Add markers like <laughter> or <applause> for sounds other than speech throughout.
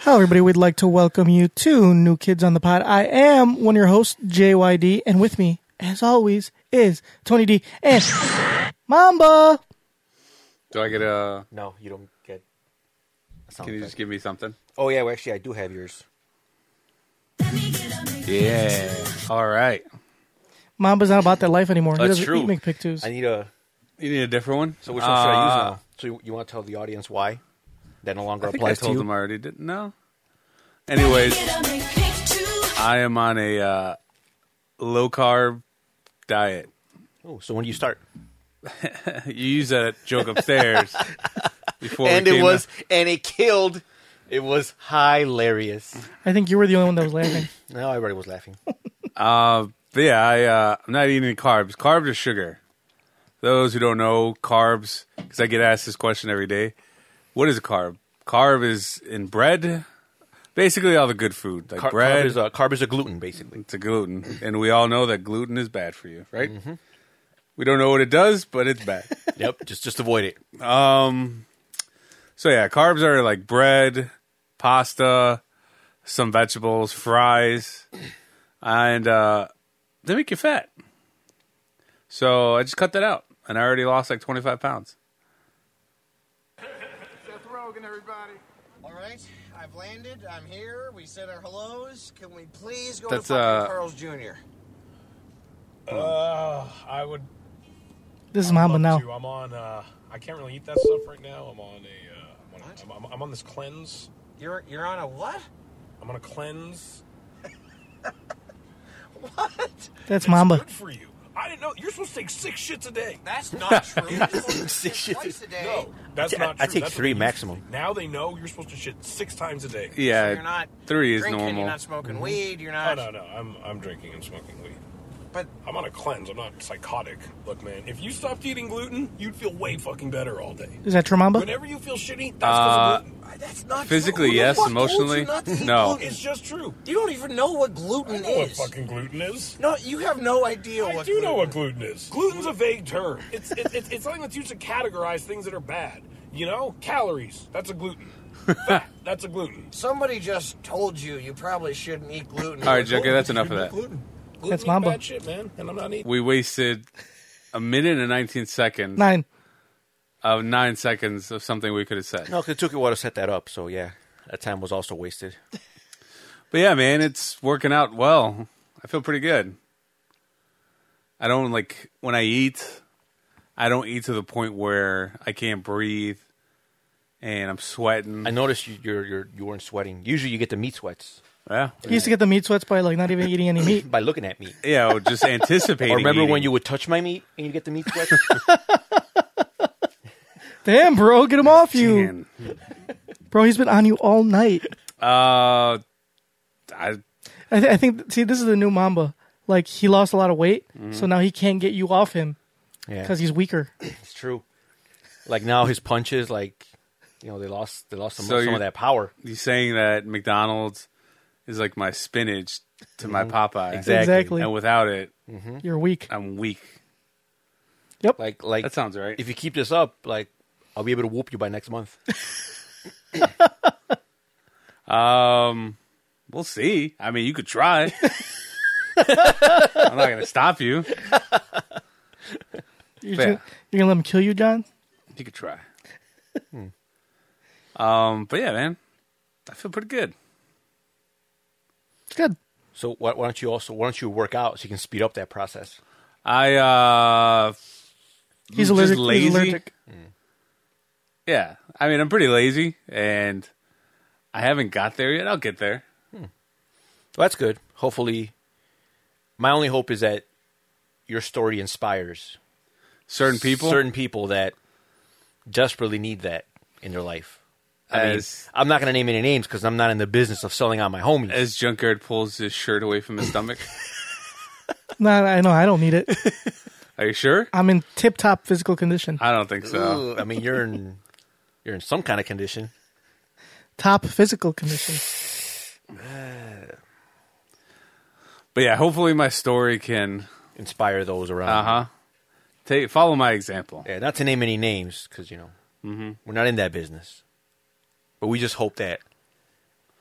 Hello, everybody. We'd like to welcome you to New Kids on the Pod. I am one of your hosts, JYD, and with me, as always, is Tony D and Mamba. Do I get a? No, you don't get. A sound Can you effect. just give me something? Oh yeah, well, actually, I do have yours. Yeah. All right. Mamba's not about that life anymore. he That's doesn't true. eat McPictus. I need a. You need a different one. So which one should I use Uh, now? So you, you want to tell the audience why that no longer I think I applies told to them you? I already didn't. No. Anyways, I am on a uh, low carb diet. Oh, so when do you start? You use that joke <laughs> upstairs before, we and it came was, up. and it killed. It was hilarious. I think you were the only one that was laughing. No, everybody was laughing. But yeah, I, uh, I'm not eating any carbs. Carbs are sugar. Those who don't know carbs, because I get asked this question every day. What is a carb? Carb is in bread. Basically, all the good food like Car- bread. carb is a carb is a gluten basically. It's a gluten, and we all know that gluten is bad for you, right? Mm-hmm. We don't know what it does, but it's bad. <laughs> yep, just just avoid it. so yeah, carbs are like bread, pasta, some vegetables, fries, and uh, they make you fat. So I just cut that out, and I already lost like twenty five pounds. Seth Rogen, everybody. All right, I've landed. I'm here. We said our hellos. Can we please go That's, to fucking uh, Carl's Jr.? I would This is Mamba love now. to. I'm on. Uh, I can't really eat that stuff right now. I'm on a. Uh, I'm, on, I'm, I'm on this cleanse. You're you're on a what? I'm on a cleanse. That's Mamba. Good for you. I didn't know you're supposed to take six shits a day. That's not true. You only Six shit <laughs> shits. twice a day. No, that's I- not. I True. take That's what three they used maximum. to do. Now they know you're supposed to shit six times a day. Yeah, You're not three is drinking, normal. You're not smoking Mm-hmm. weed. You're No, not. no, no. I'm I'm drinking and smoking weed. But I'm on a cleanse. I'm not psychotic. Look, man, if you stopped eating gluten, you'd feel way fucking better all day. Is that your Mamba? Whenever you feel shitty, that's because of gluten. That's not Uh, Physically, true. Who the yes. fuck told Emotionally, you not to eat no. gluten? It's just true. you don't even know what gluten I know what is. fucking gluten is. No, you have no idea I what. do gluten know what is. gluten is. Gluten's a vague term. It's it's it's, it's something that's used to categorize things that are bad. You know, calories. That's <laughs> a gluten. Fat. That's a gluten. Somebody just told you you probably shouldn't eat gluten. All right, Joker, that's enough of that. Gluten. gluten That's is Mamba. Bad shit, man. And I'm not eating. We wasted a minute and nineteen seconds Nine. of nine seconds of something we could have said. <laughs> No, 'cause it took a while to set that up. So yeah, that time was also wasted. But yeah, man, it's working out well. I feel pretty good. I don't like when I eat, I don't eat to the point where I can't breathe and I'm sweating. I noticed you you're, you're you weren't sweating. Usually, you get the meat sweats yeah. He used to get the meat sweats by like not even eating any meat. <laughs> by looking at me. Yeah, I was <laughs> just anticipating. Or remember when eating. you would touch my meat and you get the meat <laughs> sweats? Damn, bro, get him off you, Man, bro. He's been on you all night. Uh, I, I, th- I think. See, this is the new Mamba. Like he lost a lot of weight, so now he can't get you off him yeah, because he's weaker. it's true. Like now, his punches, like you know, they lost they lost some, So some you- of that power. you saying that McDonald's is like my spinach to my Mm-hmm. Popeye. Exactly. And without it, You're weak. I'm weak. Like like That sounds right. If you keep this up, like I'll be able to whoop you by next <laughs> month. We'll see. I mean, you could <laughs> try. I'm not going to stop you. You're, Yeah. gonna, you're gonna let him kill you, John? You could try. Hmm. Um, but yeah, man, I feel pretty good. Good. So why, why don't you also why don't you work out so you can speed up that process? I uh, He's just allergic. lazy. Hmm. He's allergic. yeah, I mean, I'm pretty lazy, and I haven't got there yet. I'll get there. Well, that's good. Hopefully, my only hope is that your story inspires Certain people, certain people that desperately need that in their life. I mean, as I'm not going to name any names because I'm not in the business of selling out my homies. <laughs> as Junkyard pulls his shirt away from his stomach. No, I know. I don't need it. Are you sure? I'm in tip top physical condition. I don't think so. Ooh, I mean, you're in you're in some kind of condition. Top physical condition. But yeah, hopefully my story can Inspire those around. uh huh take follow my example. Yeah, not to name any names because you know we're not in that business, but we just hope that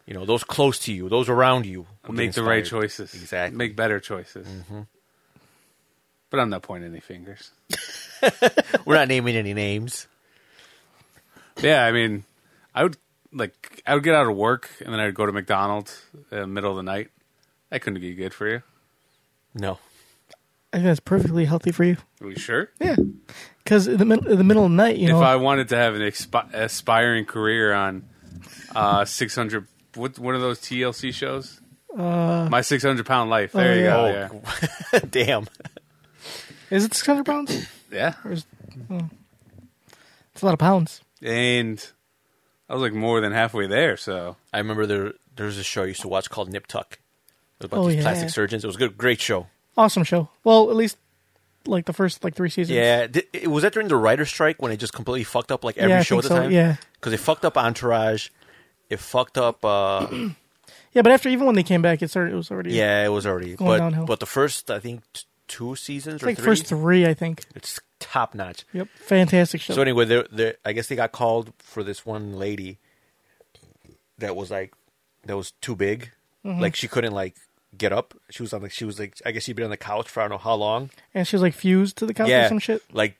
you know those close to you, those around you, will get Make the right inspired. choices. Exactly. Make better choices. Mm-hmm. But I'm not pointing any fingers. We're not naming any names. Yeah, I mean, I would like I would get out of work and then I'd go to McDonald's in the middle of the night. That couldn't be good for you. No, I think that's perfectly healthy for you. Are we sure? Yeah. Because in the, mid- in the middle of the night, you know, If I wanted to have an expi- aspiring career on uh, 600, what one of those TLC shows? My 600 pound life. There Uh, oh, you yeah. go. Oh, yeah. <laughs> damn. is it 600 pounds? Yeah. Or is, oh. It's a lot of pounds. And I was like more than halfway there. So I remember there there was a show I used to watch called Nip Tuck. It was about Oh, these yeah. plastic surgeons. It was a good, great show. Awesome show. Well, at least like the first like three seasons. Yeah, Di- it, was that during the writer's strike when it just completely fucked up like every Yeah, I show at the think so, time? yeah. because it fucked up Entourage. It fucked up. uh Yeah, but after even when they came back, it started. It was already Yeah, it was already. Going but downhill. but the first I think t- two seasons It's or like three. first three, I think. It's top notch. Yep, fantastic show. So anyway, they're, they're, I guess they got called for this one lady that was like that was too big. Mm-hmm. Like she couldn't like get up. She was on like she was like I guess she'd been on the couch for I don't know how long. and she was like fused to the couch yeah, or some shit. Like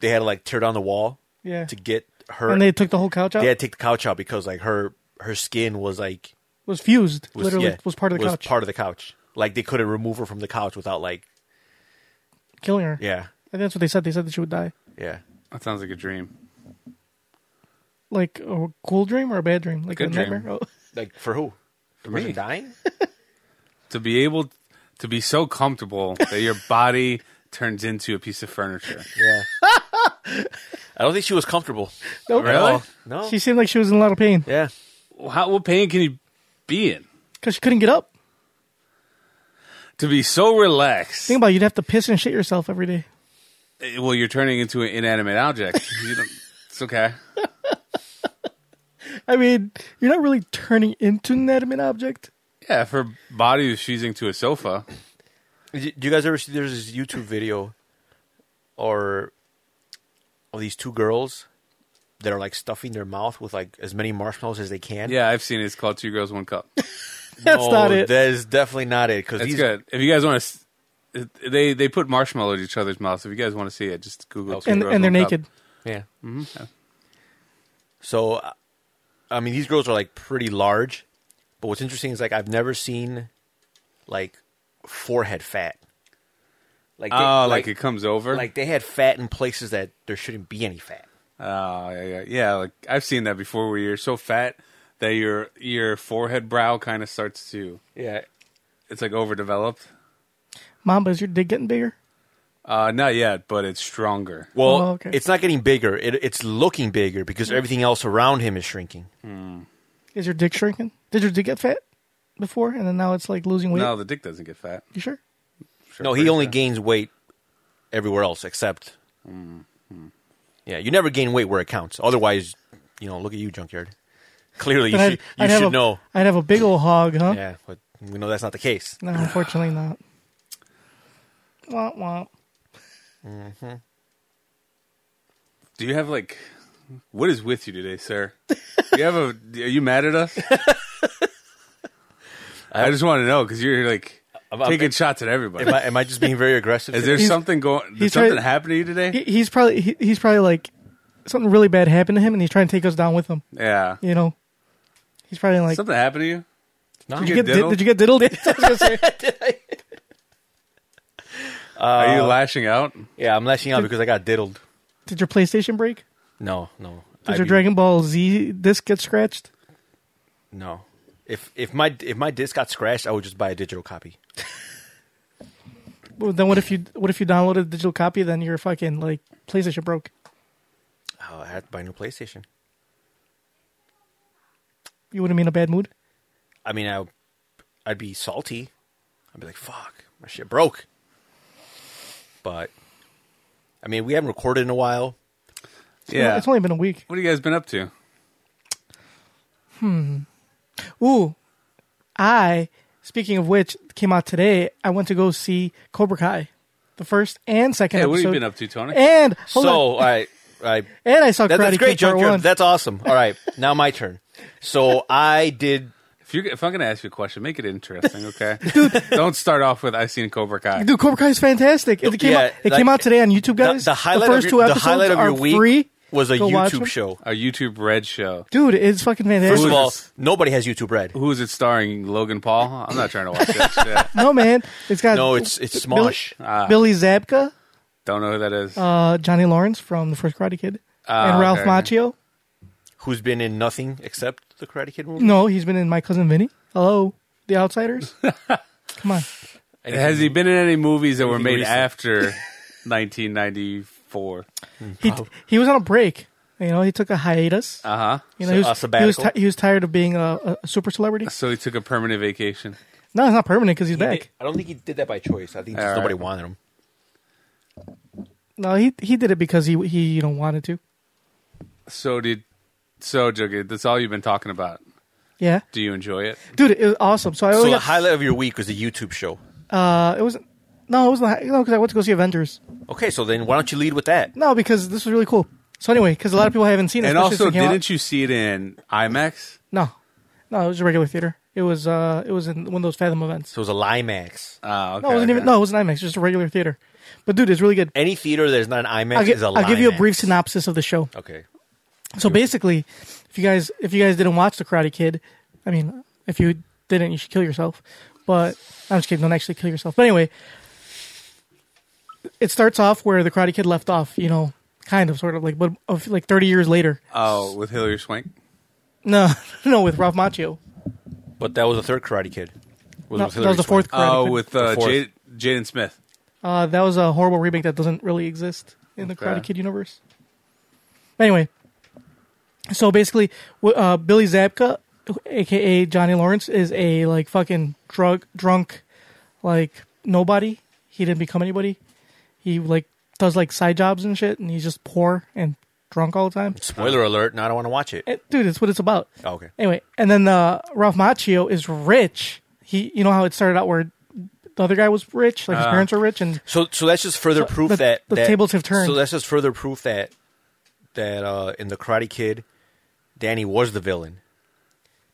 they had to like tear down the wall. Yeah. to get her. And they took the whole couch out. they Yeah, had to take the couch out because like her her skin was like was fused. was, literally yeah, was part of the was couch, Part of the couch. Like they couldn't remove her from the couch without like killing her. yeah I think that's what they said. They said that she would die. yeah. that sounds like a dream. Like a cool dream or a bad dream, like Good a dream. nightmare. <laughs> Oh, Like for who? For me. dying? To be able to be so comfortable that your body <laughs> turns into a piece of furniture. yeah. I don't think she was comfortable. Nope. Really? Oh, <laughs> no. She seemed like she was in a lot of pain yeah. How, what pain can you be in? because she couldn't get up. To be so relaxed. Think about it, you'd have to piss and shit yourself every day. Eh, Well, you're turning into an <laughs> inanimate object. You don't- it's okay. I mean, you're not really turning into an inanimate object. <laughs> Yeah, if her body was fusing to a sofa, Do you guys ever see there's this YouTube video or of these two girls that are like stuffing their mouth with like as many marshmallows as they can? yeah, I've seen it. It's called Two Girls, One Cup. That's No, not it. That is definitely not it. Because It's these good. If you guys want to, they they put marshmallow at each other's mouths. If you guys want to see it, just Google. Two and Girls, and they're One Cup. naked. Yeah. Mm-hmm. So, I- I mean, these girls are like pretty large, but what's interesting is like I've never seen like forehead fat. Like they- Oh, like, it comes over. like they had fat in places that there shouldn't be any fat. oh, yeah, yeah, yeah. Like I've seen that before, where you're so fat that your your forehead brow kind of starts to. Yeah. It's like overdeveloped. Mamba, is your dick getting bigger? Uh, not yet, but it's stronger. Well, Oh, okay. it's not getting bigger. It, it's looking bigger because everything else around him is shrinking. Is your dick shrinking? Did your dick get fat before, and then now it's like losing weight? No, the dick doesn't get fat. You sure? Sure, no, he pretty only sure. gains weight everywhere else except. Mm-hmm. Yeah, you never gain weight where it counts. Otherwise, you know, look at you, junkyard. Clearly, you Then I'd- should, I'd you have should a- know. I'd have a big old hog, huh? Yeah, but we know that's not the case. No, unfortunately not. Womp womp. Do you have like, what is with you today, sir? Do you have a? Are you mad <laughs> at us? I just want to know because you're like I'm- I'm- taking shots at everybody. Am I, am I just being very <laughs> aggressive? Is there He's- something going? Did he's something trying- happen to you today? He, he's probably he, he's probably like something really bad happened to him, and he's trying to take us down with him. yeah. You know, he's probably like, something happened to you? No. did, you get, get did, diddled? did you get diddled? <laughs> I was gonna <laughs> say, Are you Uh, lashing out? yeah, I'm lashing out because I got diddled. did your PlayStation break? No, no. Did I'd your be- Dragon Ball Z disc get scratched? No. If if my if my disc got scratched, I would just buy a digital copy. Well, then what if you what if you downloaded a digital copy? Then your fucking like PlayStation broke. Oh, I had to buy a new PlayStation. You wouldn't be in a bad mood. I mean, I I'd be salty. I'd be like, "Fuck, my shit broke." But I mean, we haven't recorded in a while. Yeah. It's only been a week. What have you guys been up to? Ooh, I, speaking of which, came out today. I went to go see Cobra Kai, the first and second Hey, episode. Eh? what have you been up to, Tony? And, hold so, on. all right, all <laughs> right. and I saw That, Karate that's great, Kid Part Joker. 1. That's awesome. <laughs> All right, now my turn. So I did. If you if I'm gonna ask you a question, make it <laughs> interesting, okay? Don't start off with I seen Cobra Kai. Dude, Cobra Kai is fantastic. It, came, Yeah, out, it like, came out today on YouTube, The, guys. the highlight first of two your, the episodes highlight of are your week free. was a Go watch YouTube them. show. A YouTube Red show. Dude, it's fucking fantastic. First of Who all, is- nobody has YouTube Red. Who is it starring? Logan Paul? I'm not trying to watch that <laughs> shit. no, man. It's got No, it's it's Billy- Smosh. Ah. Billy Zabka, Don't know who that is. uh, Johnny Lawrence from The First Karate Kid, Ah, and Ralph okay. Macchio. who's been in nothing except the Karate Kid movie. No, he's been in My Cousin Vinny. Hello, The <laughs> Outsiders. Come on. Has he been in any movies that were made recent? after <laughs> 1994? He he was on a break. You know, he took a hiatus. Uh huh. You know, he was, Uh-huh. So, a he was, sabbatical? ti- he was tired of being a, a- a super celebrity. So he took a permanent vacation. No, it's not permanent because he's back. I don't think he did that by choice. I think just All right. nobody wanted him. No, he he did it because he he you know wanted to. So did so Juggy, that's all you've been talking about. Yeah, Do you enjoy it? dude, it was awesome. So I So only the got, highlight of your week was the YouTube show. uh, it was no, it was not no because I went to go see Avengers. Okay, so then why don't you lead with that? No, because this was really cool. So anyway, because a lot of people haven't seen it. And especially also, since it came didn't out- you see it in IMAX? No, no, it was a regular theater. It was uh, it was in one of those Fathom events. So it was a Limax. Oh, okay, no, it wasn't even okay. no, it was an IMAX, just a regular theater. But dude, it's really good. Any theater that is not an IMAX I'll, gi- is a I'll give you a Limax. brief synopsis of the show. Okay. So basically, if you guys if you guys didn't watch The Karate Kid, I mean, if you didn't, you should kill yourself. But I'm just kidding. Don't actually kill yourself. But anyway, it starts off where The Karate Kid left off. You know, kind of, sort of like, but of like 30 years later. Oh, with Hillary Swank. No, <laughs> no, with Ralph Macchio. But that was the third Karate Kid. Was No, with that Hilary was the fourth. Karate Oh, Kid. with uh, The fourth. Jade, Jaden Smith. Uh, that was a horrible remake that doesn't really exist in the Okay. Karate Kid universe. Anyway, so basically, w- uh, Billy Zabka, aka Johnny Lawrence, is a like fucking drug drunk, like nobody. He didn't become anybody. He like does like side jobs and shit, and he's just poor and drunk all the time. Spoiler alert, now I don't want to watch it. Eh, dude, that's what it's about. Oh, okay. Anyway, and then uh, Ralph Macchio is rich. He, you know how it started out where the other guy was rich, Uh, like his parents were rich, and So so that's just further proof the- that the that- tables have turned. So that's just further proof that that uh in the Karate Kid, Danny was the villain.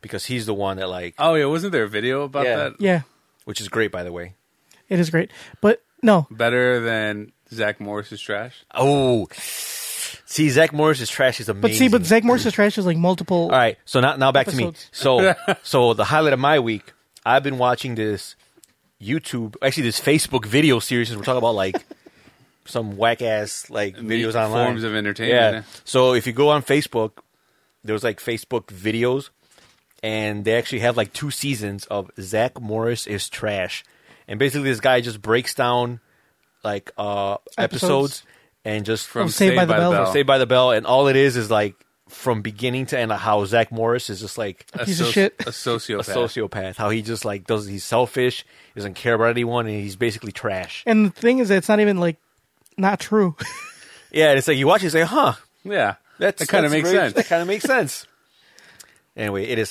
Because he's the one that like Oh yeah, wasn't there a video about Yeah. that? yeah, which is great by the way. It is great. But no, Better than Zach Morris's trash. Oh, see, Zach Morris is trash. He's amazing. but see, but Zach Morris's trash is like multiple. All right, so now now back Episodes. to me. <laughs> So so the highlight of my week, I've been watching this YouTube, actually this Facebook video series. Since we're talking about like <laughs> some whack ass like videos online, forms of entertainment, yeah. So if you go on Facebook, there's like Facebook videos, and they actually have like two seasons of Zach Morris is trash, and basically this guy just breaks down like uh Episodes. episodes and just From Saved by the Bell. Saved by the Bell, and all it is is like from beginning to end, how Zach Morris is just like A Piece of soci- shit. <laughs> A sociopath. a sociopath. How he just like does he's selfish, he doesn't care about anyone, and he's basically trash. And the thing is, that it's not even like not true. <laughs> Yeah, and it's like you watch, it, you say, "Huh, yeah, that's, that kind of that's makes very- That sense. kind of makes sense." Anyway, it is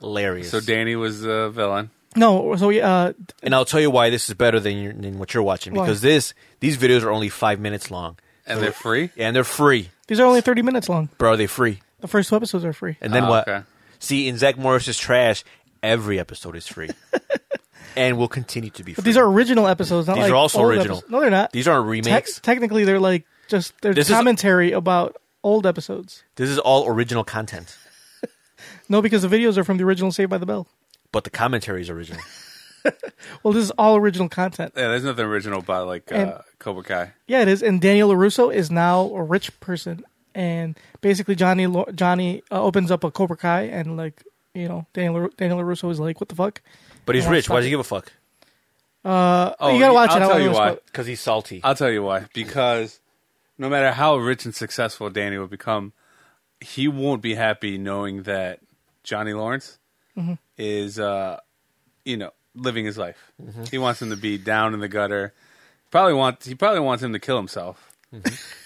hilarious. So Danny was the villain. no, so uh, and I'll tell you why this is better than, your, than what you're watching Why? because this these videos are only five minutes long, And they're free? and they're free, these are only thirty minutes long. bro. Are they free? The first two episodes are free. And then Oh, what? okay. See, in Zach Morris's trash, every episode is <laughs> free, and will continue to be. free. But these are original episodes. Not These like are also old original. episodes. No, they're not. These aren't Te- remakes. technically, they're like just they're This is- commentary about old episodes. this is all original content, No, because the videos are from the original Saved by the Bell. but the commentary is original. Well, this is all original content. Yeah, there's nothing original about like uh, And- Cobra Kai. Yeah, it is. And Daniel Larusso is now a rich person, and basically Johnny Lo- Johnny uh, opens up a Cobra Kai, and like you know Daniel Laru- Daniel Larusso is like, what the fuck? But he's Yeah, rich. Why fuck does he it. give a fuck? Oh, you gotta watch I'll it. I tell don't you know why. what's Because he's salty. I'll tell you why. Because no matter how rich and successful Danny will become, he won't be happy knowing that Johnny Lawrence Mm-hmm. Mm-hmm. is, uh, you know, living his life. He wants him to be down in the gutter, Probably wants he probably wants him to kill himself,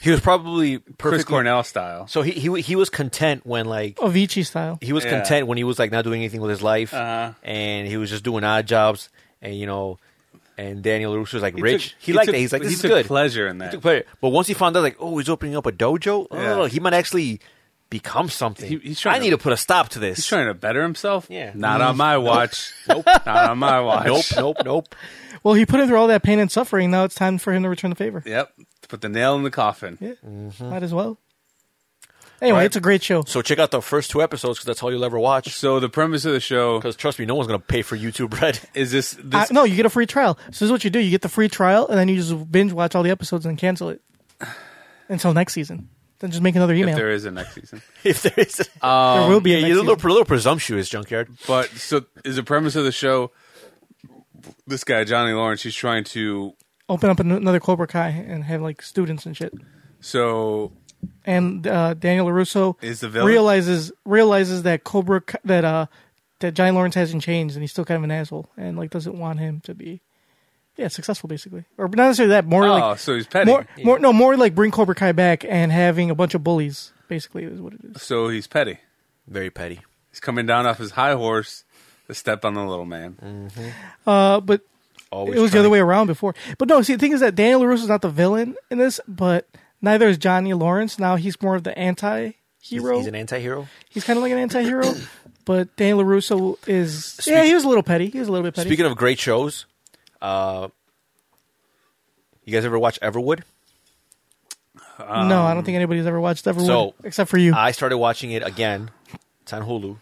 He was probably Chris perfect. Cornell style. So he, he he was content when like Avicii style. he was Yeah. content when he was like not doing anything with his life, Uh-huh. and he was just doing odd jobs, and you know, and Daniel LaRusso was like He rich. took- he liked took- it. He's like this he is took good. Pleasure in He that. took pleasure. But once he found out, like, oh, he's opening up a dojo. Oh, Yeah. he might actually become something. He- he's trying I need to- to put a stop to this. He's trying to better himself. Yeah. Not Mm. on my watch. Nope. Not on my watch. <laughs> nope, nope, nope. Well, he put him through all that pain and suffering. Now it's time for him to return the favor. Yep. Put the nail in the coffin. Yeah, might as well. Anyway, Right. it's a great show. So check out the first two episodes because that's all you'll ever watch. So the premise of the show Because trust me, no one's gonna pay for YouTube <laughs> Red. is this. this I, no, you get a free trial. So this is what you do: you get the free trial, and then you just binge watch all the episodes and cancel it <sighs> until next season. Then just make another if email. There, there is a next season. if there is, will be <laughs> yeah, a you're next a little, season. a little presumptuous, junkyard. But so is the premise of the show. This guy Johnny Lawrence, he's trying to. Open up an- another Cobra Kai and have like students and shit. So And uh, Daniel Larusso Is the villain? realizes realizes that Cobra Ki- that uh that Johnny Lawrence hasn't changed, and he's still kind of an asshole, and like doesn't want him to be. Yeah, successful basically, or not necessarily that. More oh, like so he's petty. more, more, no, more like bring Cobra Kai back and having a bunch of bullies. Basically, is what it is. so he's petty. Very petty. He's coming down off his high horse to step on the little man. Uh, but Always it was the trying- other way around before. But no, see, the thing is that Daniel LaRusso is not the villain in this, but neither is Johnny Lawrence. Now he's more of the anti He's, hero. he's He's, an anti-hero. kind of like an anti hero, <coughs> but Daniel LaRusso is. yeah, he was a little petty. He was a little bit petty. Speaking of great shows, uh, you guys ever watch Everwood? no, I don't think anybody's ever watched Everwood so, uh, except for you. I started watching it again. It's on Hulu.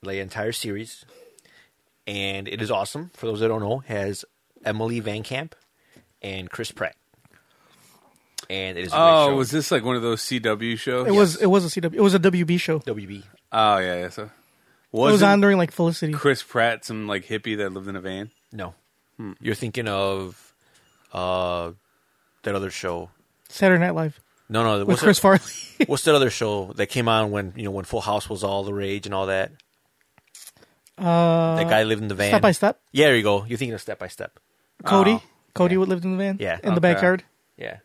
The entire series, and it is awesome. For those that don't know, has Emily Van Camp and Chris Pratt, and it is a great Oh, show. was this like one of those CW shows? it was it was a CW. It was a WB show. WB. Oh yeah, yeah. So it was wasn't on during like Felicity. Chris Pratt some like hippie that lived in a van? No, Hmm. you're thinking of uh, that other show. Saturday Night Live No, no, with what's Chris that, Farley. What's that other show that came on when you know when Full House was all the rage and all that? Uh, that guy lived in the <laughs> van. Step by Step. Yeah, there you go. You're thinking of Step by Step. Cody. Oh, Cody yeah. would lived in the van. Yeah, In the okay. backyard. Yeah,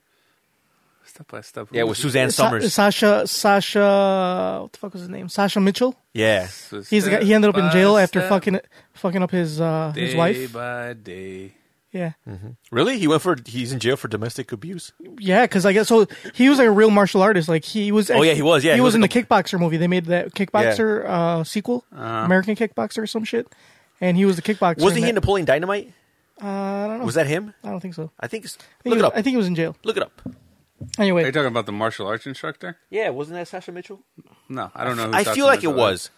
Step by step. yeah, with Suzanne Sa- Summers. Sasha Sasha what the fuck was his name? Sasha Mitchell? yeah, He's the guy, he ended up in jail after fucking fucking up his uh, his Day wife. by day. Yeah, really? He went for he's in jail for domestic abuse. yeah, because I guess so. He was like a real martial artist. Like he was. Oh, yeah, he was, yeah, he, he was, was in the like kickboxer movie. They made that kickboxer uh, sequel, Uh-huh. American Kickboxer or some shit. And he was the kickboxer. Wasn't he in that. Napoleon Dynamite? uh, I don't know. Was that him? I don't think so. I think. It's, I think, look he it was, up. I think he was in jail. look it up. Are you Anyway, talking about the martial arts instructor? Yeah, wasn't that Sasha Mitchell? No, I don't know. Who I Sasha feel like it Mitchell was,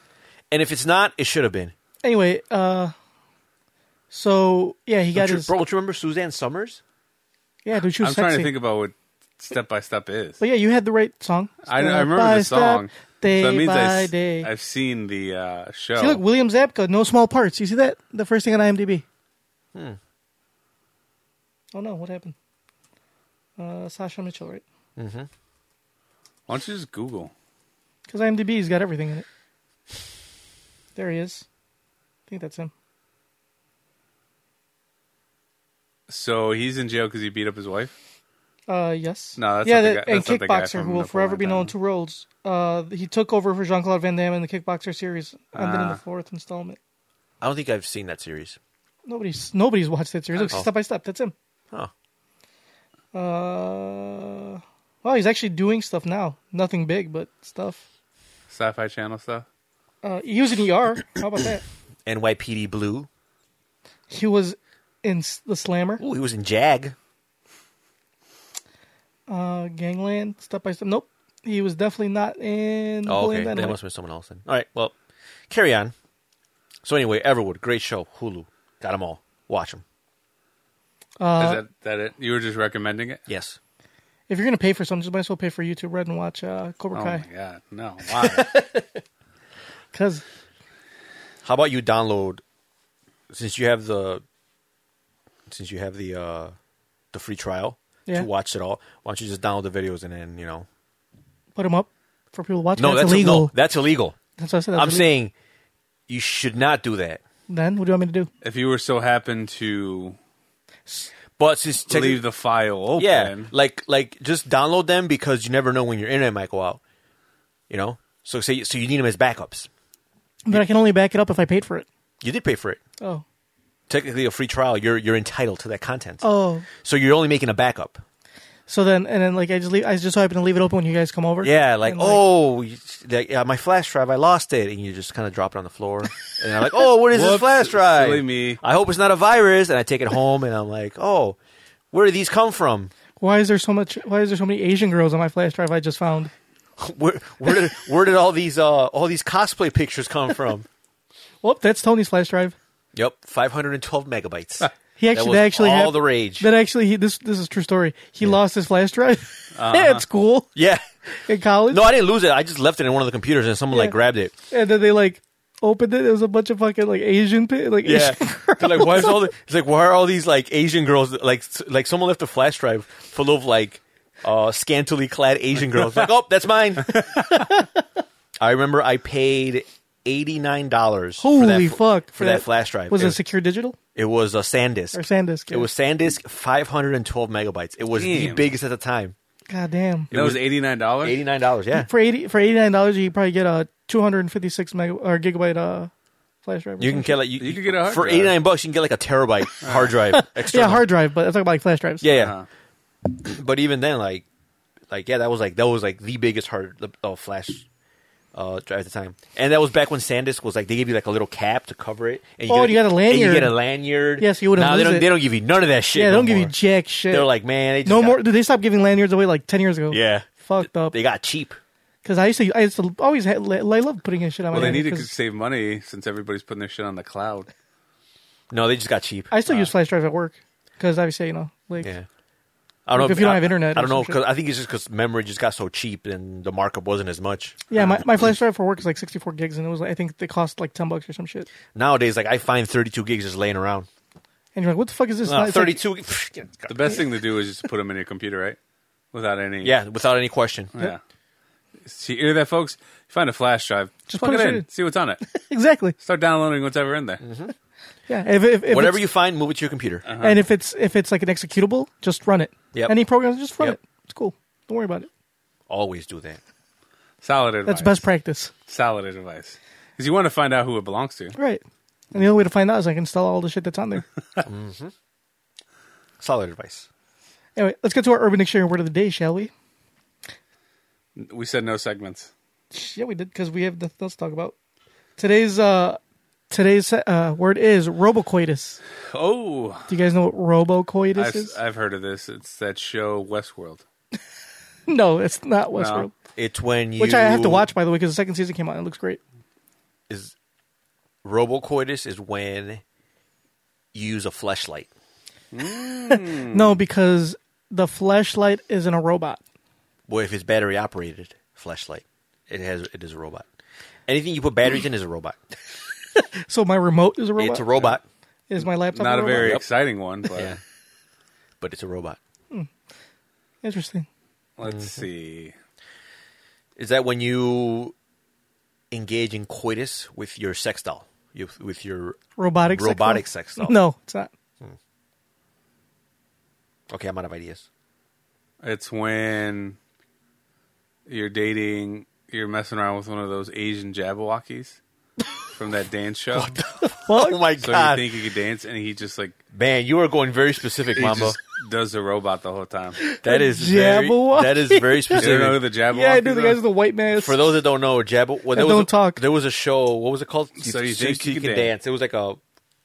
and if it's not, it should have been. anyway. Uh, so yeah, he got Don't you- his bro, don't you remember Suzanne Summers? yeah. Dude, she is. was I'm sexy. trying to think about what step by step is. but yeah, you had the right song. I, I Step remember by the step, song. Day so that means by I, s- day. I've seen the uh, show. See, look, William Zabka, no small parts. You see that? The first thing on IMDb. Hmm. Oh no, what happened? Uh, Sasha Mitchell, right? Why don't you just Google? Because IMDb's got everything in it. There he is. I think that's him. So he's in jail because he beat up his wife. Uh, yes. No, that's yeah, not the guy- and that's not the guy kickboxer from who will Napoleon forever be known in Dynamite. two roles. Uh, he took over for Jean Claude Van Damme in the kickboxer series, and then in the Ah. fourth installment. I don't think I've seen that series. Nobody's nobody's watched that series. Look, Oh. step by step, that's him. Huh. Uh, well, he's actually doing stuff now. Nothing big, but stuff. Sci-fi Channel stuff. Uh, he was in ER. How about that? NYPD Blue. He was in S- the Slammer, Ooh, he was in Jag. uh, Gangland, Step by Step. Nope, he was definitely not in. Oh, Napoleon okay. That Dynamite. must have been someone else then. All right. Well, carry on. So anyway, Everwood, great show. Hulu, got them all. Watch them. Uh, is that that it? You were just recommending it. Yes. If you're gonna pay for something, just might as well pay for YouTube Red and watch uh, Cobra Oh Kai. my god, no! Why? Because How about you download? Since you have the, since you have the, uh the free trial Yeah. to watch it all, why don't you just download the videos and then you know? put him up for people to watch. No, that's, illegal. No, that's illegal. that's what I said. That's I'm illegal. saying you should not do that. Then what do you want me to do? if you were so happen to But since technically- leave the file open. yeah, like like just download them because you never know when your internet might go out. You know, so say so you need them as backups. But I can only back it up if I paid for it. You did pay for it. Oh. Technically, a free trial. You're you're entitled to that content. Oh. So you're only making a backup. So then, and then, like, I just leave, I just happen to leave it open when you guys come over. Yeah, like And, oh, you- like, yeah, my flash drive, I lost it, and you just kind of drop it on the floor, and I'm like, oh, what is this Whoops, flash drive? silly me. I hope it's not a virus, and I take it home, and I'm like, oh, where do these come from? why is there so much? Why is there so many Asian girls on my flash drive? I just found. Where where did where did all these uh all these cosplay pictures <laughs> come from? Well, Oh, that's Tony's flash drive. yep, 512 megabytes. <laughs> He actually, that was that actually all hap- the rage. That actually, he, this this is a true story. He lost his flash drive <laughs> Uh-huh. at school yeah, in college. no, I didn't lose it. I just left it in one of the computers, and someone Yeah. like grabbed it. and then they like opened it. It was a bunch of fucking like Asian, pi- like Yeah, <laughs> Asian They're like why is all the, it's like why are all these like Asian girls like s- like someone left a flash drive full of like uh, scantily clad Asian girls like oh that's mine. I remember I paid eighty nine dollars. Holy fuck! for that flash drive. was it, it secure digital it was a SanDisk. or SanDisk? It was SanDisk five hundred and twelve megabytes. It was the Damn. biggest at the time. God damn. that was eighty nine dollars. Eighty nine dollars. Yeah, For eighty for eighty nine dollars, you could probably get a two hundred and fifty six mega or gigabyte uh flash drive. or you can something. get like you, You could get a hard for drive. eighty nine bucks. You can get like a terabyte hard drive. yeah external. hard drive, but I'm talking about like flash drives. Yeah, yeah. Uh-huh. <clears throat> But even then, like, like yeah, that was like that was like the biggest hard uh, flash uh, drive at the time, and that was back when SanDisk was like they give you like a little cap to cover it. And Oh, get you got a and you lanyard. get a lanyard. Yeah, so you wouldn't Nah, they lose don't. it. They don't give you none of that shit. yeah. no Don't give you more. jack shit. They're like, man, they just no got- more. Dude, they stopped giving lanyards away like ten years ago. Yeah, fucked up. they got cheap. Because I used to, I used to always, had, I loved putting his shit on Well, my. they need lanyard to 'cause save money since everybody's putting their shit on the cloud. No, they just got cheap. I still use flash drive at work because obviously you know like Ah. yeah. I don't If know you don't I- have internet I or don't know. some Cause I think it's just because memory just got so cheap and the markup wasn't as much. Yeah, my, my flash drive for work is like 64 gigs, and it was like, I think they cost like 10 bucks or some shit. Nowadays, like I find 32 gigs just laying around. And you're like, what the fuck is this? Nah, It's like- <sniffs> 32. The best thing to do is just put them in your computer, right? Without any. yeah, without any question. Yeah. See, you hear that, folks? You find a flash drive, just plug put it it in, in. see what's on it. exactly. Start downloading whatever in there. Yeah. If, if, if Whatever it's- Uh-huh. you find, move it to your computer. and if it's if it's like an executable, just run it. Yep. Any program, just run Yep. it. It's cool. Don't worry about it. Always do that. Solid advice. That's best practice. Solid advice. Because you want to find out who it belongs to. Right. And the only way to find out is like install all the shit that's on <laughs> there. Solid advice. anyway, let's get to our Urban Dictionary word of the day, shall we? We said no segments. Yeah, we did because we have nothing else to talk about. Today's uh today's uh word is robocoitus. Oh, Do you guys know what robocoitus I've, is? I've heard of this. It's that show Westworld. no, it's not Westworld. It's when you Which I have to watch, by the way, because the second season came out and it looks great. Is robocoitus is when you use a fleshlight. No, because the flashlight isn't a robot. Well, if it's battery operated fleshlight, it has it is a robot. Anything you put batteries in is a robot. So my remote is a <clears throat> robot. It's a robot, Is my laptop Not a robot? very Yep. exciting one, but Yeah. but it's a robot. interesting. let's see. Is that when you engage in coitus with your sex doll, you, with your Robotic. sex doll? robotic sex doll? No, it's not. Okay, I'm out of ideas. It's when you're dating, you're messing around with one of those Asian Jabberwockies from that dance show. <laughs> Oh my so god, you think he could dance, and he just like man, you are going very specific, he Mambo. just does the robot the <laughs> whole time. You That is very, Jabberwocky. that is very don't know who specific. the Jabberwockies? Yeah, I do. The are? guy's the white man. For those that don't know, Jabber, well, there was don't a, talk. There was a show. What was it called? So You Think You Can It was like a oh,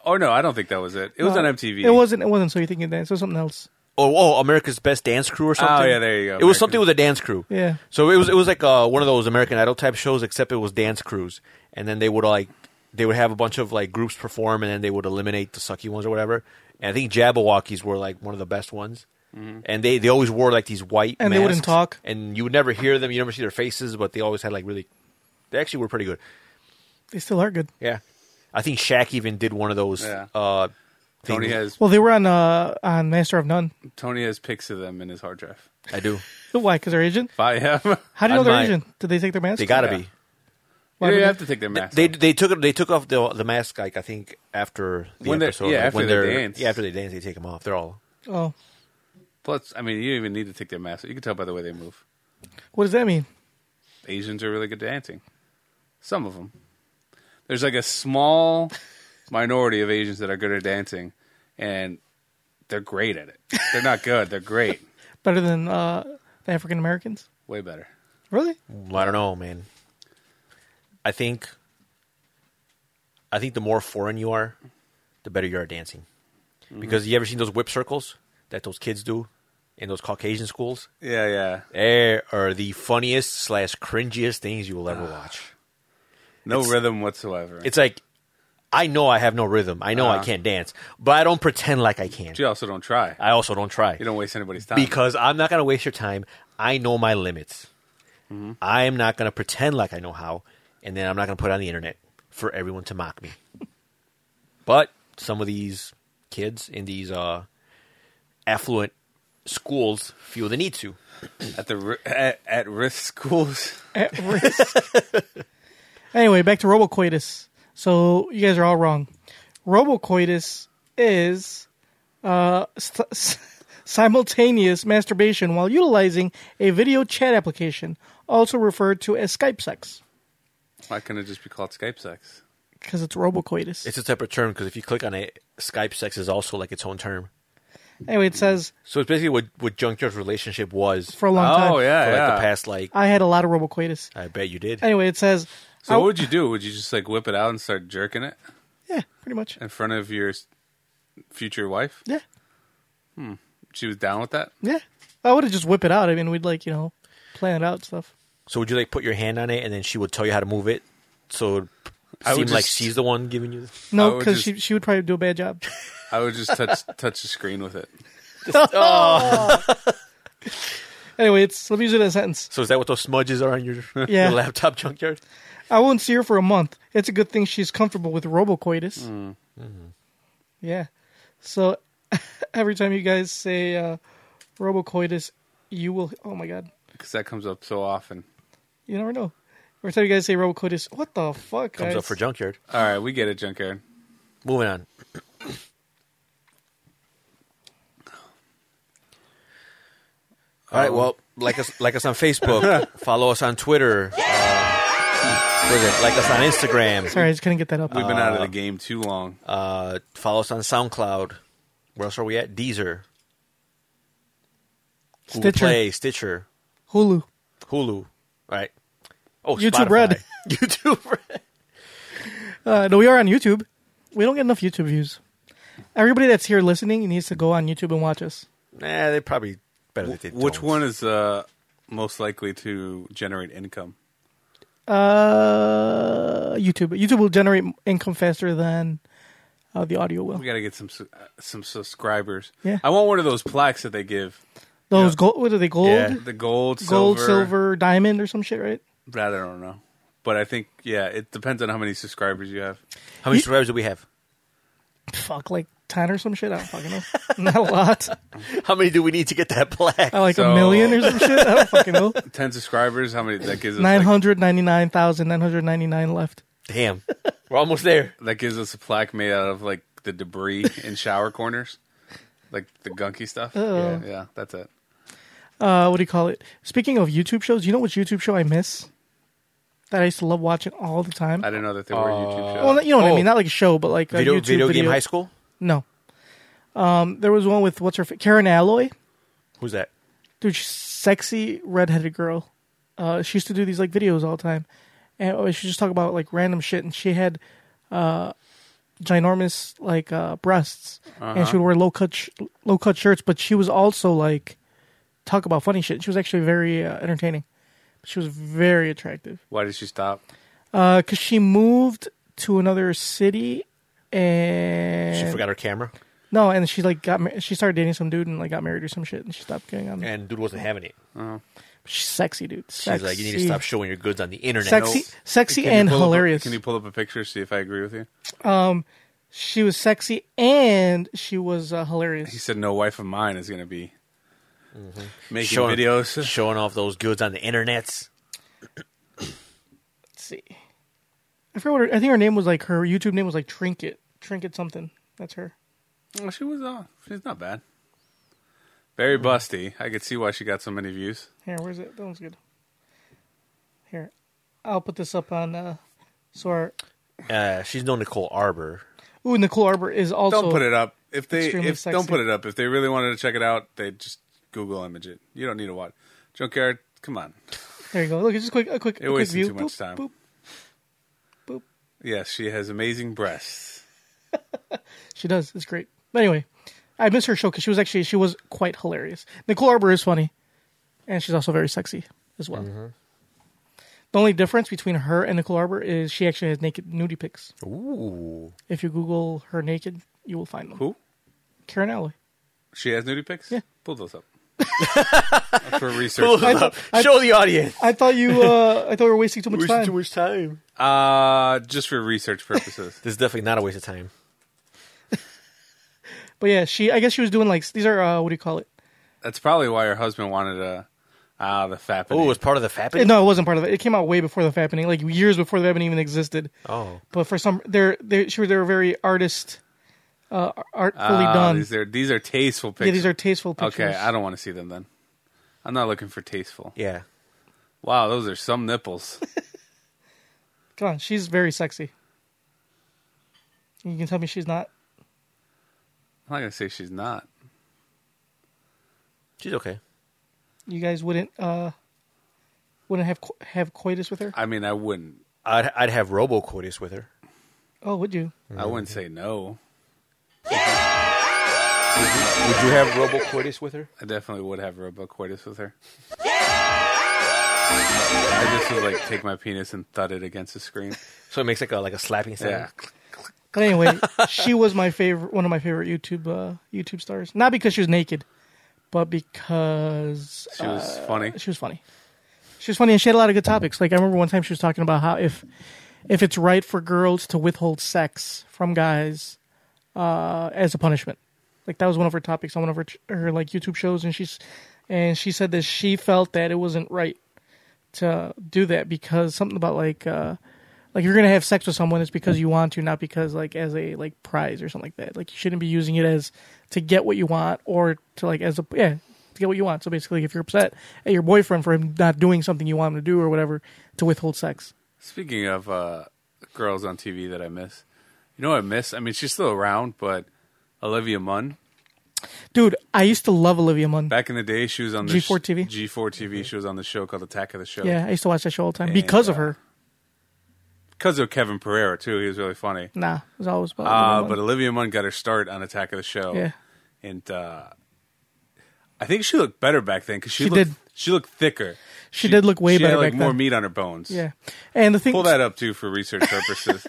Oh no, I don't think that was it. It was on MTV. It wasn't. It wasn't. So you thinking dance? It was something else. oh, America's Best Dance Crew or something. Oh, yeah, there you go, It America's- was something with a dance crew. Yeah. So it was it was like uh, one of those American Idol type shows, except it was dance crews, and then they would like they would have a bunch of like groups perform, and then they would eliminate the sucky ones or whatever. And I think Jabberwockies were like one of the best ones. Mm-hmm. And they, they always wore like these white And they wouldn't masks, talk. and you would never hear them, you never see their faces, but they always had like really they actually were pretty good. They still are good. Yeah. I think Shaq even did one of those. Yeah. Uh, Tony things. has Well, they were on uh on Master of None. Tony has pics of them in his hard drive. I do. <laughs> Why? Because they're Asian. If I have, How do you know On they're my- Asian? Did they take their mask? They gotta Yeah. be. Why <laughs> you would have they- to take their mask. They off. they took they took off the the mask like I think after the When they- episode. yeah, like, after when they they're- dance. Yeah, after they dance, they take them off. They're all Oh, Plus, I mean, you don't even need to take their mask. You can tell by the way they move. what does that mean? Asians are really good dancing. Some of them. There's like a <laughs> small minority of Asians that are good at dancing, and they're great at it. They're not good. They're <laughs> great. Better than uh, the African Americans? Way better. <laughs> Really? Well, I don't know, man. I think, I think the more foreign you are, the better you are at dancing. Mm-hmm. Because you ever seen those whip circles that those kids do in those Caucasian schools? Yeah, yeah. They are the funniest slash cringiest things you will ever Ah. watch. No rhythm whatsoever. It's like, I know I have no rhythm. I know I Uh-huh. can't dance, but I don't pretend like I can. you also don't try. I also don't try. You don't waste anybody's time. because I'm not going to waste your time. I know my limits. I am not going to pretend like I know how, and then I'm not going to put it on the internet for everyone to mock me. but some of these kids in these uh, affluent schools feel the need to. at the ri- at, at risk schools, <laughs> At risk. anyway, back to robocoitus. So you guys are all wrong. Robocoitus is uh, st- <laughs> s- simultaneous masturbation while utilizing a video chat application, also referred to as Skype sex, why couldn't it just be called Skype sex? because it's robocoitus. It's a separate term because if you click on it, Skype sex is also like its own term. anyway, it says So it's basically what what Junkyard's relationship was for a long time. Oh yeah, for like yeah. the past like. I had a lot of robocoitus. I bet you did. Anyway, it says. So I- what would you do? Would you just like whip it out and start jerking it yeah, pretty much. in front of your s- future wife? Yeah, She was down with that. yeah. I would have just whip it out. I mean, we'd like you know plan it out and stuff. So would you like put your hand on it and then she would tell you how to move it? So it I would seemed like just- she's the one giving you. The... No, I would because just- she she would probably do a bad job. <laughs> I would just <laughs> touch touch the screen with it. Anyway, it's let me use it in a sentence. So is that what those smudges are on your, <laughs> Yeah. your laptop junkyard? I won't see her for a month. It's a good thing she's comfortable with robocoitus. Mm. Mm-hmm. Yeah. So <laughs> every time you guys say uh, robocoitus, you will. Oh my god, because that comes up so often. you never know. Every time you guys say robocoitus, what the fuck? Comes guys? up for junkyard. All right, we get it, Junkyard. Moving on. All right. Well, Um, like us, like us on Facebook. follow us on Twitter. Uh, what is it? Like us on Instagram. Sorry, I just couldn't get that up. Uh, We've been out of the game too long. Uh, follow us on SoundCloud. Where else are we at? Deezer, Google Stitcher, Play, Stitcher, Hulu. Hulu. Right. Oh, YouTube Spotify. <laughs> <laughs> Red. YouTube Red. Uh, no, we are on YouTube. We don't get enough YouTube views. Everybody that's here listening needs to go on YouTube and watch us. Nah, they probably better. that they Which don't. one is uh, most likely to generate income? Uh, YouTube. YouTube will generate income faster than uh, the audio will. We got to get some su- uh, some subscribers. Yeah. I want one of those plaques that they give. Those gold. What are they? Gold, Yeah. The gold, gold, silver, silver, diamond, or some shit, right? That I don't know, but I think yeah, it depends on how many subscribers you have. How many subscribers do we have? Fuck, like ten or some shit. I don't fucking <laughs> know. Not a lot. How many do we need to get that <laughs> plaque? I like So- a million or some shit. I don't fucking <laughs> know. Ten subscribers, how many? That gives us Nine like, hundred ninety nine thousand nine hundred ninety nine left. Damn, we're almost there. that gives us a plaque made out of like the debris in shower corners, like the gunky stuff. Yeah, yeah, that's it. Uh, what do you call it? Speaking of YouTube shows, you know which YouTube show I miss? That I used to love watching all the time. I didn't know that there were YouTube shows. Well, you know what I Oh. mean. Not like a show, but like a Video, YouTube video game video. high school. No. Um, there was one with what's her fa- Karen Alloy, Who's that? dude, she's sexy redheaded girl. Uh, she used to do these like videos all the time, and oh, she just talk about like random shit. And she had uh, ginormous like uh, breasts, and Uh-huh. she would wear low cut sh- low cut shirts. But she was also like talk about funny shit. She was actually very uh, entertaining. She was very attractive Why did she stop? because Uh, she moved to another city and She forgot her camera, No, and she like got mar- she started dating some dude and like got married or some shit, and she stopped getting on. and dude wasn't having it. She's sexy, dude. She's Sexy. like, "You need to stop showing your goods on the internet." Sexy, No. sexy you and pull up a- hilarious. can you pull up a picture see if I agree with you? She was sexy and she was uh, He hilarious. said no wife of mine is going to be making showing videos. showing off those goods on the internet. Let's see, I forgot. What her, I think her name was like her YouTube name was like Trinket, Trinket something. That's her. Well, she was uh, she's not bad. Very busty. I could see why she got so many views. Here, where's it? That one's good. Here, I'll put this up on. Uh, so our Uh, she's known Nicole Arbor. ooh, Nicole Arbor is also. Don't put it up. If they extremely if don't sexy. put it up. If they really wanted to check it out, they just Google image it. You don't need to watch. Junkyard, come on. There you go. Look, it's just quick, a quick, It a quick wasted view. too much Boop, time. boop. Boop. Yes, she has amazing breasts. She does. It's great. But anyway, I miss her show because she was actually she was quite hilarious. Nicole Arbor is funny, and she's also very sexy as well. The only difference between her and Nicole Arbor is she actually has naked nudie pics. Oh. Ooh. If you Google her naked, you will find them. Who? Karen Alley. She has nudie pics. Yeah. pull <laughs> those up. Up for research. Show the audience. I thought you. <laughs> Uh, I thought we were wasting too much time. much time. Uh, just for research <laughs> purposes. This is definitely not a waste of time. But yeah, she. I guess she was doing like these are uh, what do you call it? That's probably why her husband wanted to. Ah, the fat. Oh, it's part of the fapping. No, it wasn't part of it. It came out way before the Fappening, like years before the Fappening even existed. Oh, But for some, they're they sure they were very artist, uh, artfully done. Ah, These are these are tasteful pictures. yeah, these are tasteful pictures. Okay, I don't want to see them then. I'm not looking for tasteful. yeah. Wow, those are some nipples. <laughs> Come on, she's very sexy. You can tell me she's not. I'm not gonna say she's not. She's okay. You guys wouldn't uh, wouldn't have co- have coitus with her. I mean, I wouldn't. I'd I'd have Robo Coitus with her. Oh, would you? I wouldn't say no. Would you have Robo Coitus with her? I definitely would have robocoitus with her. I just would like take my penis and thud it against the screen. So it makes like a like a slapping sound. Yeah, But <laughs> anyway, she was my favorite, one of my favorite YouTube uh, YouTube stars. Not because she was naked, but because she was Uh, funny. she was funny. She was funny, and she had a lot of good topics. Like I remember one time she was talking about how if if it's right for girls to withhold sex from guys uh, as a punishment, like that was one of her topics on one of her her like YouTube shows, and she's and she said that she felt that it wasn't right to do that because something about like uh, like if you're gonna have sex with someone, it's because you want to, not because like as a like prize or something like that. Like you shouldn't be using it as to get what you want or to like as a yeah to get what you want. So basically, if you're upset at your boyfriend for him not doing something you want him to do or whatever, to withhold sex. Speaking of uh, girls on TV that I miss, you know what I miss? I mean, she's still around, but Olivia Munn. Dude, I used to love Olivia Munn. Back in the day, she was on the G4 TV? G4 TV. She was on the show called Attack of the Show. Yeah, I used to watch that show all the time because of uh, her. because of Kevin Pereira too. He was really funny. Nah, it was always about Uh, Olivia but Munn. Olivia Munn got her start on Attack of the Show. Yeah. and uh, I think she looked better back then because she, She looked did. she looked thicker. She did look way she better Had, like back more then. meat on her bones. yeah, and the thing pull that up too for <laughs> research purposes.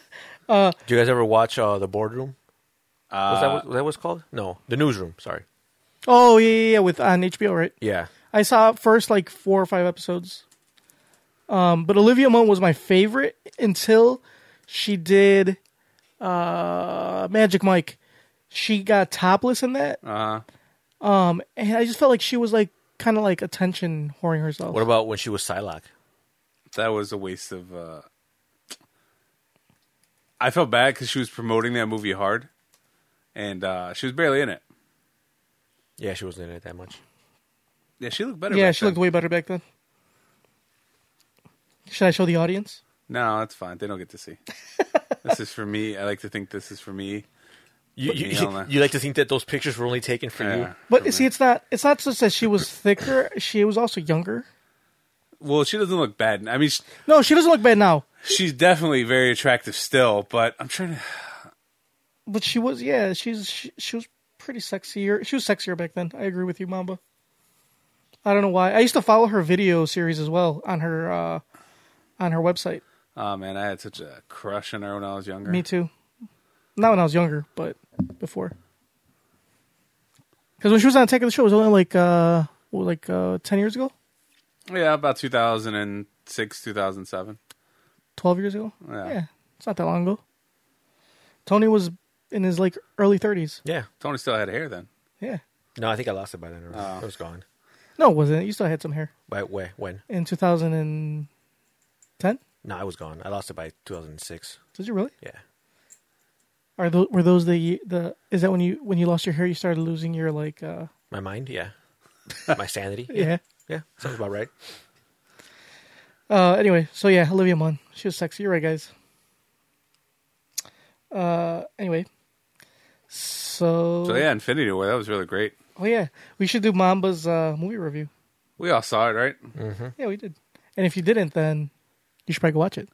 Do you guys ever watch uh, the boardroom? Uh, was that what, was that what's called? No, the newsroom. Sorry. Oh yeah, yeah, yeah, with on HBO, right? Yeah. I saw first like four or five episodes. Um, but Olivia Munn was my favorite until she did uh, Magic Mike. She got topless in that. Uh-huh. Um, and I just felt like she was like kind of like attention whoring herself. What about when she was Psylocke? that was a waste of. Uh... I felt bad because she was promoting that movie hard, and uh, she was barely in it. Yeah, she wasn't in it that much. Yeah, she looked better. yeah, back she then. looked way better back then. Should I show the audience? No, that's fine. They don't get <laughs> to see. this is for me. I like to think this is for me. You, you, <laughs> Yeah, I don't know. you like to think that those pictures were only taken for Yeah. you? But see, it's not. It's not just that she was thicker. She was also younger. Well, she doesn't look bad. I mean, sh- No, she doesn't look bad now. she's definitely very attractive still, but I'm trying to. But she was, yeah, she's she, she was pretty sexier. She was sexier back then. I agree with you, Mamba. I don't know why. I used to follow her video series as well on her uh on her website. Oh, man, I had such a crush on her when I was younger. Me too. Not when I was younger, but before. Because when she was on Attack of the Show, it was only like uh what, like uh ten years ago, Yeah, about 2006, 2007. twelve years ago. Yeah. it's not that long ago. Tony was in his like early thirties. Yeah. Tony still had hair then. Yeah. No, I think I lost it by then. It was, it was gone. No, it wasn't. You still had some hair By where, when? in two thousand and ten. No, I was gone. I lost it by 2006. Did you really? Yeah. Are those were those the the is that when you when you lost your hair you started losing your like uh <laughs> My mind? Yeah. my sanity. Yeah. yeah, sounds about right. Uh, anyway, so yeah, Olivia Munn. She was sexy. You're right, guys. Uh, anyway. So, So yeah, Infinity War. That was really great. oh yeah, we should do Mamba's uh, movie review. We all saw it, right? Yeah, we did. And if you didn't, then you should probably go watch it.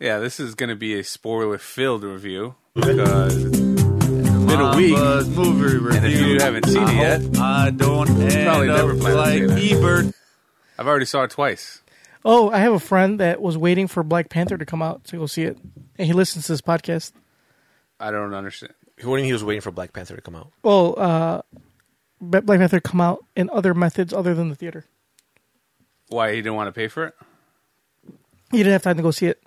Yeah, this is going to be a spoiler-filled review because it's been a week, Buzz movie review. and if you haven't seen it yet, I don't end Probably never up planned to like do that. Ebert. I've already saw it twice. Oh, I have a friend that was waiting for Black Panther to come out to go see it, and he listens to this podcast. I don't understand. What do you mean he was waiting for Black Panther to come out? Well, uh, Ba- Black Panther come out in other methods other than the theater. Why he didn't want to pay for it? He didn't have time to go see it.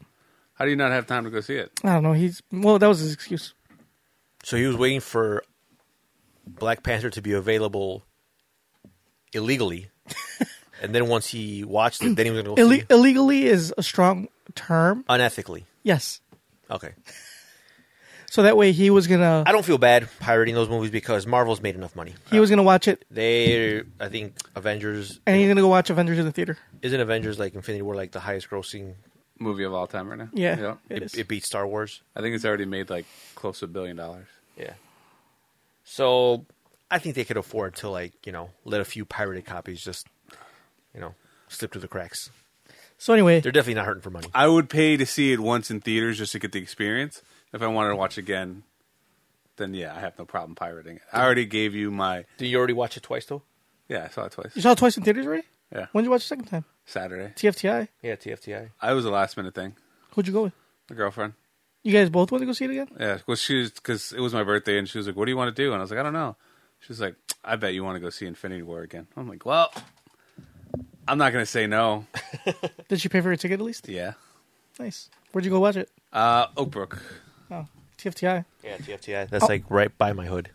How do you not have time to go see it? I don't know. He's well, that was his excuse. So he was waiting for Black Panther to be available <laughs> illegally, and then once he watched it, then he was going to go see Ille- it illegally is a strong term. unethically. Yes. Okay, So that way he was gonna I don't feel bad pirating those movies because Marvel's made enough money. he was gonna watch it, They, I think, Avengers and he's gonna go watch Avengers in the theater. isn't Avengers like Infinity War like the highest grossing? Movie of all time right now. Yeah, it It, is. it beats Star Wars. I think it's already made like close to a billion dollars. Yeah. So I think they could afford to like you know let a few pirated copies just you know slip through the cracks. so anyway, They're definitely not hurting for money. I would pay to see it once in theaters just to get the experience. If I wanted to watch again, then yeah, I have no problem pirating it. I already gave you my Did you already watch it twice though? yeah, I saw it twice. you saw it twice in theaters already. Yeah, When did you watch the second time? Saturday. TFTI. Yeah, TFTI. I was a last minute thing. Who'd you go with? The girlfriend. You guys both want to go see it again? Yeah, well, she was because it was my birthday, and she was like, "What do you want to do?" And I was like, "I don't know." She was like, "I bet you want to go see Infinity War again." I'm like, "Well, I'm not gonna say no." <laughs> Did she pay for your ticket at least? Yeah, Nice. Where'd you go watch it? uh, Oakbrook. Oh, TFTI. Yeah, TFTI. That's like right by my hood.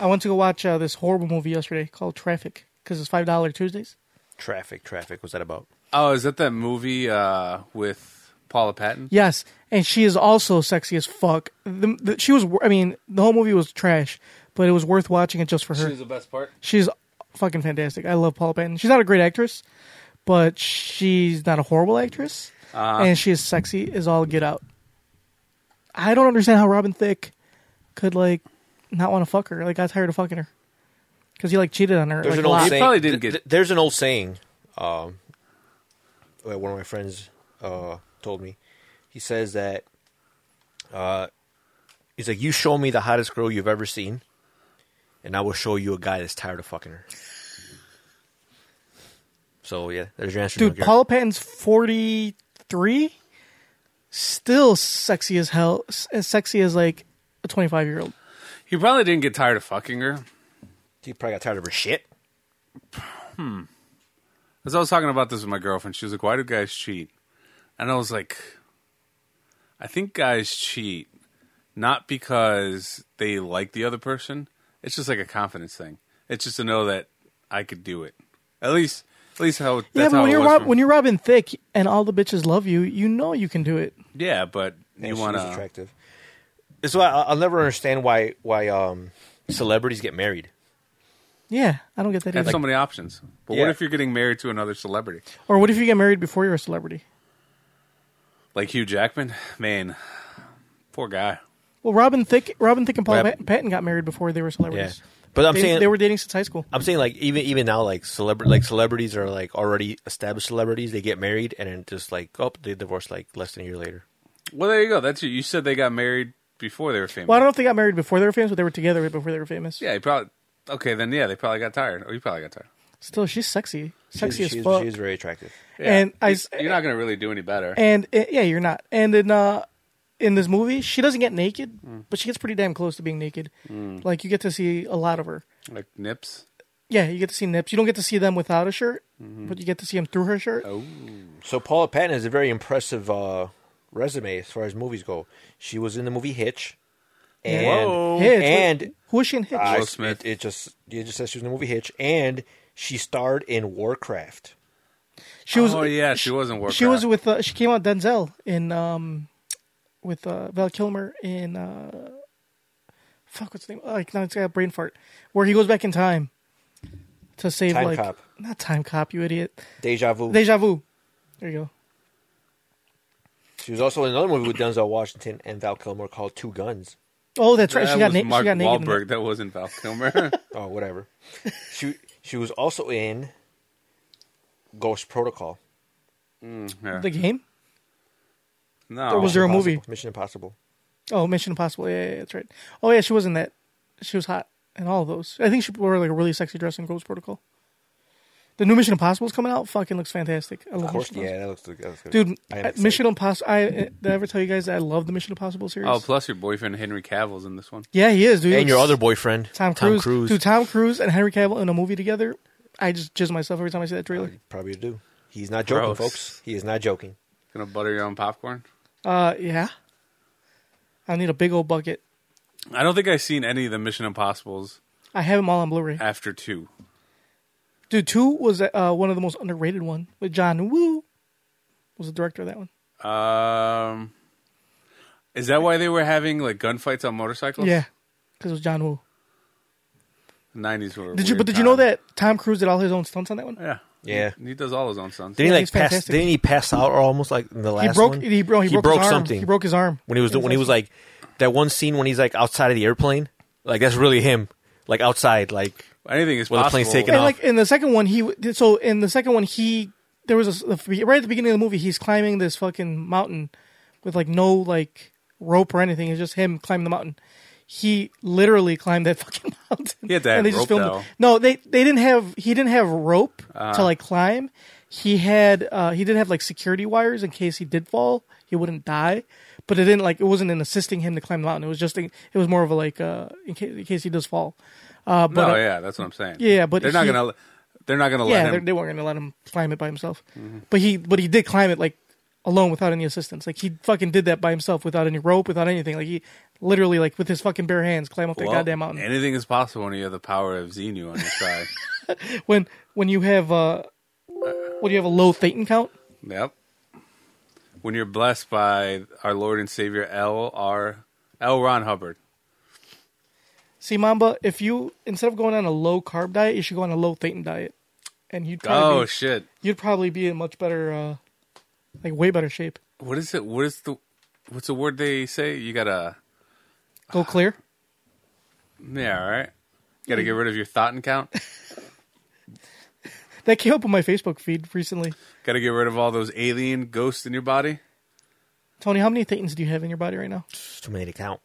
I went to go watch uh, this horrible movie yesterday called Traffic because it's five dollar Tuesdays. Traffic, traffic. What's that about? Oh, is that that movie uh, with Paula Patton? Yes, and she is also sexy as fuck. The, the, she was. wor- I mean, the whole movie was trash, but it was worth watching it just for her. She was the best part. She's fucking fantastic. I love Paula Patton. She's not a great actress, but she's not a horrible actress, Uh-huh. and she is sexy as all get out. I don't understand how Robin Thicke could like not want to fuck her. Like got tired of fucking her because he like cheated on her. There's like, an a old lot. saying. probably didn't th- get- th- there's an old saying. Um, uh, one of my friends uh, told me. He says that. Uh, he's like, you show me the hottest girl you've ever seen, and I will show you a guy that's tired of fucking her. So yeah, there's your answer, Dude, Garrett. Paula Patton's 43, still sexy as hell, s- as sexy as like a 25 year old. He probably didn't get tired of fucking her. He probably got tired of her shit. Because I was talking about this with my girlfriend. She was like, why do guys cheat? And I was like, I think guys cheat not because they like the other person. It's just like a confidence thing. It's just to know that I could do it. At least, at least how that's yeah, but how when it you're, was Rob, for- when you're Robin Thicke and all the bitches love you, you know you can do it. yeah, but Yeah, you she want was to. attractive. It's why I- I'll never understand why why um, celebrities get married. Yeah, I don't get that Have either. so many options, but Yeah. what if you're getting married to another celebrity, or what if you get married before you're a celebrity? like Hugh Jackman? Man, poor guy. Well, Robin Thicke, Robin Thicke and Paula Rob- Pat- Patton got married before they were Yeah, celebrities. but I'm They, saying they were dating since high school. I'm saying like even even now like celebrity like celebrities are like already established celebrities. They get married and then just like oh they divorce like less than a year later. Well, there you go. That's you. You said they got married before they were famous. Well, I don't know if they got married before they were famous, but they were together before they were famous. Yeah, he probably. Okay, then yeah, they probably got tired. Or you probably got tired. Still, she's sexy, sexy she's, as fuck. She's very attractive. Yeah. And I, s- You're not gonna really do any better. And uh, yeah, you're not. And in uh, in this movie, she doesn't get naked, Mm. but she gets pretty damn close to being naked. Like you get to see a lot of her. like nips. Yeah, you get to see nips. You don't get to see them without a shirt, Mm-hmm. but you get to see them through her shirt. Oh. So Paula Patton has a very impressive uh, resume as far as movies go. She was in the movie Hitch, and Whoa. Hitch. and Who is she in Hitch? I- Will Smith. It, it just it just says she was in the movie Hitch, and she starred in Warcraft. she was. oh yeah, she wasn't working. She was with. Uh, she came out Denzel in um, with uh, Val Kilmer in uh, fuck what's the name? Like now it's got a brain fart. Where he goes back in time. to save Time like Cop. not time cop, you idiot. Deja vu. Deja vu. There you go. she was also in another movie with Denzel Washington and Val Kilmer called Two Guns. Oh, that's right. that she got was na- Mark she got naked. in Wahlberg. That wasn't Val <laughs> Kilmer. Oh, whatever. she she was also in Ghost Protocol. Yeah. the, the game. no, Or was there a Impossible. movie? Mission Impossible. Oh, Mission Impossible. Yeah, yeah, yeah, that's right. Oh yeah, she was in that. She was hot in all of those. I think she wore like a really sexy dress in Ghost Protocol. The new Mission Impossible is coming out. Fucking looks fantastic. I love Of course, Mission yeah, that looks, that looks good. Dude, I am uh, excited. Mission Impossible. I did I ever tell you guys that I love the Mission Impossible series? Oh, plus your boyfriend Henry Cavill's in this one. yeah, he is, dude. And your It's other boyfriend, Tom Cruise. Dude, Tom Cruise and Henry Cavill in a movie together. I just jizz myself every time I see that trailer. Probably do. He's not joking, Gross. folks. He is not joking. Gonna butter your own popcorn. Uh, yeah. I need a big old bucket. I don't think I've seen any of the Mission Impossibles I have them all on Blu-ray. after two. Dude, two was uh, one of the most underrated one with John Woo. Was the director of that one? Um, is that why they were having like gunfights on motorcycles? Yeah, because it was John Woo. nineties were. a Did you? weird But did you know time. that Tom Cruise did all his own stunts on that one? Yeah, Yeah. He does all his own stunts. Didn't Yeah, he he's like pass? fantastic. Didn't he pass out or almost like in the last He broke. one? He, bro, he, broke, his arm. something He broke his arm when he was It when he was like- like that one scene when he's like outside of the airplane. Like that's really him. Like outside, like Anything is Well, the possible. plane's taking and off. like in the second one, he w- so in the second one he there was a s- right at the beginning of the movie he's climbing this fucking mountain with like no like rope or anything. It's just him climbing the mountain. He literally climbed that <laughs> fucking mountain. He had to have and they just rope, filmed though. Uh-huh. it. No, they they didn't have he didn't have rope to like climb. He had uh he did have like security wires in case he did fall, he wouldn't die. But it didn't like it wasn't an assisting him to climb the mountain. It was just a, it was more of a like uh in case, in case he does fall. Uh, but No, uh, yeah, that's what I'm saying. Yeah, but they're not he- gonna. They're not gonna yeah, let they him. they weren't going to let him climb it by himself. But he, but he did climb it like alone without any assistance. Like he fucking did that by himself without any rope, without anything. Like he literally, like with his fucking bare hands, climb up that Well, goddamn mountain. Anything is possible when you have the power of Xenu on your side. when when you have uh, what do you have a low Thetan count? <laughs> yep. When you're blessed by our Lord and Savior L R L Ron Hubbard. See, Mamba, if you instead of going on a low carb diet, you should go on a low Thetan diet, and you'd probably Oh be, shit! you'd probably be in much better, uh, like way better shape. What is it? What is the? What's the word they say? You gotta. Go clear. Yeah, all right. Got to get rid of your thought and <laughs> count. That came up on my Facebook feed recently. Got to get rid of all those alien ghosts in your body. Tony, how many Thetans do you have in your body right now? it's too many to count.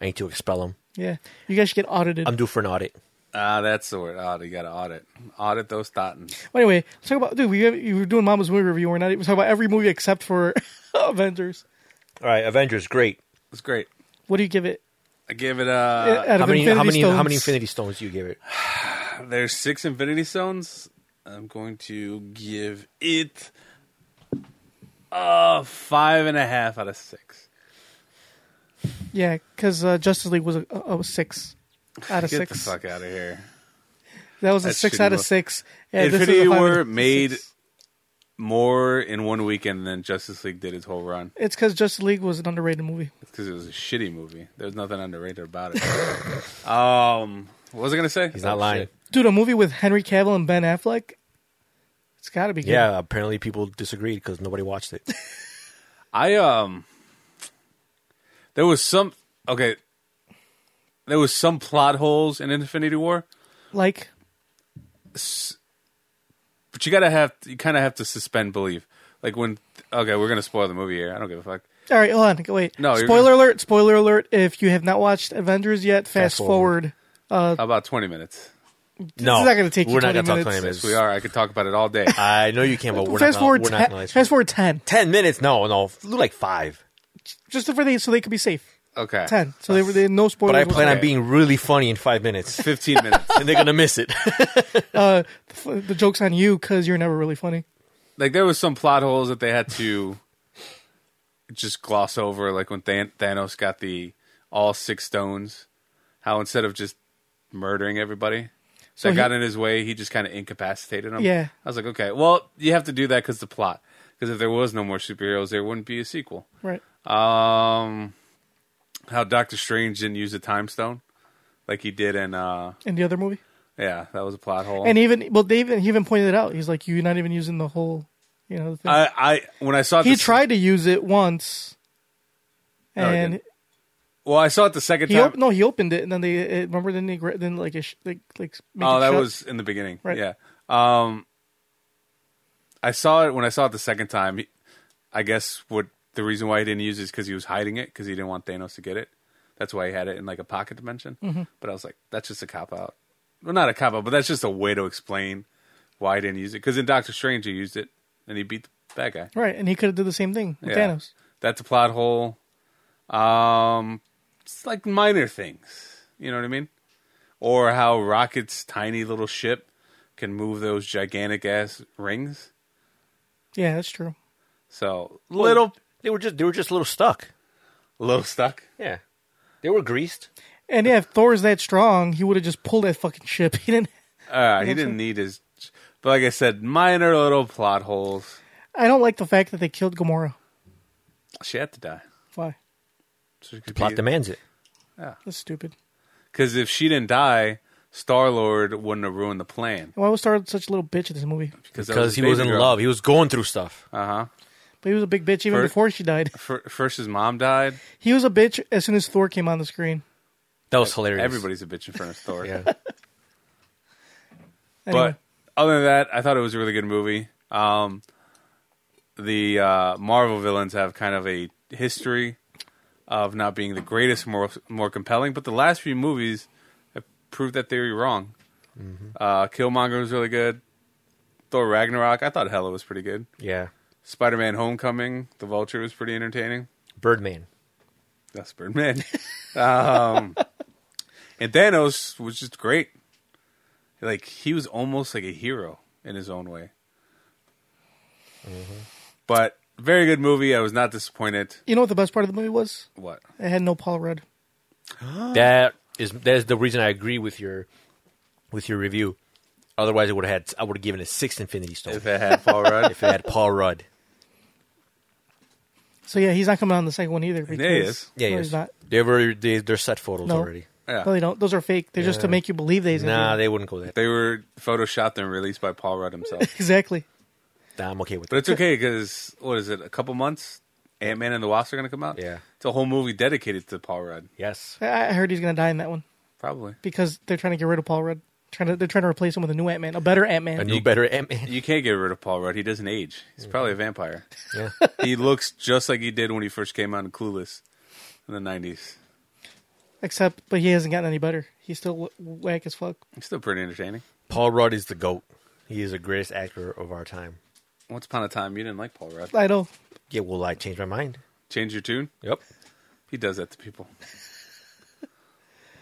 I need to expel him. Yeah, you guys should get audited. I'm due for an audit. Ah, that's the word. Audit. You got to audit. Audit those thetans. Well, anyway, let's talk about dude. We you were doing Mama's movie review. We're not even talking about every movie except for <laughs> Avengers. All right, Avengers, great. That's great. What do you give it? I give it Uh, a. Out How of many? Infinity How many? How Stones? many Infinity Stones do you <laughs> give it? There's six Infinity Stones. I'm going to give it a five and a half out of six. Yeah, because uh, Justice League was a, a, a six out of Get six. the fuck out of here. That was a That six shitty out of look. six. Yeah, this is a Infinity five out War of made six. more in one weekend than Justice League did its whole run It's because Justice League was an underrated movie. because it was a shitty movie. There's nothing underrated about <laughs> it. um, what was I gonna say? He's Oh, not lying. Dude, a movie with Henry Cavill and Ben Affleck. It's got to be good. Yeah, apparently people disagreed because nobody watched <laughs> it. I um there was some okay there was some plot holes in Infinity War, like but you gotta have you kind of have to suspend belief. Like when okay, we're gonna spoil the movie here. I don't give a fuck. all right, hold on, go- wait. No, you're- spoiler alert! Spoiler alert! If you have not watched Avengers yet, fast, Fast forward. forward. Uh, About twenty minutes. No, not gonna take you We're 20 not gonna minutes. talk Yes, minutes. we are. I could talk about it <laughs> all day. Uh, I know you can, but we're Fast not. forward. Gonna, we're ten- not gonna fast forward ten. Ten minutes? No, no, do like five. just for they so they could be safe. Okay, Ten, so they were they had no spoilers. But I plan whatsoever. on being really funny in five <laughs> minutes, fifteen minutes. and they're gonna miss it. <laughs> F- the jokes on you because you're never really funny. Like there was some plot holes that they had to just gloss over. Like when Than- Thanos got the all six stones, how instead of just murdering everybody, So that he- got in his way. He just kind of incapacitated him. Yeah. I was like, okay, well, you have to do that because the plot. Because if there was no more superheroes, there wouldn't be a sequel. Right. Um, how Doctor Strange didn't use the time stone like he did in uh In the other movie, Yeah, that was a plot hole. And even well, they even he even pointed it out. He's like, you're not even using the whole, you know. The thing. I, I when I saw it he the, s- tried to use it once, No, Oh, he and didn't. Well, I saw it the second he, time. op- no, he opened it, and then they it, remember then they gra- then like it sh- like like make oh, it that shut. was in the beginning. Right. Yeah. Um, I saw it when I saw it the second time. He, I guess what the reason why he didn't use it is because he was hiding it because he didn't want Thanos to get it. That's why he had it in like a pocket dimension. Mm-hmm. But I was like, that's just a cop out. Well, not a cop out, but that's just a way to explain why he didn't use it. Because in Doctor Strange, he used it and he beat the bad guy. right, and he could have did the same thing with Yeah. Thanos. That's a plot hole. Um, it's like minor things. You know what I mean? Or how Rocket's tiny little ship can move those gigantic ass rings. Yeah, that's true. So Little, little, they were just they were just a little stuck. little stuck. Yeah, they were greased. And yeah, if Thor's that strong, he would have just pulled that fucking ship. <laughs> He didn't. Uh, he what I'm didn't saying? need his. But like I said, minor little plot holes. I don't like the fact that they killed Gamora. She had to die. Why? So she could Plot be- demands it. That's stupid. Because if she didn't die, Star Lord wouldn't have ruined the plan. Why was Star such a little bitch in this movie? that Because his he was baby in girl. love. He was going through stuff. Uh, But he was a big bitch even Fir- before she died. Fir- First, his mom died. He was a bitch as soon as Thor came on the screen. That was hilarious. Everybody's a bitch in front of <laughs> Thor. <laughs> Yeah. Anyway. But other than that, I thought it was a really good movie. Um, the uh, Marvel villains have kind of a history of not being the greatest, more more compelling. But the last few movies have proved that theory wrong. Uh, Killmonger was really good. Thor Ragnarok, I thought Hella was pretty good. Yeah. Spider Man Homecoming, The Vulture was pretty entertaining. Birdman. That's Birdman. um, and Thanos was just great. Like he was almost like a hero in his own way. Mm-hmm. But very good movie. I was not disappointed. you know what the best part of the movie was? What? It had no Paul Rudd. Ah. That is that is the reason I agree with your with your review. Otherwise, I would have had I would have given it six Infinity <laughs> Stones If it had Paul Rudd, if it had Paul Rudd. So yeah, he's not coming on the second one either. he Because, is. Yeah, no, yes. he's not. They were they, they're set photos No. already. yeah. No, they don't. Those are fake. They're just to make you believe that he's gonna Nah, do they wouldn't go <laughs> that. they were photoshopped and released by Paul Rudd himself. it. exactly. Nah, I'm okay with but it's that. okay because what is it? A couple months, Ant Man and the Wasp are going to come out. Yeah. it's a whole movie dedicated to Paul Rudd. <laughs> Yes. I I heard he's gonna die in that one Probably. because they're trying to get rid of Paul Rudd. Trying to, they're trying to replace him with a new Ant Man, a better Ant A Man. new better Ant Man. You can't get rid of Paul Rudd. He doesn't age. He's probably a vampire. Mm-hmm. Yeah. <laughs> he looks just like he did when he first came out in Clueless in the nineties. Except, but he hasn't gotten any better. He's still wh- whack as fuck. It's still pretty entertaining. Paul Rudd is the goat. He is the greatest actor of our time. Once upon a time, you didn't like Paul Rudd. I know. Yeah, well, I changed my mind. Change your tune. Yep. He does that to <laughs> people.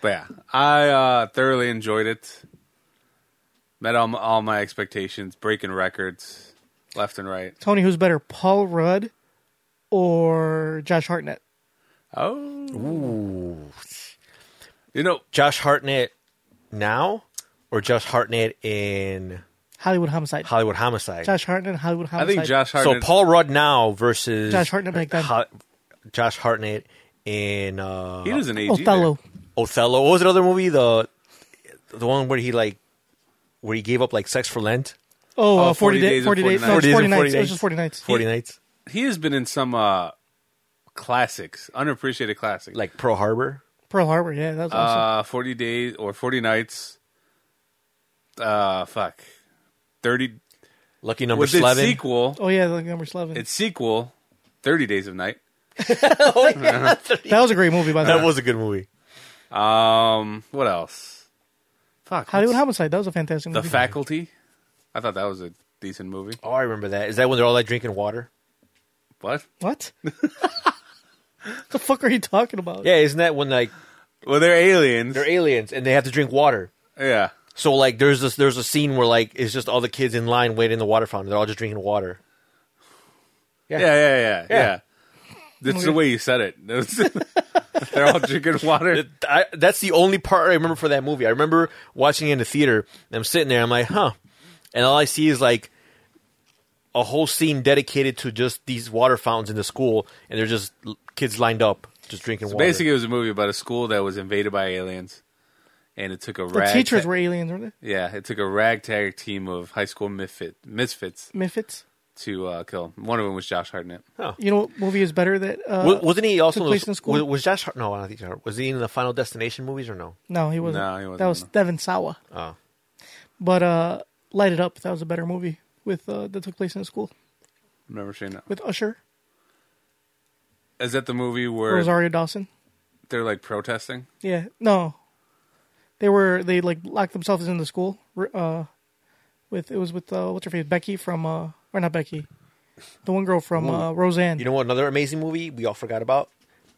but yeah, I uh, thoroughly enjoyed it. Met all my, all my expectations, breaking records left and right. Tony, who's better, Paul Rudd or Josh Hartnett? Oh, you know, Josh Hartnett now or Josh Hartnett in Hollywood Homicide. Hollywood Homicide? Josh Hartnett, Hollywood I Homicide. think Josh so Hartnett. Paul Rudd now versus Josh Hartnett back then. Ho- Josh Hartnett in uh, he doesn't age. either. Othello. Oh, Othello. What was that other movie? The the one where he like where he gave up like sex for Lent, Oh, Oh, uh, 40, 40 day- days and 40 days. 40 No, it's days 40 and nights. It 40 was days. just 40 nights. Forty Nights, He has been in some uh, classics, unappreciated classics, like Pearl Harbor. Pearl Harbor, yeah, that was awesome. Uh, forty days or forty nights. Uh, fuck, thirty. Lucky number Was its eleven. sequel? Oh, yeah, like number 11. Its sequel, Thirty Days of Night. that was a great movie, by the That way. was a good movie. Um, what else? Fuck, Hollywood what's- Homicide, that was a fantastic The movie. Faculty. I thought that was a decent movie. Oh, I remember that. Is that when they're all like drinking water? What? What? <laughs> the fuck are you talking about? Yeah, isn't that when like Well, they're aliens. they're aliens and they have to drink water? yeah. So like there's this there's a scene where like it's just all the kids in line waiting in the water fountain. They're all just drinking water. yeah, yeah, yeah, yeah, Yeah. That's the way you said it. <laughs> they're all drinking water. <laughs> It- I, that's the only part I remember for that movie. I remember watching it in the theater. And I'm sitting there. I'm like, huh. And all I see is like a whole scene dedicated to just these water fountains in the school, and they're just l- kids lined up just drinking water. Basically, it was a movie about a school that was invaded by aliens, and it took a The rag teachers were aliens, weren't yeah, it took a ragtag team of high school misfit misfits they? Misfits. to uh, kill him. One of them was Josh Hartnett. You know what movie is better that uh, Wa- wasn't he also took in place those- in school? Was, was Josh? Hart- No, I don't think Josh. Hart- Was he in the Final Destination movies or no? No, he wasn't. No, he wasn't, That was no. Devin Sawa. Oh. But uh, Light It Up, that was a better movie with uh, that took place in a school I've never seen that. with Usher, Is that the movie where Rosario Dawson. they're like protesting? Yeah, no. They were they like locked themselves in the school. r- Uh, with it was with uh, what's her face Becky from uh or not Becky, the one girl from uh, Roseanne. You know what? Another amazing movie we all forgot about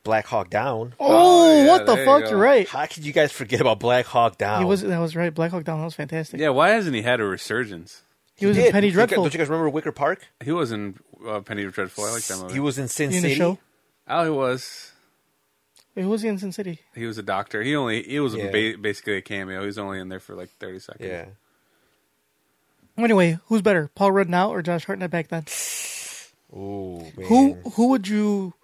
Black Hawk Down. oh, what the there you fuck! go. You're right. How could you guys forget about Black Hawk Down? He was that was right. Black Hawk Down. That was fantastic. Yeah, why hasn't he had a resurgence? he was He in did. Penny Don't you guys- Dreadful. Don't you guys remember Wicker Park? He was in uh, Penny Dreadful. I like that movie. He was in Sin in the City. show. oh, he was. Wait, who was he in Sin City? He was a doctor. He only he was Yeah. ba- basically a cameo. He was only in there for like thirty seconds. Yeah. Anyway, who's better, Paul Rudd now or Josh Hartnett back then? Ooh, man. Who who would you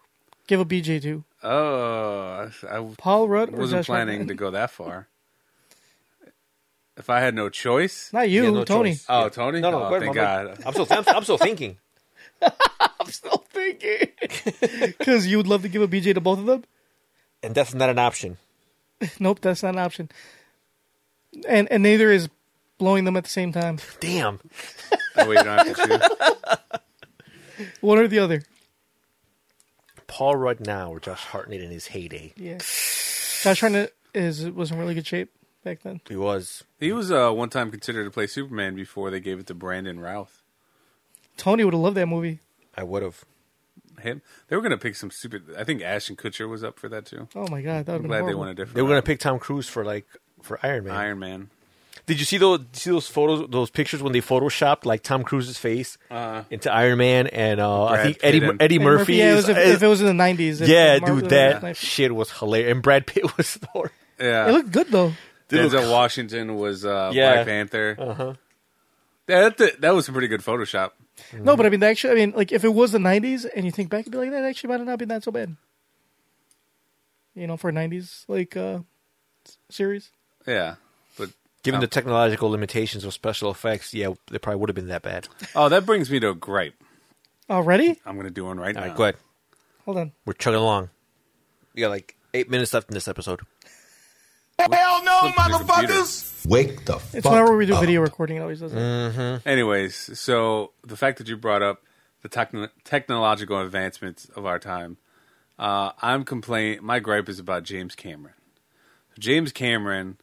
give a BJ to? Oh, I, I Paul Rudd or wasn't Josh planning Hartnett? <laughs> to go that far. If I had no choice, Not you, Yeah, no Tony. <laughs> choice. oh Tony, No, no, Oh, go ahead, thank Mama. God. I'm still, I'm, I'm still thinking. Still thinking <laughs> because you would love to give a BJ to both of them. And that's not an option. Nope, that's not an option. And and neither is blowing them at the same time. Damn. Oh, wait, you don't have to choose. One or the other. Paul Rudd now or Josh Hartnett in his heyday. Yeah. Josh Hartnett is was in really good shape back then. He was. <laughs> He was uh, one time considered to play Superman before they gave it to Brandon Routh. Tony would have loved that movie. I would have. Him, they were gonna pick some stupid. I think Ashton Kutcher was up for that too. Oh my god, that would have I'm been glad they horrible. went a different. They were gonna route. pick Tom Cruise for like for Iron Man. Iron Man. Did you see those see those photos, those pictures when they photoshopped like Tom Cruise's face into Iron Man Uh-huh. and uh, I Brad think Pitt Eddie and- Eddie And Murphy? yeah, it is- was if, is- if it was in the nineties. yeah, dude, that shit was hilarious. And Brad Pitt <laughs> was the horse. Yeah, It looked good though. Denzel Washington was uh, Yeah. Black Panther. Uh-huh. That, that that was some pretty good Photoshop. No, but I mean, actually, I mean, like if it was the nineties and you think back, you'd be like, that actually might have not been that so bad. You know, for a nineties like uh s- series. Yeah, but Given the technological limitations of special effects, yeah, they probably would have been that bad. oh, that brings me to a gripe. Already? I'm gonna do one right All now. right, go ahead. Hold on. We're chugging along. We got like eight minutes left in this episode. Hell no, Flip the computer. motherfuckers! Wake the fuck It's whenever we do up. video recording, it always does it. Anyways, so the fact that you brought up the techno- technological advancements of our time, uh, I'm complaining. My gripe is about James Cameron. James Cameron,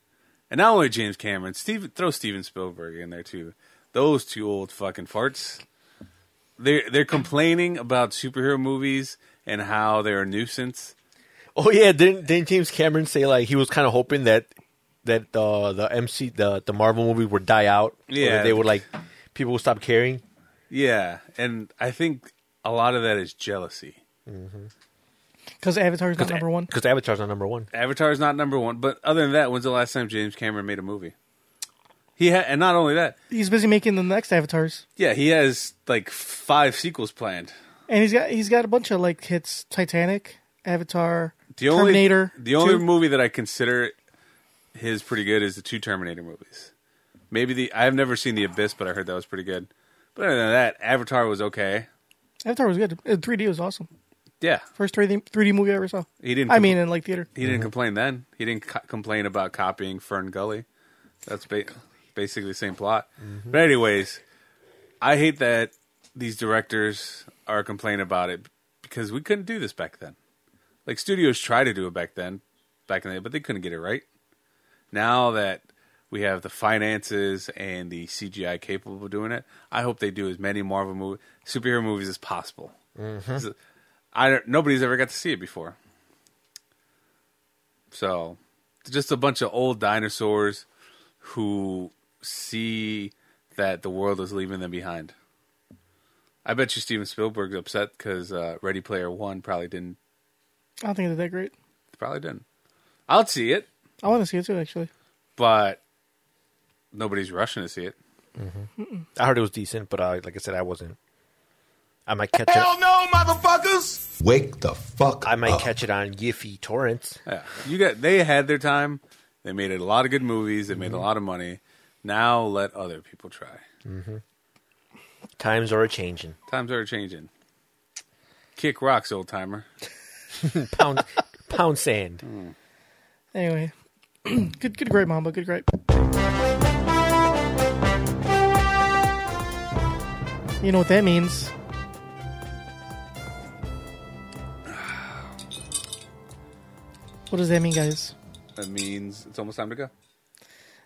and not only James Cameron, Steve, throw Steven Spielberg in there too. Those two old fucking farts. They're they're complaining about superhero movies and how they're a nuisance. Oh yeah, didn't didn't James Cameron say like he was kind of hoping that that uh, the MC the the Marvel movie would die out? or that Yeah. they would like people would stop caring. Yeah, and I think a lot of that is jealousy. Because Avatar's not number one. because Avatar's not number one. Avatar is not number one, but other than that, when's the last time James Cameron made a movie? He ha- and not only that, He's busy making the next Avatars. yeah, he has like five sequels planned. And he's got he's got a bunch of like hits: Titanic, Avatar, The only Terminator. the only 2. movie that I consider his pretty good is the two Terminator movies. Maybe the I've never seen the Abyss, but I heard that was pretty good. But other than that, Avatar was okay. Avatar was good. Uh, 3D was awesome. Yeah, First 3D 3D movie I ever saw. he didn't. I compl- mean, in like theater. he didn't complain then. He didn't co- complain about copying Fern Gully. That's ba- basically the same plot. But anyways, I hate that these directors are complaining about it because we couldn't do this back then. Like studios tried to do it back then, back in the day, but they couldn't get it right. Now that we have the finances and the CGI capable of doing it, I hope they do as many Marvel movie superhero movies as possible. So, I don't, nobody's ever got to see it before. So, just a bunch of old dinosaurs who see that the world is leaving them behind. I bet you Steven Spielberg's upset because uh, Ready Player One probably didn't. I don't think it did that great. Probably didn't. I'll see it, I want to see it too, actually. but nobody's rushing to see it. I heard it was decent, but uh, like I said, I wasn't. I might catch it. Hell no, motherfuckers! Wake the fuck I might up. catch it on Yiffy torrents. Yeah. You got they had their time. They made a lot of good movies. They made a lot of money. Now let other people try. Times are a changing. Times are changing. Kick rocks, old timer. Pound, <laughs> pound sand. Anyway, <clears throat> good, good, great, Mamba. Good, great. You know what that means? <sighs> What does that mean, guys? That means it's almost time to go.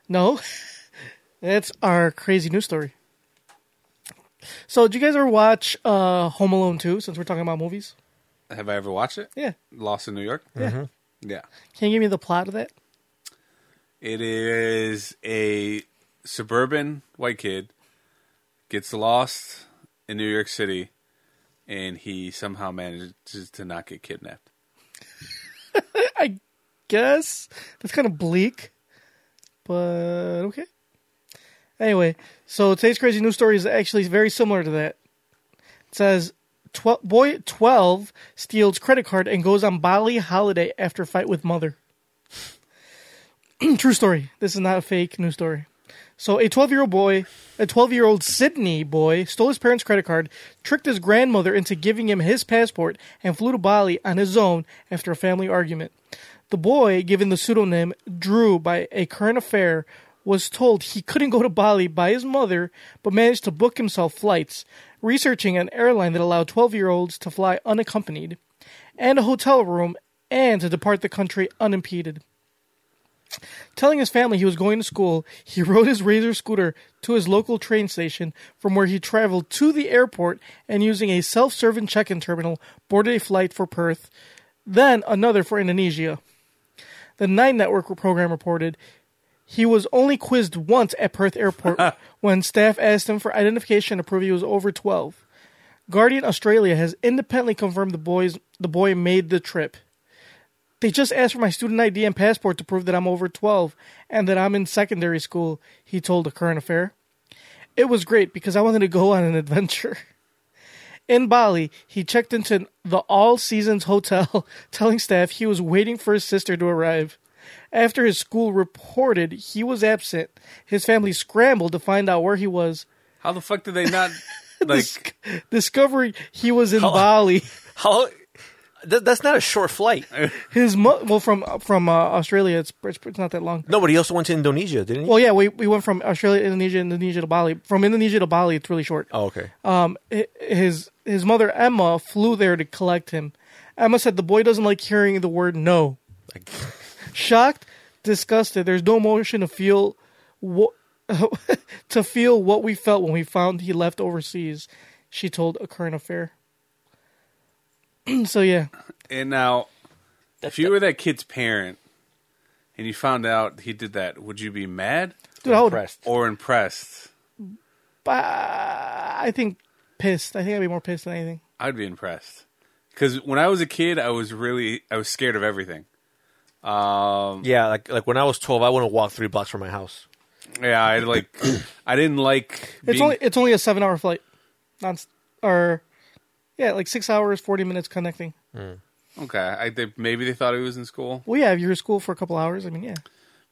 No, <laughs> that's our crazy news story. So, did you guys ever watch uh, Home Alone 2 since we're talking about movies? Have I ever watched it? Yeah. Lost in New York. Yeah. Yeah. Can you give me the plot of that? It is a suburban white kid gets lost in New York City, and he somehow manages to not get kidnapped. I guess that's kind of bleak, but okay. Anyway, so today's crazy news story is actually very similar to that. It says, 12, "Boy twelve steals credit card and goes on Bali holiday after fight with mother." <clears throat> True story. This is not a fake news story. So a 12-year-old boy, a 12-year-old Sydney boy, stole his parents' credit card, tricked his grandmother into giving him his passport, and flew to Bali on his own after a family argument. The boy, given the pseudonym Drew by a current affair, was told he couldn't go to Bali by his mother, but managed to book himself flights, researching an airline that allowed 12-year-olds to fly unaccompanied, and a hotel room, and to depart the country unimpeded. Telling his family he was going to school, he <laughs> rode his Razor scooter to his local train station from where he traveled to the airport and using a self serving check in terminal, boarded a flight for Perth, then another for Indonesia. The Nine Network program reported he was only quizzed once at Perth Airport when staff asked him for identification to prove he was over 12. Guardian Australia has independently confirmed the, boys, the boy made the trip. They just asked for my student ID and passport to prove that I'm over 12 and that I'm in secondary school, he told a current affair. It was great because I wanted to go on an adventure. <laughs> In Bali, he checked into the All Seasons Hotel, <laughs> telling staff he was waiting for his sister to arrive. After his school reported he was absent, his family scrambled to find out where he was, How the fuck did <laughs> they not like? discovering he was in Bali. <laughs> How? That, that's not a short <laughs> flight. His mo- well from from uh, Australia, it's, it's it's not that long. No, but he also went to Indonesia, didn't he? Well, yeah, we, we went from Australia, Indonesia, Indonesia to Bali. From Indonesia to Bali, it's really short. oh, okay. Um, hi- his his mother Emma flew there to collect him. Emma said the boy doesn't like hearing the word no. Like, <laughs> Shocked, disgusted. There's no emotion to feel what <laughs> to feel what we felt when we found he left overseas. She told a current affair. <clears throat> so yeah, And now, if you were that kid's parent and you found out he did that, would you be mad dude, I, would, impressed. or impressed? I think pissed. I think I'd be more pissed than anything. I'd be impressed. Because when I was a kid, I was really I was scared of everything. yeah, like like when I was twelve, I wouldn't walk three blocks from my house. Yeah, I like I didn't like. <clears throat> It's being- only it's only a seven hour flight, non or yeah, like six hours forty minutes connecting. okay. I, they, maybe they thought he was in school, Well, yeah, if you're at school for a couple hours, I mean, yeah,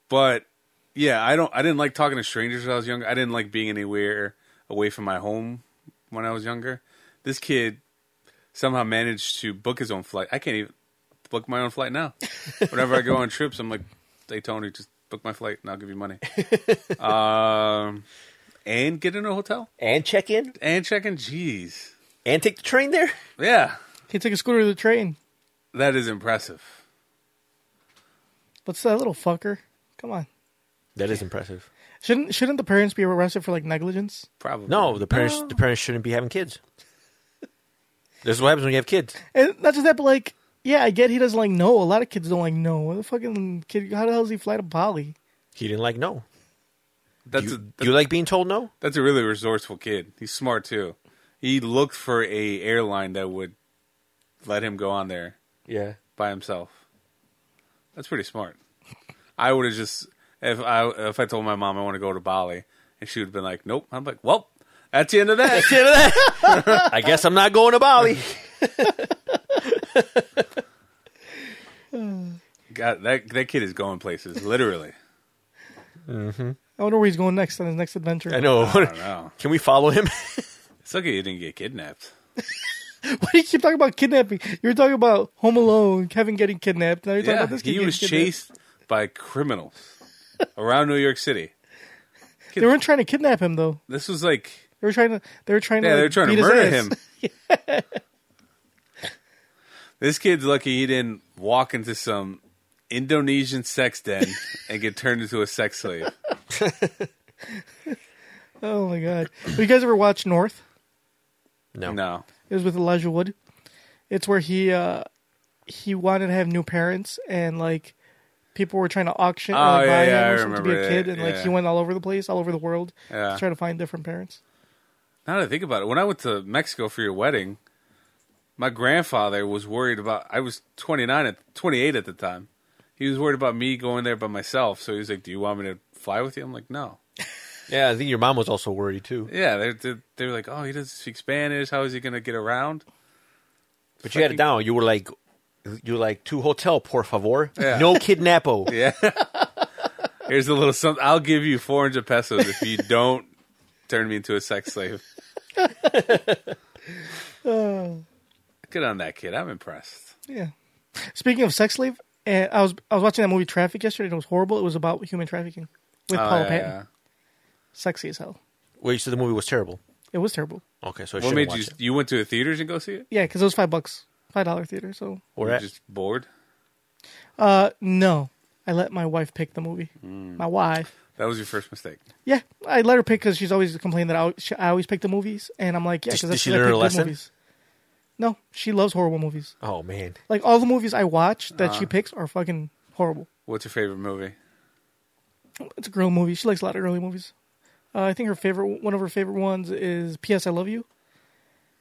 but yeah, I don't. I didn't like talking to strangers when I was younger. I didn't like being anywhere away from my home when I was younger. This kid somehow managed to book his own flight. I can't even book my own <laughs> flight now. Whenever I go on trips, I'm like, "Hey Tony, just book my flight and I'll give <laughs> you money." um, and get in a hotel And check in, and check in. Jeez, and take the train there. yeah, he took a scooter to the train. that is impressive. What's that little fucker? Come on, That is impressive. shouldn't shouldn't the parents be arrested for like negligence? Probably No, the parents the parents shouldn't be having kids. This is what happens when you have kids. And not just that, but like, yeah, I get he doesn't like no. A lot of kids don't like no. What the fucking kid? How the hell does he fly to Bali? He didn't like no. That's You, a, do you like being told no? That's a really resourceful kid. He's smart too. He looked for a airline that would let him go on there Yeah. by himself. That's pretty smart. I would have just if I if I told my mom I want to go to Bali and she would have been like, "Nope." I'm like, "Well, that's the end <laughs> of that." <laughs> I guess I'm not going to Bali. God, that that kid is going places, literally. I wonder where he's going next on his next adventure. <laughs> I know. I don't know. Can we follow him? It's okay you didn't get kidnapped. Why do <laughs> you keep talking about kidnapping? You were talking about Home Alone, Kevin getting kidnapped. Now you're talking Yeah, about this kid he getting was kidnapped. chased by criminals around New York City. They weren't trying to kidnap him though. This was like, They were trying to. They were trying yeah, to. they're like, trying to beat his murder ass. him. This kid's lucky he didn't walk into some Indonesian sex den and get turned into a sex slave. <laughs> Oh my god! Have you guys ever watched North? <laughs> no. No. It was with Elijah Wood. It's where he uh he wanted to have new parents and like people were trying to auction or Oh, like, yeah, buy yeah, I him or something to be a remember kid that, and like yeah. he went all over the place, all over the world Yeah. to try to find different parents. Now that I think about it, when I went to Mexico for your wedding, my grandfather was worried about. I was 29 at 28 at the time. He was worried about me going there by myself. So he was like, "Do you want me to fly with you?" I'm like, "No." Yeah, I think your mom was also worried too. Yeah, they're they're, they're like, "Oh, he doesn't speak Spanish. How is he going to get around?" But you had it Fucking- down. You were like, you were like, to hotel, por favor. Yeah. No kidnapo. <laughs> Yeah. Here's a little something. I'll give you 400 pesos if you don't turn me into a sex slave. Good on that kid. I'm impressed. Yeah. Speaking of sex slave, and I was I was watching that movie Traffic yesterday and it was horrible. It was about human trafficking with Oh, Paul yeah, Patton. yeah. Sexy as hell. Wait, you said the movie was terrible. It was terrible. Okay, so I What shouldn't made watch you? it. You went to the theaters and go see it? Yeah, because it was five bucks, five dollar theater. So Or You're at- just bored. uh, no, I let my wife pick the movie. Hmm. My wife. That was your first mistake. Yeah, I let her pick because she's always complained that I, al- she, I always pick the movies, and I'm like, yeah, Did- because did that's she because I learn pick her good lesson? movies. No, she loves horrible movies. oh man, Like all the movies I watch that Ah. she picks are fucking horrible. What's your favorite movie? It's a girl movie. She likes a lot of early movies. Uh, I think her favorite, one of her favorite ones, is "P.S. I Love You."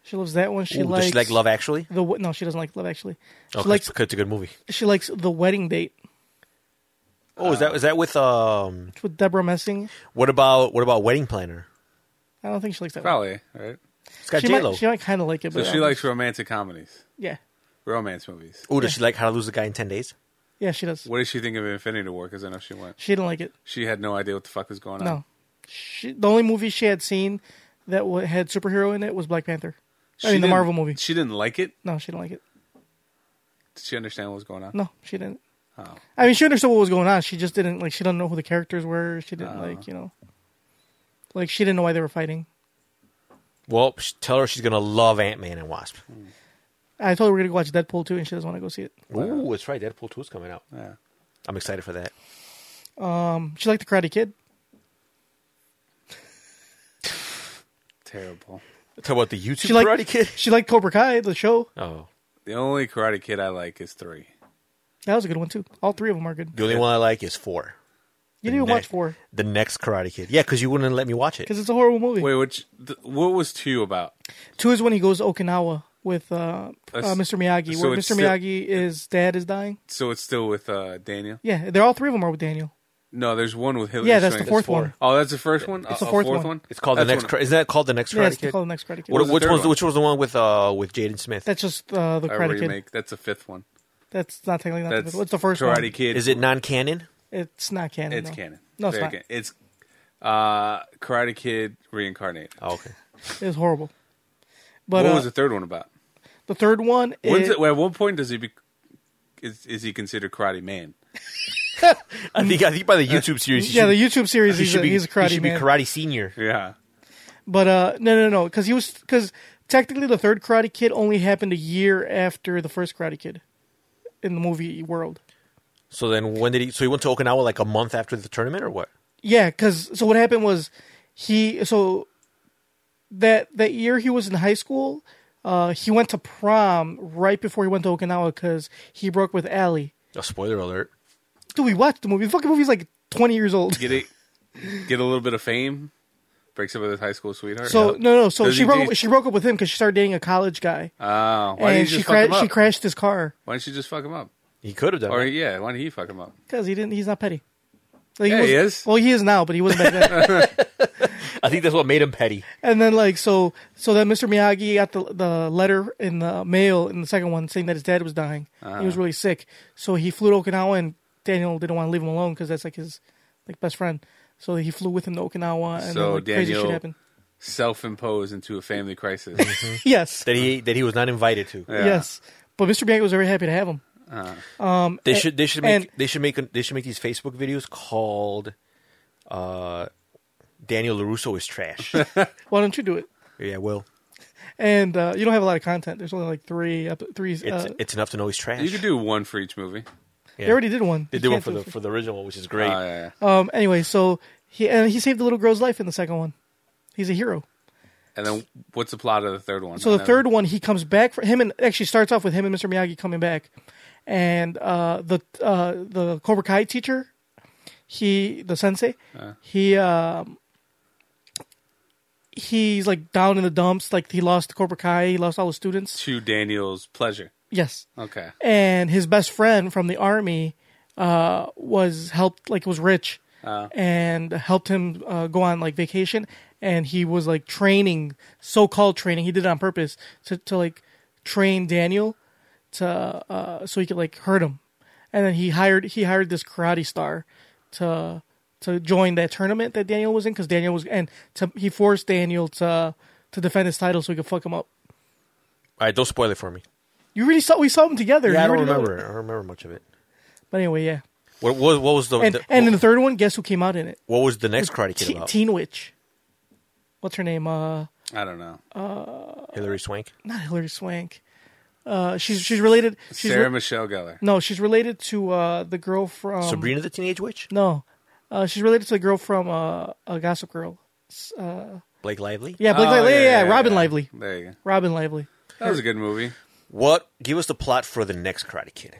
She loves that one. She Ooh, does likes she like Love Actually? the w- no. She doesn't like Love Actually. She Oh, 'cause- likes 'cause it's a good movie. she likes the Wedding Date Oh, is that is that with um? with Deborah Messing. What about what about Wedding Planner? I don't think she likes that. one. Probably right. It's got She J Lo. might, she might kind of like it, So but she likes romantic comedies, yeah, romance movies. Oh, does she like How to Lose a Guy in Ten Days? yeah, she does. What did she think of Infinity War? Because I know she went. She didn't like it. She had no idea what the fuck was going on. No, she, the only movie she had seen that w- had superhero in it was Black Panther. She I mean, the didn't- Marvel movie. She didn't like it. No, she didn't like it. Did she understand what was going on? No, she didn't. I mean, she understood what was going on. She just didn't like. She didn't know who the characters were. She didn't like. You know, like she didn't know why they were fighting. Well, sh- tell her she's gonna love Ant Man and Wasp. I told her we're gonna go watch Deadpool too, and she doesn't want to go see it. Ooh, that's right. Deadpool two is coming out. Yeah. I'm excited for that. Um, She liked the Karate Kid. Terrible. Talk about the YouTube She liked Karate <laughs> Kid. She liked Cobra Kai, the show. Oh, The only Karate Kid I like is three. That was a good one too. All three of them are good. the only one I like is four. You didn't even ne- watch four The next Karate Kid. Yeah, because you wouldn't let me watch it. because it's a horrible movie. Wait, which th- what was two about? Two is when he goes to Okinawa with uh, uh, s- Mr. Miyagi, so where Mr. it's still- Miyagi is dad is dying. So it's still with uh, Daniel. Yeah, they're all three of them are with Daniel. No, there's one with Hillary. Yeah, that's the Swank. fourth four. one. Oh, that's the first one. It's the fourth one. It's called the That's next. one- Kar- Isn't that called the next Yeah, Karate it's Kid? called the next Karate Kid. What- the which third was one? which was the one with uh with Jaden Smith? That's just uh, the a Karate Kid. remake. That's the fifth one. That's not technically not That's the What's the first Karate one? Kid. is it non canon? It's not canon. It's no. canon. No, it's Very not. canon. It's uh, Karate Kid reincarnated. Oh, okay. It's horrible. But what uh, was the third one about? the third one When's is it, well, at what point does he be? Is, is he considered Karate Man? I think I think by the YouTube series. he yeah should- the YouTube series. he He's should a, be he's a karate he should man. be Karate Senior. Yeah. But uh, no, no, no, because he was because technically the third Karate Kid only happened a year after the first Karate Kid in the movie world. So then when did he? So he went to Okinawa like a month after the tournament or what? Yeah, because so what happened was he so that that year he was in high school, uh, he went to prom right before he went to Okinawa because he broke with Allie. A spoiler alert. Dude, we watched the movie. The fucking movie's like twenty years old. Get it. get a little bit of fame. Breaks up with his high school sweetheart. So no, no. So Does she he broke do- she broke up with him because she started dating a college guy, Oh, why did and he she just fuck him cra- she up? crashed his car Why didn't she just fuck him up? He could have done. Or it. yeah, why didn't he fuck him up? because he didn't. He's not petty. Like, Yeah, he wasn't- is. <laughs> Well, he is now, but he wasn't back then. I think that's what made him petty. And then like so so that Mr. Miyagi got the the letter in the mail in the second one saying that his dad was dying. He Uh-huh. was really sick, so he flew to Okinawa, and Daniel didn't want to leave him alone because that's like his like best friend. So he flew with him to Okinawa, and So then, like, crazy Daniel- shit happened. Self-imposed into a family crisis. Yes, That he that he was not invited to. Yeah. yes. But Mr. Miyagi was very happy to have him. They should they should make and- they should make they should make these Facebook videos called uh, Daniel Larusso is <laughs> trash. Why don't you do it? yeah, well, And uh, you don't have a lot of content. There's only like three, ep- three. it's uh, it's enough to know he's trash. You could do one for each movie. They already did one. They You did one can't for do the it for the original, which is great. Oh, yeah, yeah. Um. Anyway, so he and he saved the little girl's life in the second one. He's a hero. And then what's the plot of the third one? So the third one, he comes back for him, and actually starts off with him and Mr. Miyagi coming back, and uh, the uh, the Cobra Kai teacher, he the sensei, he um, he's like down in the dumps, like he lost Cobra Kai, he lost all his students. To Daniel's pleasure. Yes, Okay. and his best friend from the army uh, was helped like was rich and helped him uh, go on like vacation and he was like training so-called training he did it on purpose to, to like train daniel to uh, so he could like hurt him and then he hired he hired this karate star to to join that tournament that daniel was in because daniel was and to, he forced daniel to to defend his title so he could fuck him up All right, don't spoil it for me. you really saw we saw them together Yeah, I You don't already know it. remember. I don't remember much of it. but anyway yeah What what, what was the, and the- and in the what, third one, guess who came out in it? what was the next Karate Kid Te- about? Teen Witch. What's her name? Uh, I don't know. Hillary Swank. not Hilary Swank. Uh, she's she's related. She's Sarah re- Michelle Gellar. no, she's related to uh the girl from Um, Sabrina the Teenage Witch. No, uh, she's related to the girl from uh, a Gossip Girl. Blake Lively. Yeah, Blake Oh, Lively. Yeah, yeah, yeah, yeah, yeah, Robin yeah. Lively. There you go. Robin Lively. That was a good movie. What? Give us the plot for the next Karate Kid.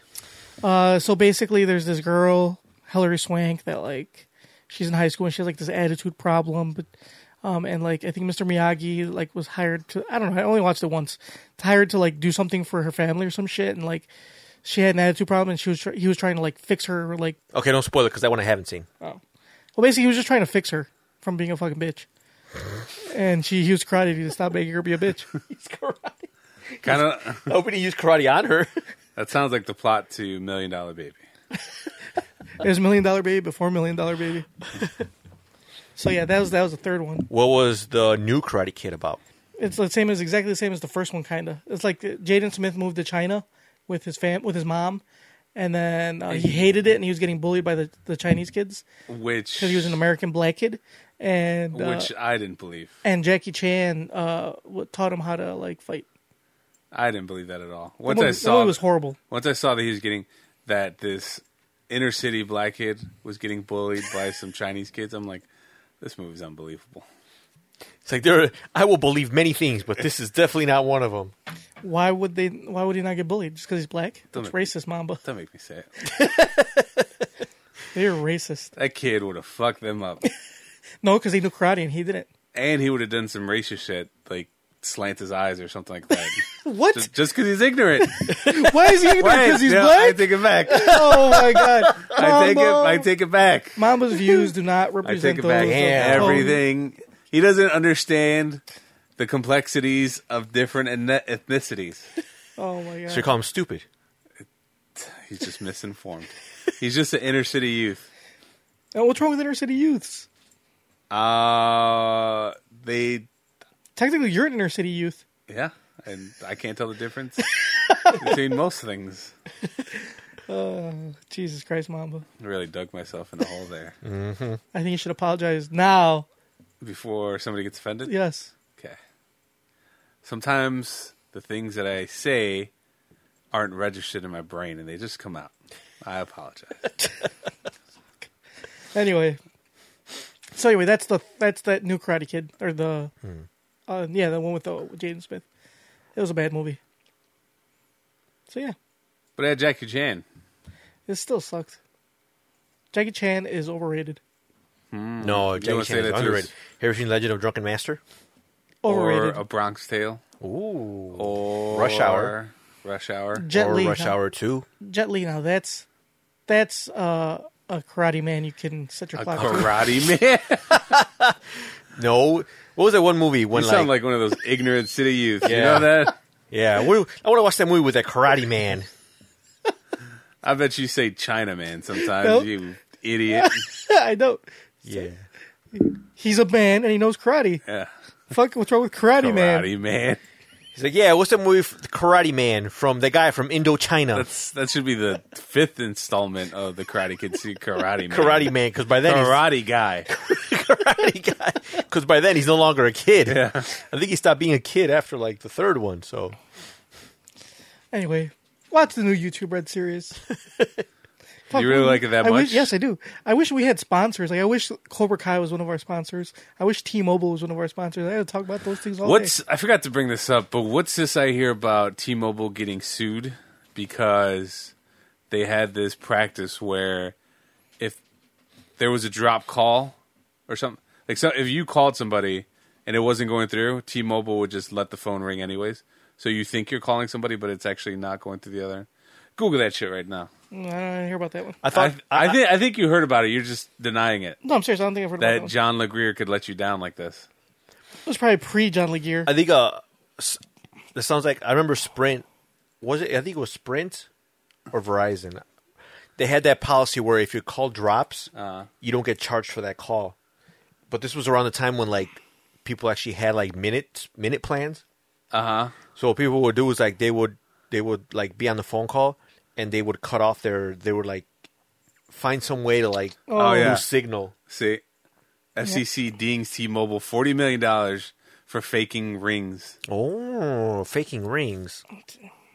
Uh, so basically, there's this girl, Hilary Swank, that like she's in high school and she has like this attitude problem, but um, and like I think Mr. Miyagi like was hired to I don't know I only watched it once, hired to like do something for her family or some shit, and like she had an attitude problem and she was tr- he was trying to like fix her like Okay, don't spoil it because that one I haven't seen. well basically he was just trying to fix her from being a fucking bitch, and she he was karate to stop making her be a bitch. It's karate. Kind of. <laughs> Nobody used karate on her. <laughs> that sounds like the plot to Million Dollar Baby. There's Million Dollar Baby before Million Dollar Baby. <laughs> So yeah, that was that was the third one. <laughs> What was the new Karate Kid about? it's the same as exactly the same as the first one, kind of. It's like uh, Jaden Smith moved to China with his fam with his mom, and then uh, he hated it, and he was getting bullied by the, the Chinese kids Which. because he was an American black kid, and uh, Which I didn't believe. and Jackie Chan uh wa- taught him how to like fight. I didn't believe that at all. The Once movie, I the saw movie was horrible. once I saw that he was getting that this inner city black kid was getting bullied by some Chinese kids, I'm like, this movie's unbelievable. It's like there. I will believe many things, but this is definitely not one of them. Why would they? Why would he not get bullied just because he's black? That's Don't- racist, Mamba. <laughs> Don't make me say it. They're racist. That kid would have fucked <laughs> them up, No, because he knew karate and he didn't. and he would have done some racist shit, like slant his eyes or something like that. <laughs> What? Just because <laughs> he's ignorant. Why is <laughs> he because he's no, I black? take it back. <laughs> oh my god! I take it. Mambo. I take it back. Mamba's views do not I represent take those. it back. of Damn. Tony. Everything. He doesn't understand the complexities of different ethni- ethnicities. Oh my god! So you call him stupid. He's just misinformed. He's just an inner city youth. And Oh, what's wrong with inner city youths? Uh, they, Technically, you're an inner city youth. yeah, and I can't tell the <laughs> difference between most things. Jesus Christ, Mamba. I really dug myself in a hole there. I think you should apologize now. Before somebody gets offended, Yes. Okay. Sometimes the things that I say aren't registered in my brain, and they just come out. I apologize. Anyway. So anyway, that's the that's that new Karate Kid or the, Hmm. uh, yeah, the one with the with Jaden Smith. It was a bad movie. So yeah, But I had Jackie Chan. it still sucked. Jackie Chan is overrated. No, Mm. wanna Jackie say Chan that is too? underrated. Have you seen Legend of Drunken Master? Overrated. uh, Or A Bronx Tale. Ooh. Or Rush Hour. Rush Hour. Jet or Li. Rush now, Hour Two. Jet Li. Now that's that's uh, a Karate Man. You can set your A clock. to. karate man. No, what was that one movie when You like, sound like one of those ignorant city youths. You Yeah. know that? yeah, what, I want to watch that movie with that Karate <laughs> Man. I bet you say China man sometimes, Nope. you idiot. <laughs> I know. Yeah, He's a man and he knows karate. Yeah. Fuck, what's wrong with karate, man? Karate man. he's like, yeah, what's that movie, f- the Karate Man from the guy from Indochina, That's that should be the fifth installment of the Karate Kid se- <laughs> Karate Man. Karate Man? Because by then, he's- Karate guy. <laughs> karate guy, because by then he's no longer a kid. Yeah. I think he stopped being a kid after like the third one. So Anyway, watch the new YouTube Red series. Fuck, <laughs> You really like it that I much? wish, yes, I do. I wish we had sponsors. Like I wish Cobra Kai was one of our sponsors. I wish T-Mobile was one of our sponsors. I had to talk about those things all What's day. I forgot to bring this up, but what's this I hear about T-Mobile getting sued because they had this practice where if there was a drop call or something, like so if you called somebody and it wasn't going through, T-Mobile would just let the phone ring anyways. So you think you're calling somebody, but it's actually not going through the other. Google that shit right now. Mm, I don't hear about that one. I I, thought I, think I think you heard about it. You're just denying it No, I'm serious. I don't think I've heard about that. that one. John LeGreer could let you down like this. it was probably pre John Legear. I think uh, s- this sounds like I remember Sprint. Was it? I think it was Sprint or Verizon. They had that policy where if your call drops, Uh-huh. you don't get charged for that call. But this was around the time when like people actually had like minute minute plans. Uh huh. So what people would do is like they would they would like be on the phone call and they would cut off their they would like find some way to like Oh, yeah. lose signal. See, FCC dings T-Mobile forty million dollars for faking rings. Oh, faking rings.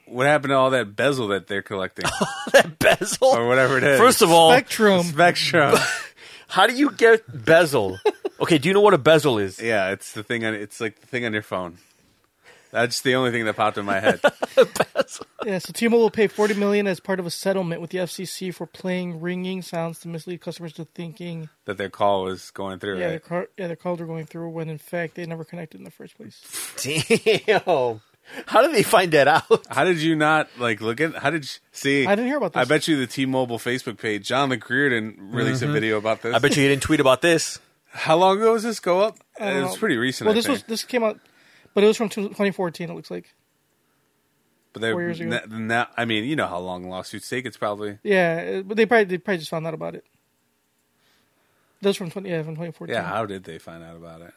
What happened to all that bezel that <laughs> they're collecting, Oh, Bezel or whatever it is? First of all, Spectrum. <laughs> Spectrum. how do you get bezel? okay, do you know what a bezel is? yeah, it's the thing on. It's like the thing on your phone. That's the only thing that popped in <laughs> my head. yeah, so T-Mobile paid 40 million as part of a settlement with the FCC for playing ringing sounds to mislead customers to thinking that their call was going through. yeah, their right? car, yeah, their calls were going through when in fact they never connected in the first place. <laughs> Damn. How did they find that out? How did you not like look at? How did you see? I didn't hear about I this. bet you the T-Mobile Facebook page, John LeCreer didn't release Mm-hmm. a video about this. I bet you he didn't tweet about this. How long ago was this go up? don't it was know. pretty recent. Well, I this think. was this came out, but it was from 2014. It looks like. But they're Four years ago. na- na- I mean, you know how long lawsuits take. It's probably Yeah, it- but they probably they probably just found out about it. That was from 20 yeah from 2014. yeah. How did they find out about it?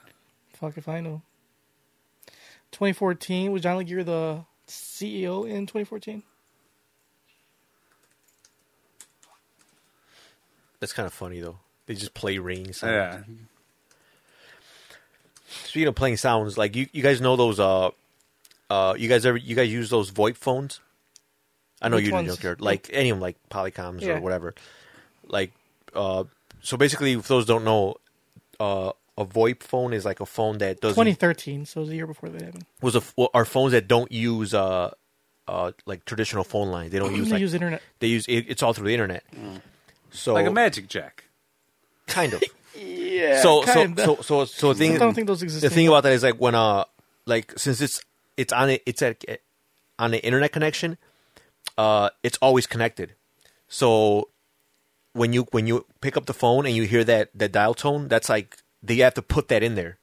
Fuck if I know. 2014 was John Legear the CEO in 2014. That's kind of funny though. They just play rings. Yeah, Speaking of playing sounds, like you, you guys know those uh uh you guys ever you guys use those VoIP phones? I know Which you don't ones? care. Like any of them, like Polycoms Yeah. or whatever. Like uh so basically if those don't know, uh a VoIP phone is like a phone that doesn't 2013, so it was a year before that happened. was a, well, are phones that don't use uh uh like traditional phone lines. They <clears throat> don't use They like use internet. they use it, it's all through the internet. Mm. So Oh. like a magic jack. kind <laughs> of. yeah. So so, kinda. so so so the I thing don't think those exist. the thing about that is like when uh like since it's it's on a, it's at on an internet connection, uh it's always connected. So when you when you pick up the phone and you hear that that dial tone, that's like they have to put that in there.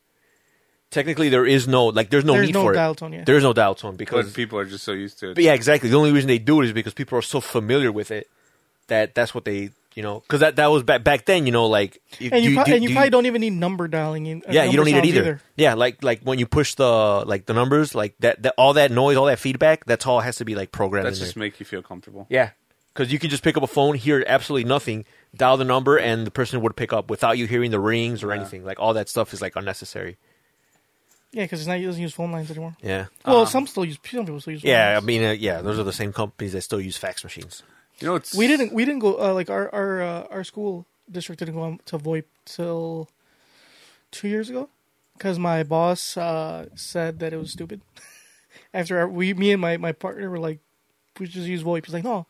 Technically, there is no like there's no There's need no for dial it. tone, yeah. There's no dial tone But because people are just so used to it. but yeah, exactly. The only reason they do it is because people are so familiar with it that that's what they, you know, because that that was back back then. You know, like if and you, pro- and you do probably don't even need number dialing. In, uh, Yeah, you number don't need it sounds either. Yeah, like like when you push the like the numbers, like that, that all that noise, all that feedback, that's all has to be like programmed. that in there. just make you feel comfortable. yeah, because you can just pick up a phone, hear absolutely nothing, dial the number, and the person would pick up without you hearing the rings or anything. Like all that stuff is like unnecessary. Yeah, because it's not it doesn't use phone lines anymore. Yeah. Uh-huh. Well, some still use some people still use. phone yeah, I lines. mean, uh, yeah, those are the same companies that still use fax machines. You know, it's we didn't we didn't go uh, like our our uh, our school district didn't go on to VoIP till two years ago because my boss uh, said that it was stupid. <laughs> After our, we, me and my my partner were like, we should just use VoIP. He's like, no,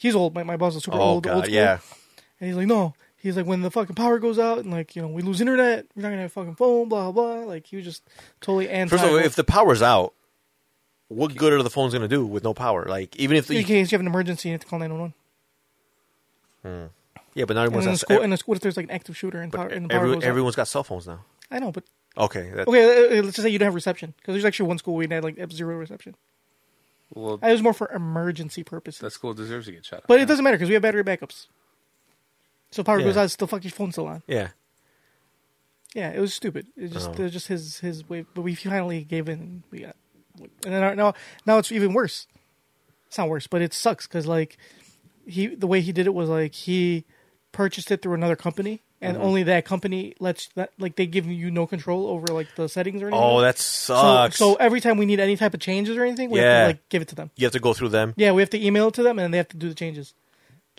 he's old. My my boss is super Oh old. old god, school. yeah. And he's like, no. He's like, when the fucking power goes out and like you know we lose internet, we're not gonna have fucking phone, blah blah. blah. Like he was just totally anti. First of all, if the power's out, what good are the phones going to do with no power? Like, even if in the, case you have an emergency, you have to call nine one one. yeah, but not And everyone's in got the school, in the school, if there's like an active shooter and power, and the power every- goes out. everyone's got cell phones now. I know, but Okay, that, Okay, uh, uh, let's just say you don't have reception because there's actually one school we had like zero reception. Uh, Well, It was more for emergency purposes, that school deserves to get shut up. but it doesn't matter because we have battery backups. So power Yeah. goes out, it's still fuck your phone still on. yeah. Yeah, it was stupid. It just Oh. it was just his his way, but we finally gave in. And we got and then our- now now it's even worse. It's not worse, but it sucks because like he the way he did it was like he purchased it through another company, and Mm-hmm. only that company lets that like they give you no control over like the settings or anything. Oh, that so, sucks. so every time we need any type of changes or anything, we Yeah. have to like give it to them. you have to go through them. Yeah, we have to email it to them, and they have to do the changes.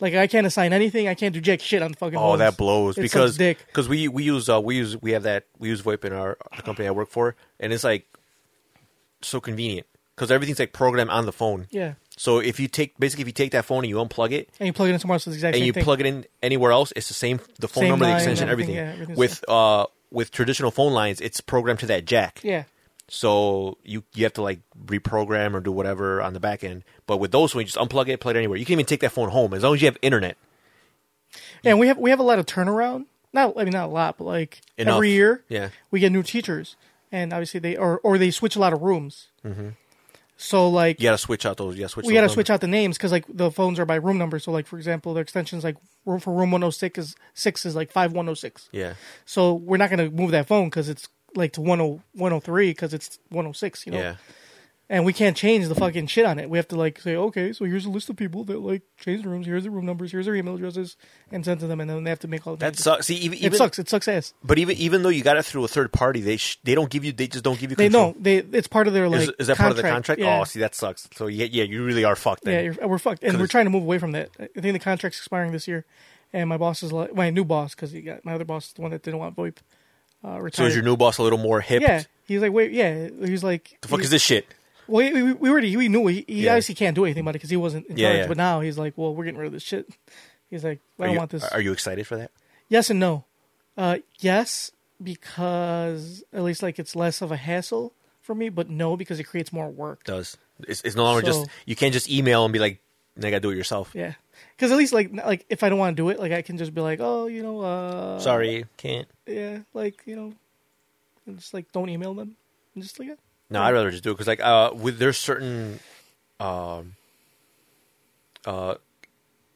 Like I can't assign anything. I can't do jack shit on the fucking. Oh, phones. that blows It sucks because dick. because we we use uh, we use we have that we use VoIP in our, our company I work for, and it's like so convenient because everything's like programmed on the phone. Yeah, So if you take basically if you take that phone and you unplug it and you plug it in somewhere else, it's the exact and same you thing. plug it in anywhere else, it's the same the phone Same number, the line, extension, everything, everything. yeah, everything's with uh with traditional phone lines, it's programmed to that jack. yeah, So you you have to like reprogram or do whatever on the back end. But with those, when you just unplug it, plug it anywhere. You can even take that phone home as long as you have internet. Yeah, and we have we have a lot of turnaround. Not I mean not a lot, but like Enough. every year, Yeah. we get new teachers, and obviously they or or they switch a lot of rooms. Mm-hmm. So like You gotta switch out those. You gotta switch. we those got to numbers. switch out the names because like the phones are by room number. So like for example, the extensions like room for room one hundred six is six is like five one hundred six. Yeah. So we're not gonna move that phone because it's like to oh, 10 103 because it's one hundred six. You know. Yeah. and we can't change the fucking shit on it. We have to like say, okay, so here's a list of people that like change the rooms. Here's the room numbers. Here's their email addresses, and send to them, and then they have to make all the That changes. sucks. See, even, It even sucks. It sucks ass. But even even though you got it through a third party, they sh- they don't give you. They just don't give you. They Control. know they. It's part of their like. Is, is that part of the contract? Yeah. Oh, see, that sucks. So yeah, yeah, you really are fucked. Then. yeah, you're, we're fucked, and we're it's- trying to move away from that. I think the contract's expiring this year, and my boss is like my new boss because he got my other boss, the one that didn't want VoIP. Uh, retired. so is your new boss a little more hip? Yeah, he's like, wait, yeah, he was like, The fuck he- is this shit? Well, we, we- we already we knew he, he Yeah. obviously can't do anything about it because he wasn't in Yeah, charge. yeah. But now he's like, well, we're getting rid of this shit. He's like, I are don't you, want this. Are you excited for that? Yes and no. Uh, yes, because at least like it's less of a hassle for me. But no, because it creates more work. Does it's, it's no longer So- just you can't just email and be like, "Now I gotta do it yourself. Yeah, because at least like n- like if I don't want to do it, like I can just be like, oh, you know, uh, Sorry, can't. yeah, like you know, and just like don't email them. And just like, yeah. No, I'd rather just do it because like uh, with there's certain um, uh,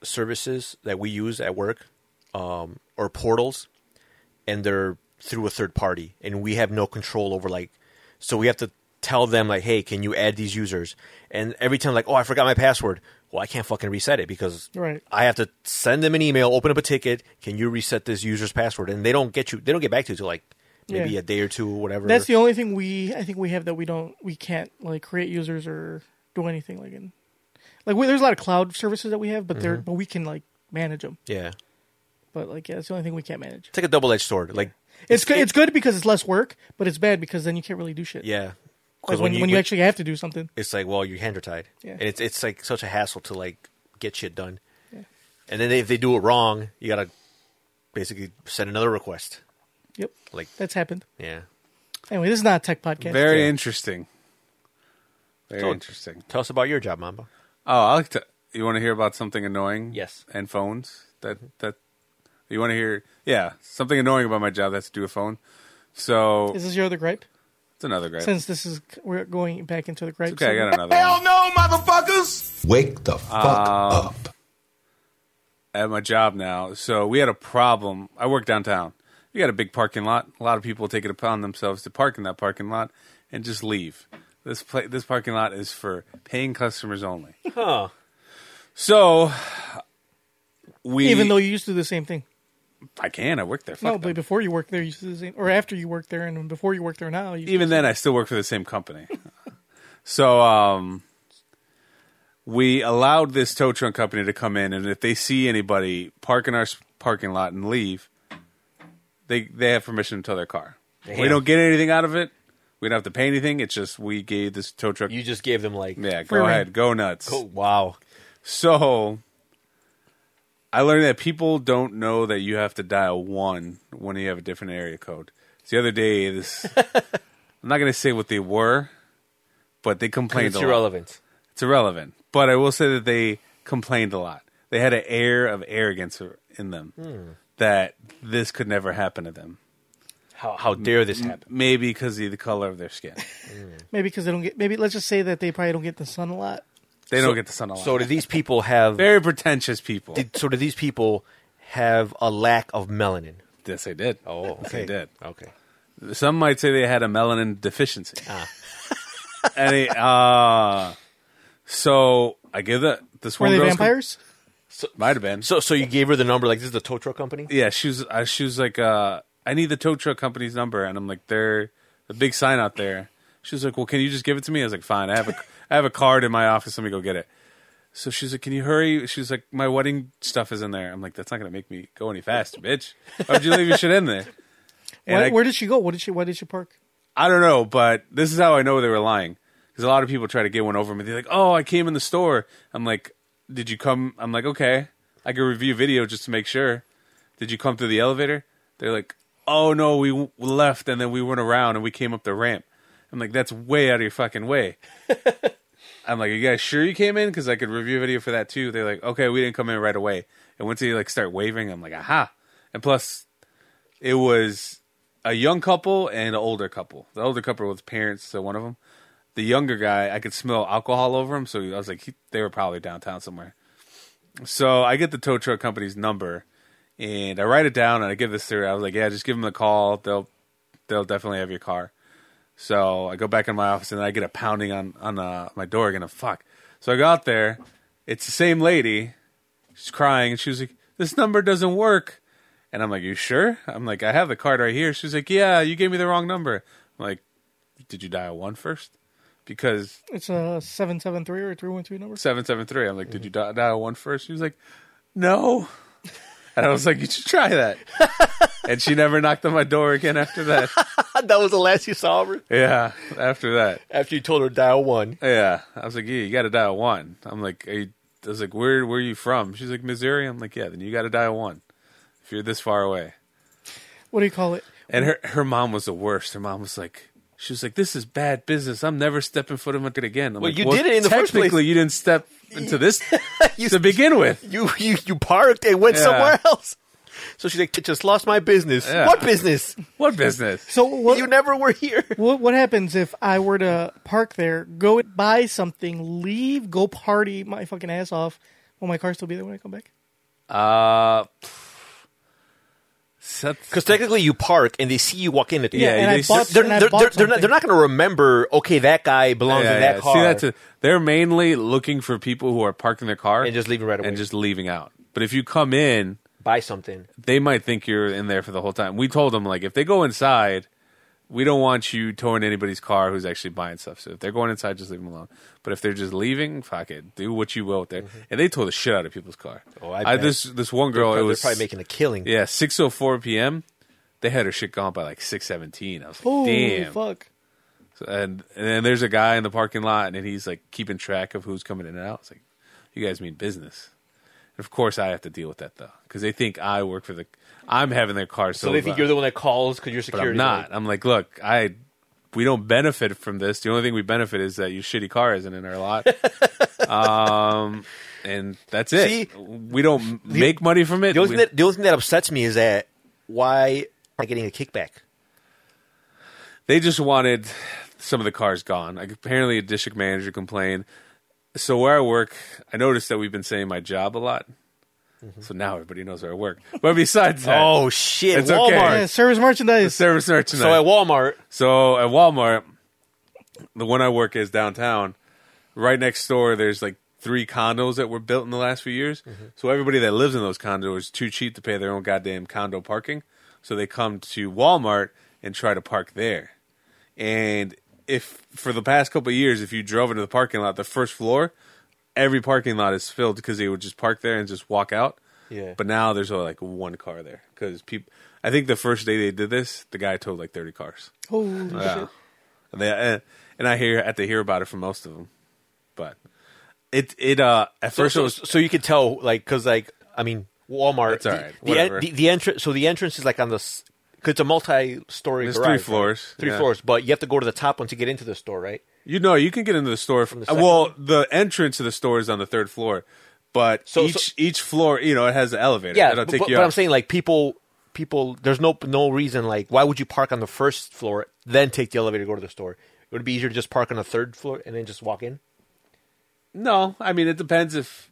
services that we use at work um, or portals, and they're through a third party, and we have no control over like, so we have to tell them like, hey, can you add these users? And every time like, oh, I forgot my password. Well, I can't fucking reset it because Right. I have to send them an email, open up a ticket. Can you reset this user's password? And they don't get you. They don't get back to you till like maybe Yeah. a day or two, or whatever. That's the only thing we I think we have that we don't we can't like create users or do anything like in like we, there's a lot of cloud services that we have, but they're but we can like manage them. yeah. But like yeah, that's the only thing we can't manage. It's like a double edged sword. Like It's good. It's good because it's less work, but it's bad because then you can't really do shit. Yeah, Like, when, when you, when- actually have to do something. it's like well, your hands are tied, Yeah. and it's it's like such a hassle to like get shit done, and then if they do it wrong, you gotta basically send another request. Yep, Like that's happened. yeah, Anyway, this is not a tech podcast. Very interesting. Very So- interesting. tell us about your job, Mamba. Oh, I like to. You want to hear about something annoying? Yes. And phones. That Mm-hmm. that. You want to hear? Yeah, something annoying about my job that's to do with phone. So Is this your other gripe? it's another great. Since this is we're going back into the gripe. okay, I got another. one. Hell no, motherfuckers! Wake the fuck up. at my job now. So we had a problem. I work downtown. We got a big parking lot. A lot of people take it upon themselves to park in that parking lot and just leave. This pla- this parking lot is for paying customers only. Huh. So we Even though you used to do the same thing. I can, I work there. Fuck No, them. but before you worked there, you used to do the same, or after you worked there, and before you worked there now, you even then I still work for the same company. <laughs> so um we allowed this tow truck company to come in and if they see anybody park in our s- parking lot and leave, they they have permission to tow their car. We Damn. don't get anything out of it. We don't have to pay anything. It's just we gave this tow truck You just gave them like yeah, free go rein. ahead, go nuts. oh, wow. So I learned that people don't know that you have to dial one when you have a different area code. So the other day, <laughs> this I'm not going to say what they were, but they complained. It's a lot. irrelevant. It's irrelevant, but I will say that they complained a lot. They had an Hmm. air of arrogance in them that this could never happen to them. How how dare this happen? Maybe because of the color of their skin. Maybe because they don't get. Maybe let's just say that they probably don't get the sun a lot. They don't get the sun a lot. So do these people have? Very pretentious people. did- So do these people have a lack of melanin? yes, they did. Oh, Yes, they did. Okay. Some might say they had a melanin deficiency. <laughs> Any, uh, so I give that this Were one they girl's com- vampires? might have been. So so you gave her the number like this is the tow truck company. yeah, she was. Uh, she was like, uh, "I need the tow truck company's number," and I'm like, "They're a big sign out there." She was like, "Well, can you just give it to me?" I was like, "Fine, I have a, I have a card in my office. Let me go get it." So she's like, "Can you hurry?" She's like, "My wedding stuff is in there." I'm like, "That's not gonna make me go any faster, bitch. Why would you leave your shit in there?" And Why, I- where did she go? What did she? Why did she park? I don't know, but this is how I know they were lying. Because a lot of people try to get one over me. They're like, "Oh, I came in the store." I'm like, "Did you come?" I'm like, "Okay, I can review video just to make sure." Did you come through the elevator? They're like, "Oh no, we w- left and then we went around and we came up the ramp." I'm like, "That's way out of your fucking way." I'm like, "Are you guys sure you came in?" Because I could review video for that too. They're like, "Okay, we didn't come in right away." And once they like start waving, I'm like, "Aha!" And plus, it was a young couple and an older couple. The older couple was parents, so one of them. The younger guy, I could smell alcohol over him, so I was like, he, they were probably downtown somewhere. So I get the tow truck company's number, and I write it down, and I give this to her. I was like, yeah, just give them a call. They'll they'll definitely have your car. So I go back in my office, and I get a pounding on on uh, my door again. I'm, Fuck. So I go out there. It's the same lady. She's crying, and she was like, "This number doesn't work." And I'm like, "You sure?" I'm like, "I have the card right here." She's like, "Yeah, you gave me the wrong number." I'm like, "Did you dial one first? Because It's a seven seven three or three one two number. seven seven three. I'm like, "Did you di- dial one first? She was like, "No." And I was like, "You should try that." and she never knocked on my door again after that. <laughs> that was the last you saw her Yeah, after that. after you told her dial one. Yeah, I was like, yeah, you got to dial one. I'm like, are you, I was like, where where are you from? She's like, Missouri. I'm like, yeah, then you got to dial one if you're this far away. What do you call it? And her her mom was the worst. Her mom was like, she was like, this is bad business. I'm never stepping foot in it again. I'm Well, like, you did it in the first place." Technically, you didn't step into <laughs> this to begin with. You you you parked and went Yeah. somewhere else. So she's like, "I just lost my business. Yeah. What business? What <laughs> business? So what? You never were here. What, what happens if I were to park there, go buy something, leave, go party my fucking ass off? Will my car still be there when I come back? Uh, set- Because technically, you park and they see you walk in at the Yeah, and they- I bought, They're, and I they're, bought they're, they're not, something. they're not going to remember, okay, that guy belongs in that car. See that's a- They're mainly looking for people who are parking their car And just leaving right away. and just leaving out. But if you come in, buy something. they might think you're in there for the whole time. We told them like if they go inside, we don't want you towing anybody's car who's actually buying stuff. So if they're going inside, just leave them alone. But if they're just leaving, fuck it, do what you will with there. And they tore the shit out of people's car. Mm-hmm. Oh, I bet. this this one girl. it they're was probably making a killing. yeah six oh four p.m. They had her shit gone by like six seventeen. I was like, Holy damn. fuck! So- And and then there's a guy in the parking lot, and he's like keeping track of who's coming in and out. It's like, you guys mean business. And of course, I have to deal with that though, because they think I work for the. I'm having their car. So they think you're the one that calls because you're But security. I'm not. I'm like, look, I. We don't benefit from this. The only thing we benefit is that your shitty car isn't in our <laughs> lot, um, and that's it. See? we don't m- make money from it. The only, We- thing that, the only thing that upsets me is that why am I getting a kickback? they just wanted some of the cars gone. Like, apparently, a district manager complained. So where I work, I noticed that we've been saying my job a lot. So now everybody knows where I work. But <laughs> besides that, Mm-hmm. Oh shit! It's okay. Walmart. Yeah, service <laughs> merchandise. service merchandise. So at Walmart, So at Walmart, the one I work is downtown. Right next door, there's like three condos that were built in the last few years. So everybody that lives in those condos is too cheap to pay their own goddamn condo parking. So they come to Walmart and try to park there. And if for the past couple of years, if you drove into the parking lot, the first floor, every parking lot is filled because they would just park there and just walk out. Yeah. But now there's only like one car there because people. I think the first day they did this, the guy towed like 30 cars. Holy shit! And, they, and, and I hear I have to hear about it from most of them, but it it uh at so, first it so, was so you could tell, like, because like I mean, Walmart. That's all right. The, the, Whatever. en- the, the entrance. So the entrance is like on the. s- Cause it's a multi-story There's garage. three right? floors, Three yeah. floors, but you have to go to the top one to get into the store, right? you know you can get into the store from the the second well the entrance to the store is on the third floor, but So- each so- each floor you know it has an elevator Yeah, it'll but, take but, you but up. I'm saying like people people. There's no no reason like why would you park on the first floor then take the elevator to go to the store? Would it be easier to just park on the third floor and then just walk in? No, I mean it depends if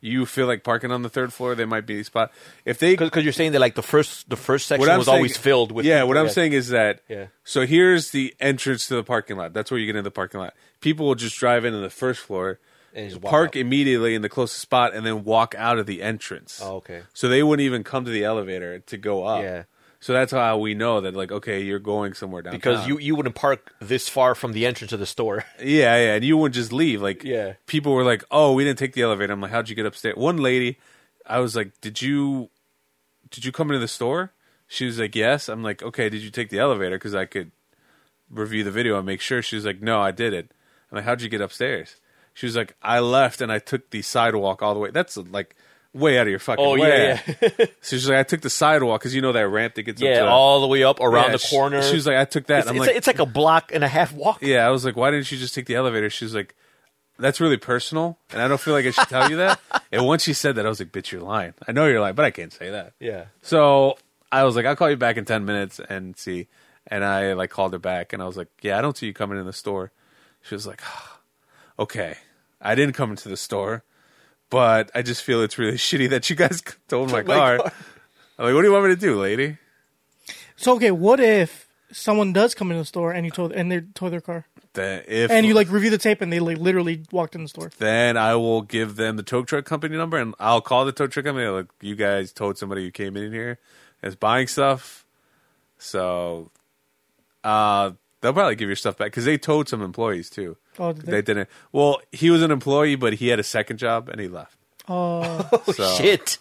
you feel like parking on the third floor. There might be a spot if they. Because you're saying that like the first the first section What I'm was saying- always filled with yeah. people. What I'm saying is that Yeah. So here's the entrance to the parking lot. That's where you get into the parking lot. People will just drive into the first floor, And just walk park out. immediately in the closest spot, and then walk out of the entrance. Oh, okay. So they wouldn't even come to the elevator to go up. Yeah. So that's how we know that like okay, you're going somewhere downtown. because you you wouldn't park this far from the entrance of the store. Yeah, yeah, and you wouldn't just leave. Like, Yeah. people were like, "Oh, we didn't take the elevator." I'm like, "How'd you get upstairs?" One lady, I was like, "Did you, did you come into the store?" She was like, "Yes." I'm like, "Okay, did you take the elevator?" Because I could review the video and make sure. She was like, "No, I did it." I'm like, "How'd you get upstairs?" She was like, "I left and I took the sidewalk all the way." That's like way out of your fucking Oh, yeah, way. yeah. <laughs> so she's like, "I took the sidewalk because you know that ramp that gets up to that- all the way up around Yeah, the she- corner. She, was like, "I took that." it's, and I'm it's like, a, it's like a block and a half walk. yeah, I was like, why didn't you just take the elevator? She was like, that's really personal, and I don't feel like I should tell you that. and once she said that, I was like, bitch, you're lying. I know you're lying, but I can't say that. <laughs> Yeah. So I was like, I'll call you back in ten minutes and see. And I like called her back, and I was like, yeah, I don't see you coming in the store. She was like, <sighs> okay, I didn't come into the store, but I just feel it's really <laughs> shitty that you guys told my, car. I'm like, what do you want me to do, lady? So okay, what if someone does come into the store and you tow and they tow their car Then if and you like review the tape and they like literally walked in the store? then I will give them the tow truck company number and I'll call the tow truck company. Like, you guys told somebody you came in here as buying stuff. So uh, they'll probably give your stuff back because they towed some employees too. Oh, did they? They didn't. Well, he was an employee, but he had a second job and he left. Uh, So, Oh, Shit.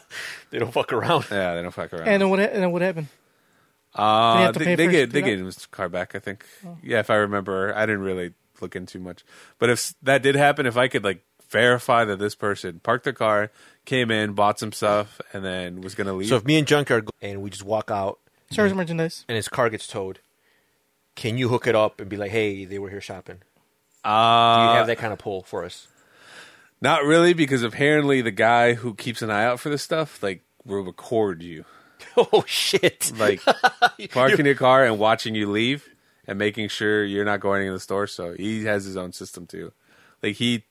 <laughs> they don't fuck around. Yeah, they don't fuck around. and then what? ha- And then what happened? Uh, They have to they, pay they for- get do they that? Oh. get his car back, I think. Yeah, if I remember, I didn't really look into much. But if s- that did happen, if I could like verify that this person parked their car, came in, bought some stuff, and then was gonna leave, So if me and Junk are go- and we just walk out Service merchandise. and his car gets towed, can you hook it up and be like, hey, they were here shopping? Do you uh, have that kind of pull for us? <laughs> not really, because apparently the guy who keeps an eye out for this stuff like will record you, oh shit! <laughs> like parking your car and watching you leave and making sure you're not going into the store. So he has his own system too. Like he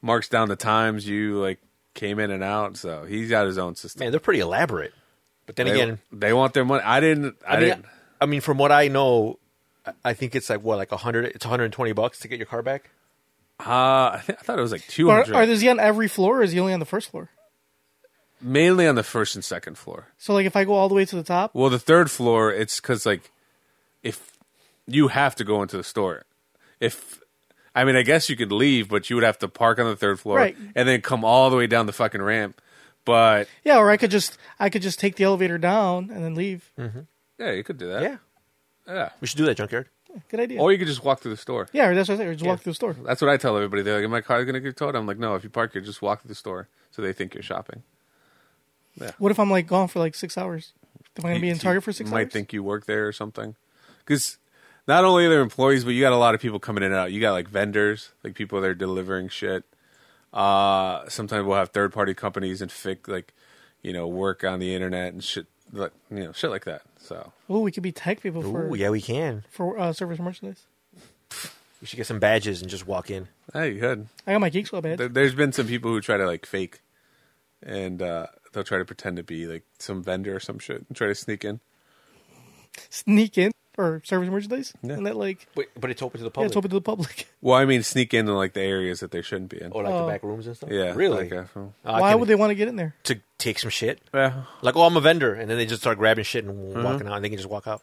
marks down the times you like came in and out. So he's got his own system. Man, they're pretty elaborate. But then they, again, they want their money. I didn't. I, I, mean, didn't. I mean, from what I know, I- I think it's like what, like hundred? It's one hundred and twenty bucks to get your car back. Uh, I, th- I thought it was like two Are, hundred. are is he on every floor or is he only on the first floor? mainly on the first and second floor. So like if I go all the way to the top, Well, the third floor, it's because like if you have to go into the store, if I mean, I guess you could leave, but you would have to park on the third floor Right. and then come all the way down the fucking ramp. But yeah, or I could just I could just take the elevator down and then leave. Hmm. yeah, you could do that. Yeah, yeah. we should do that, junkyard. Good idea. Or you could just walk through the store. yeah, or that's what I said. Or just walk through the store. That's what I tell everybody. They're like, "Am my car going to get towed?" I'm like, "No. If you park here, just walk through the store." So they think you're shopping. What if I'm like gone for like six hours? Am I gonna be in Target for six might hours? think you work there or something. Because not only are there employees, but you got a lot of people coming in and out. You got like vendors, like people that are delivering shit. Uh, sometimes we'll have third party companies and fic like you know work on the internet and shit, like, you know shit like that. So Oh, we could be tech people for Ooh, yeah, we can. for uh, service merchandise. We should get some badges and just walk in. hey, you good. I got my Geek Squad badge. There, there's been some people who try to like fake, and uh, they'll try to pretend to be like some vendor or some shit and try to sneak in. Sneak in or service merchandise, and that like But, but it's open to the yeah, public. it's open to the public. Well, I mean, sneak in in like the areas that they shouldn't be in. Oh, like Oh. the back rooms and stuff. yeah, really? Oh, like, uh, Why would they want to get in there? to take some shit? yeah. Mm-hmm. Like, oh, I'm a vendor, and then they just start grabbing shit and walking out, and they can just walk out.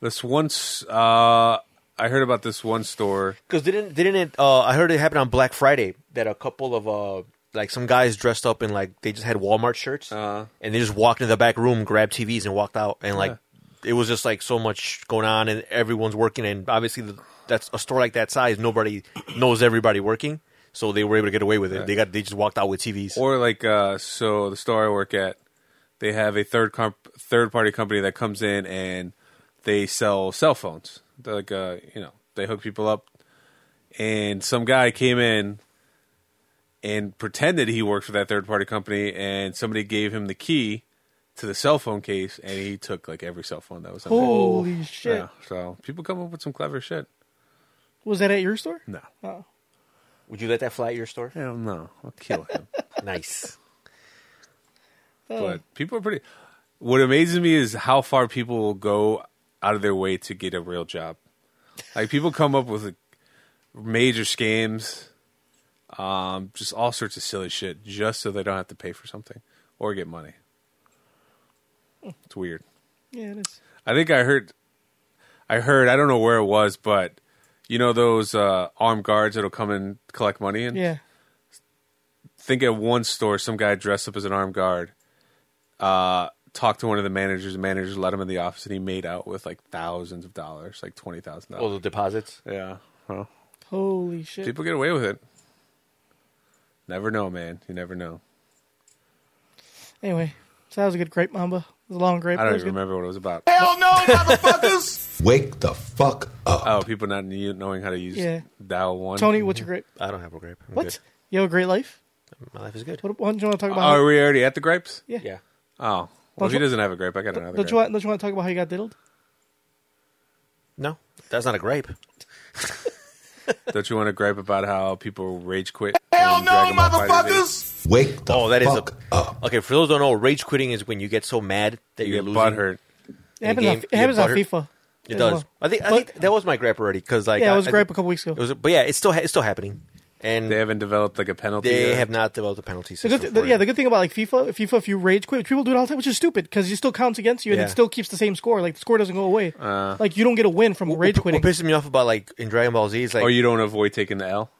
This once, uh, I heard about this one store. Because didn't didn't it? Uh, I heard it happened on Black Friday that a couple of uh like some guys dressed up in like they just had Walmart shirts, Uh-huh. and they just walked into the back room, grabbed TVs, and walked out, and like it was just like so much going on, and everyone's working, and obviously the, that's a store like that size, nobody knows everybody working, so they were able to get away with it. They got they just walked out with TVs. Or like, uh, so the store I work at, they have a third comp- third party company that comes in and they sell cell phones. They're like, uh, you know, they hook people up. And some guy came in and pretended he worked for that third party company, and somebody gave him the key to the cell phone case, and he took like every cell phone that was. in there. Holy shit! Yeah, so people come up with some clever shit. Was that at your store? Oh. No, Would you let that fly at your store? hell no, I'll kill him. nice. Oh, but people are pretty. What amazes me is how far people will go out of their way to get a real job. Like people come up with like, major scams, um, just all sorts of silly shit, just so they don't have to pay for something or get money. It's weird. Yeah, it is. I think I heard, I heard, I don't know where it was, but you know those uh, armed guards that'll come and collect money and Yeah. think at one store, some guy dressed up as an armed guard, uh, talked to one of the managers. The manager let him in the office, and he made out with like thousands of dollars, like twenty thousand All dollars. the deposits. Yeah, well, Holy shit! people get away with it. Never know, man. You never know. Anyway, so that was a good grape mamba. It was a long grape. I but it don't was even good. remember what it was about. <laughs> Hell no, motherfuckers! Wake the fuck up. Oh, people not knew- knowing how to use Yeah. dial one. Tony, what's your grape? I don't have a grape. I'm What? good. You have a great life. My life is good. What, what don't you want to talk about? Oh, Are we already at the grapes? yeah. Yeah. Oh, well, if he you- doesn't have a grape, I got another. Don't grape. you want? Don't you want to talk about how you got diddled? No, that's not a grape. Don't you want to gripe about how people rage quit? Hell in no, Dragon Ball Fighter Z? motherfuckers! Wake the Oh, that is fuck a. up. Okay, for those who don't know, rage quitting is when you get so mad that You you're get losing. butthurt. It happens. on, game, it happens you on butter- FIFA. It as does. well. I think I But- think that was my grape already because like Yeah, I, it was I- grape a couple weeks ago. It was, but yeah, it's still ha- it's still happening, They and uh, they, haven't developed like a penalty. yet. have not developed a penalty The system. good, for the, it. yeah, the good thing about like FIFA, FIFA, if you rage quit, people do it all the time, which is stupid because it still counts against you and Yeah. Uh, it still keeps the same score. Like the score doesn't go away. like you don't get a win from rage What- quitting. What pisses me off about like in Dragon Ball Z is like Or Oh, you don't avoid taking the L.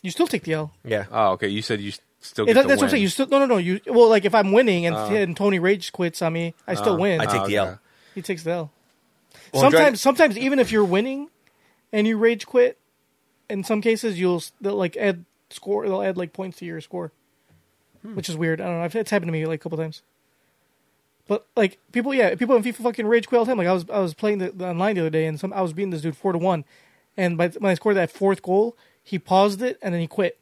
you still take the L. yeah, Oh, okay. You said you s- still Yeah, get that- the that's what I'm win. saying. You still no, no, no. You well, like if I'm winning and, and Tony rage quits on me, I still win. Uh. I take the okay. L. he takes the L. Well, in sometimes, Dragon- sometimes even if you're winning and you rage quit, in some cases you'll s- they'll like add score. They'll add like points to your score, Hmm. which is weird. I don't know. I've- It's happened to me like a couple times. But like people, yeah, people in FIFA fucking rage quit all the time. Like I was, I was playing the, the online the other day, and some I was beating this dude four to one, and by, the- when I scored that fourth goal, he paused it and then he quit.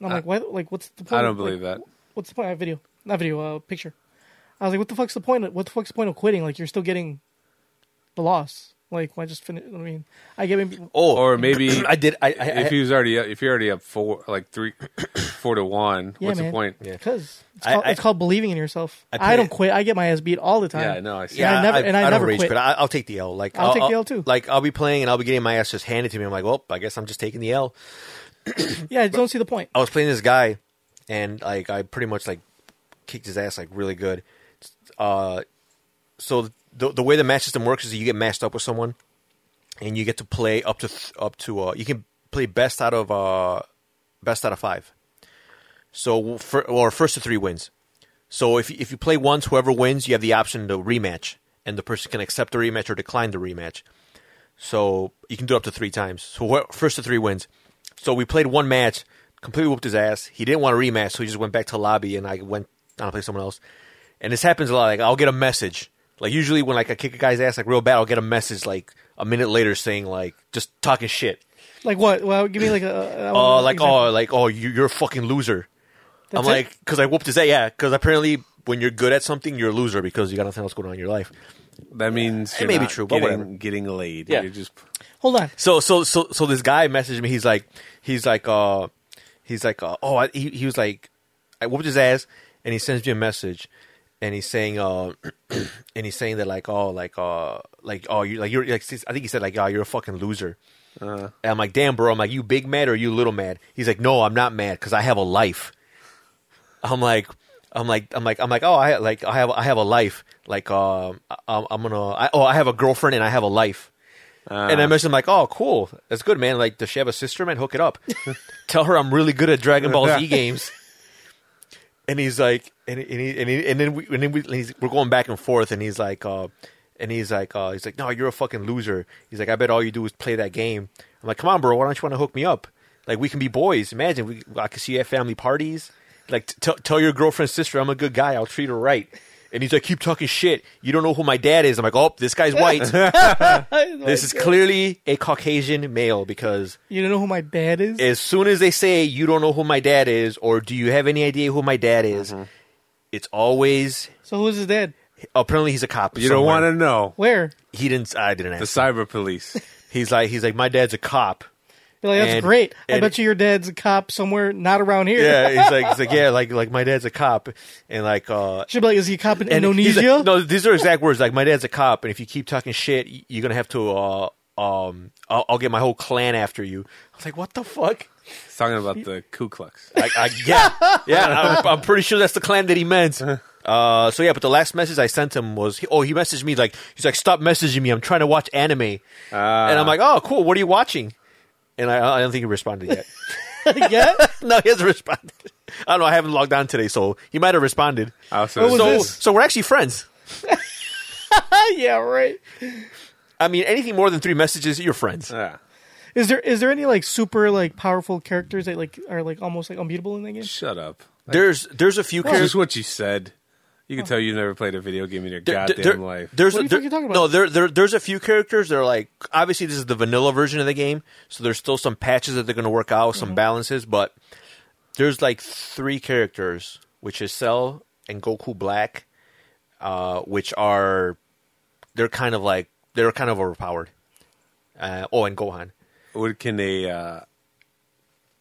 And I'm like, why? Like, what's the point? I don't of, believe like, that. What's the point? I have video, not video, uh, picture. I was like, what the fuck's the point? Of, what the fuck's the point of quitting? Like, you're still getting the loss. Like, why just finish? I mean, I get maybe Oh, Or maybe <clears throat> I did. I, I, if he was already up, if you're already up four, like three, <clears throat> four to one. yeah, what's man. the point? Yeah. Because it's, I- called- I- it's called believing in yourself. I I, put don't it- quit. I get my ass beat all the time. Yeah, I know, I see. And I never and I, don't never rage quit. quit. I, I'll take the L. Like I'll take the L, too. Like I'll be playing and I'll be getting my ass just handed to me. I'm like, well, I guess I'm just taking the L. yeah, I just don't see the point. I was playing this guy, and like I pretty much like kicked his ass like really good. Uh, so the the way the match system works is you get matched up with someone, and you get to play up to th- up to uh, you can play best out of uh best out of five. So for, or first to three wins. So if if you play once, whoever wins, you have the option to rematch, and the person can accept the rematch or decline the rematch. So you can do it up to three times. So wh- first to three wins. So we played one match, completely whooped his ass. He didn't want a rematch, so he just went back to lobby, and I went down to play someone else. And this happens a lot. Like I'll get a message. Like usually when like I kick a guy's ass like real bad, I'll get a message like a minute later saying like just talking shit. Like what? Well, give me like a. Oh, like oh, like oh, you, you're a fucking loser. I'm it? like, because I whooped his ass. Yeah, because apparently when you're good at something, you're a loser because you got nothing else going on in your life. That means It you're may be not true, but whatever. Getting, getting laid. Yeah. You're just Hold on. So so so so this guy messaged me. He's like he's like uh he's like uh, oh I, he he was like I whooped his ass and he sends me a message and he's saying uh <clears throat> and he's saying that like oh like uh like oh you like you're like I think he said like oh you're a fucking loser. And I'm like damn bro. I'm like you big mad or you little mad? He's like no I'm not mad because I have a life. I'm like, I'm like, I'm like, I'm like, oh, I like, I have, I have a life. Like, um, I'm, I'm gonna, I, oh, I have a girlfriend and I have a life. and I messaged him like, oh, cool, that's good, man. Like, does she have a sister, man? Hook it up. Tell her I'm really good at Dragon Ball Z games. And he's like, and and he, and, he, and then we, and then we, and he's, we're going back and forth, and he's like, uh, and he's like, uh, he's like, no, you're a fucking loser. He's like, I bet all you do is play that game. I'm like, come on, bro, why don't you want to hook me up? Like, we can be boys. Imagine we, I can see you at family parties. Like, t- tell tell your girlfriend's sister I'm a good guy. I'll treat her right. And he's like, keep talking shit. You don't know who my dad is. I'm like, oh, this guy's white. <laughs> this is clearly a Caucasian male because You don't know who my dad is? as soon as they say you don't know who my Mm-hmm. dad is or do you have any idea who my dad is, it's always so who's his dad? Apparently, he's a cop. You don't want to know Where? to. He didn't. I didn't the ask. cyber police. He's like, he's like, my dad's a cop. You're like, that's And- great. I and- bet you your dad's a cop somewhere not around here. <laughs> Yeah, he's like, he's like, yeah, like, like my dad's a cop, and like, uh, She'd be like, is he a cop in and he's Indonesia? like- no, these are exact words. Like, my dad's a cop, and if you keep talking shit, y- you're gonna have to, uh, um, I'll, I'll get my whole clan after you. I was like, what the fuck? He's <laughs> talking about the Ku Klux. I, I, yeah, yeah. I'm, I'm pretty sure that's the clan that he meant. Uh, so yeah, but the last message I sent him was, he, oh, he messaged me like, he's like, stop messaging me. I'm trying to watch anime, Ah. and I'm like, oh, cool. What are you watching? And I, I don't think he responded <laughs> yet. <laughs> yeah. <laughs> no, he hasn't responded. I don't know. I haven't logged on today, so he might have responded. Also, Uh, was So, this? so we're actually friends. yeah, right. I mean, anything more than three messages, you're friends. Uh, yeah. Is there is there any like super like powerful characters that like are like almost like unbeatable in that game? Shut up. There's there's a few That's just characters. what you said. You Oh. can tell you never played a video game in your there- goddamn there- life. There's What a- the fuck there- you talking about? no there, there there's a few characters that are like obviously this is the vanilla version of the game, so there's still some patches that they're going to work out, Mm-hmm. some balances, but there's like three characters, which is Cell and Goku Black, uh, which are they're kind of like they're kind of overpowered. Uh, oh, and Gohan. What can they? Uh,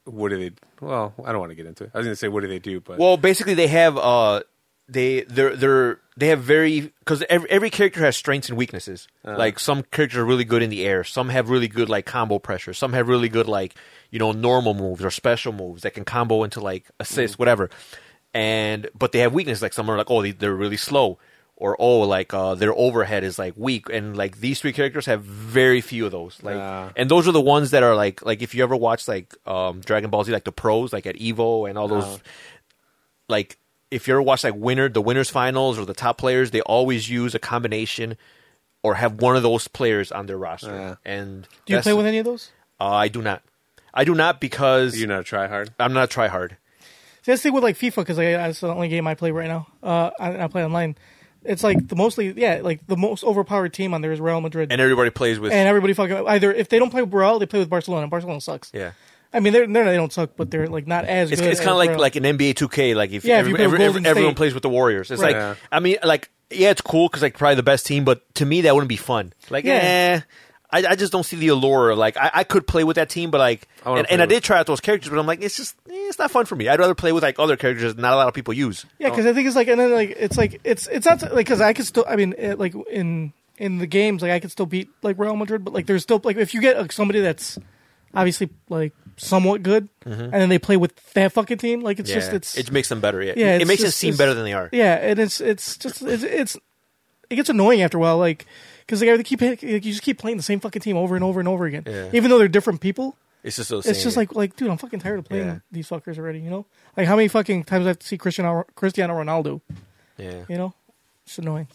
what do they? Well, I don't want to get into it. I was going to say what do they do, but Well, basically they have uh they they're they're they have very because every, every character has strengths and weaknesses. Like some characters are really good in the air, some have really good like combo pressure, some have really good like you know normal moves or special moves that can combo into like assist whatever. And but they have weakness like some are like oh they, they're really slow or oh like uh their overhead is like weak and like these three characters have very few of those like Ah. and those are the ones that are like like if you ever watch like um Dragon Ball Z like the pros like at Evo and all those like if you ever watch like winner the winners finals or the top players, they always use a combination or have one of those players on their roster. And Do you that's- play with any of those? Uh, I do not. I do not because you know, try hard. I'm not a tryhard. See, that's the thing with like FIFA because like, that's the only game I play right now. Uh, I, I play online. It's like the mostly yeah, like the most overpowered team on there is Real Madrid, And everybody plays with And everybody fucking either if they don't play Real, they play with Barcelona. and Barcelona sucks. yeah. I mean they're, they're they don't suck, but they're like not as It's, good. it's kind as of like Real. like an NBA 2K. Like if Yeah, if every, you play with every, Golden every- everyone State. plays with the Warriors, it's Right. like Yeah. I mean like yeah, it's cool because like probably the best team, but to me that wouldn't be fun. Like Yeah. eh, I, I just don't see the allure. of, Like I, I could play with that team, but like I wanna and, and play I did with- try out those characters, but I'm like it's just eh, it's not fun for me. I'd rather play with like other characters that not a lot of people use. Yeah, because I think it's like, and then like it's like it's it's not like because I could still, I mean, it, like in in the games, like I could still beat like Real Madrid, but like there's still like if you get like, somebody that's obviously like somewhat good, and then they play with that fucking team, like it's Mm-hmm. Yeah. just it's it makes them better. Yeah, yeah, it it's makes them just- seem it's- better than they are. Yeah, and it's it's just it's, it's it gets annoying after a while, like because like, they keep like, you just keep playing the same fucking team over and over and over again, Yeah. even though they're different people. It's just so. It's just like like dude, I'm fucking tired of playing Yeah. these fuckers already. You know, like how many fucking times I have to see Cristiano Cristiano Ronaldo. yeah. You know, it's annoying.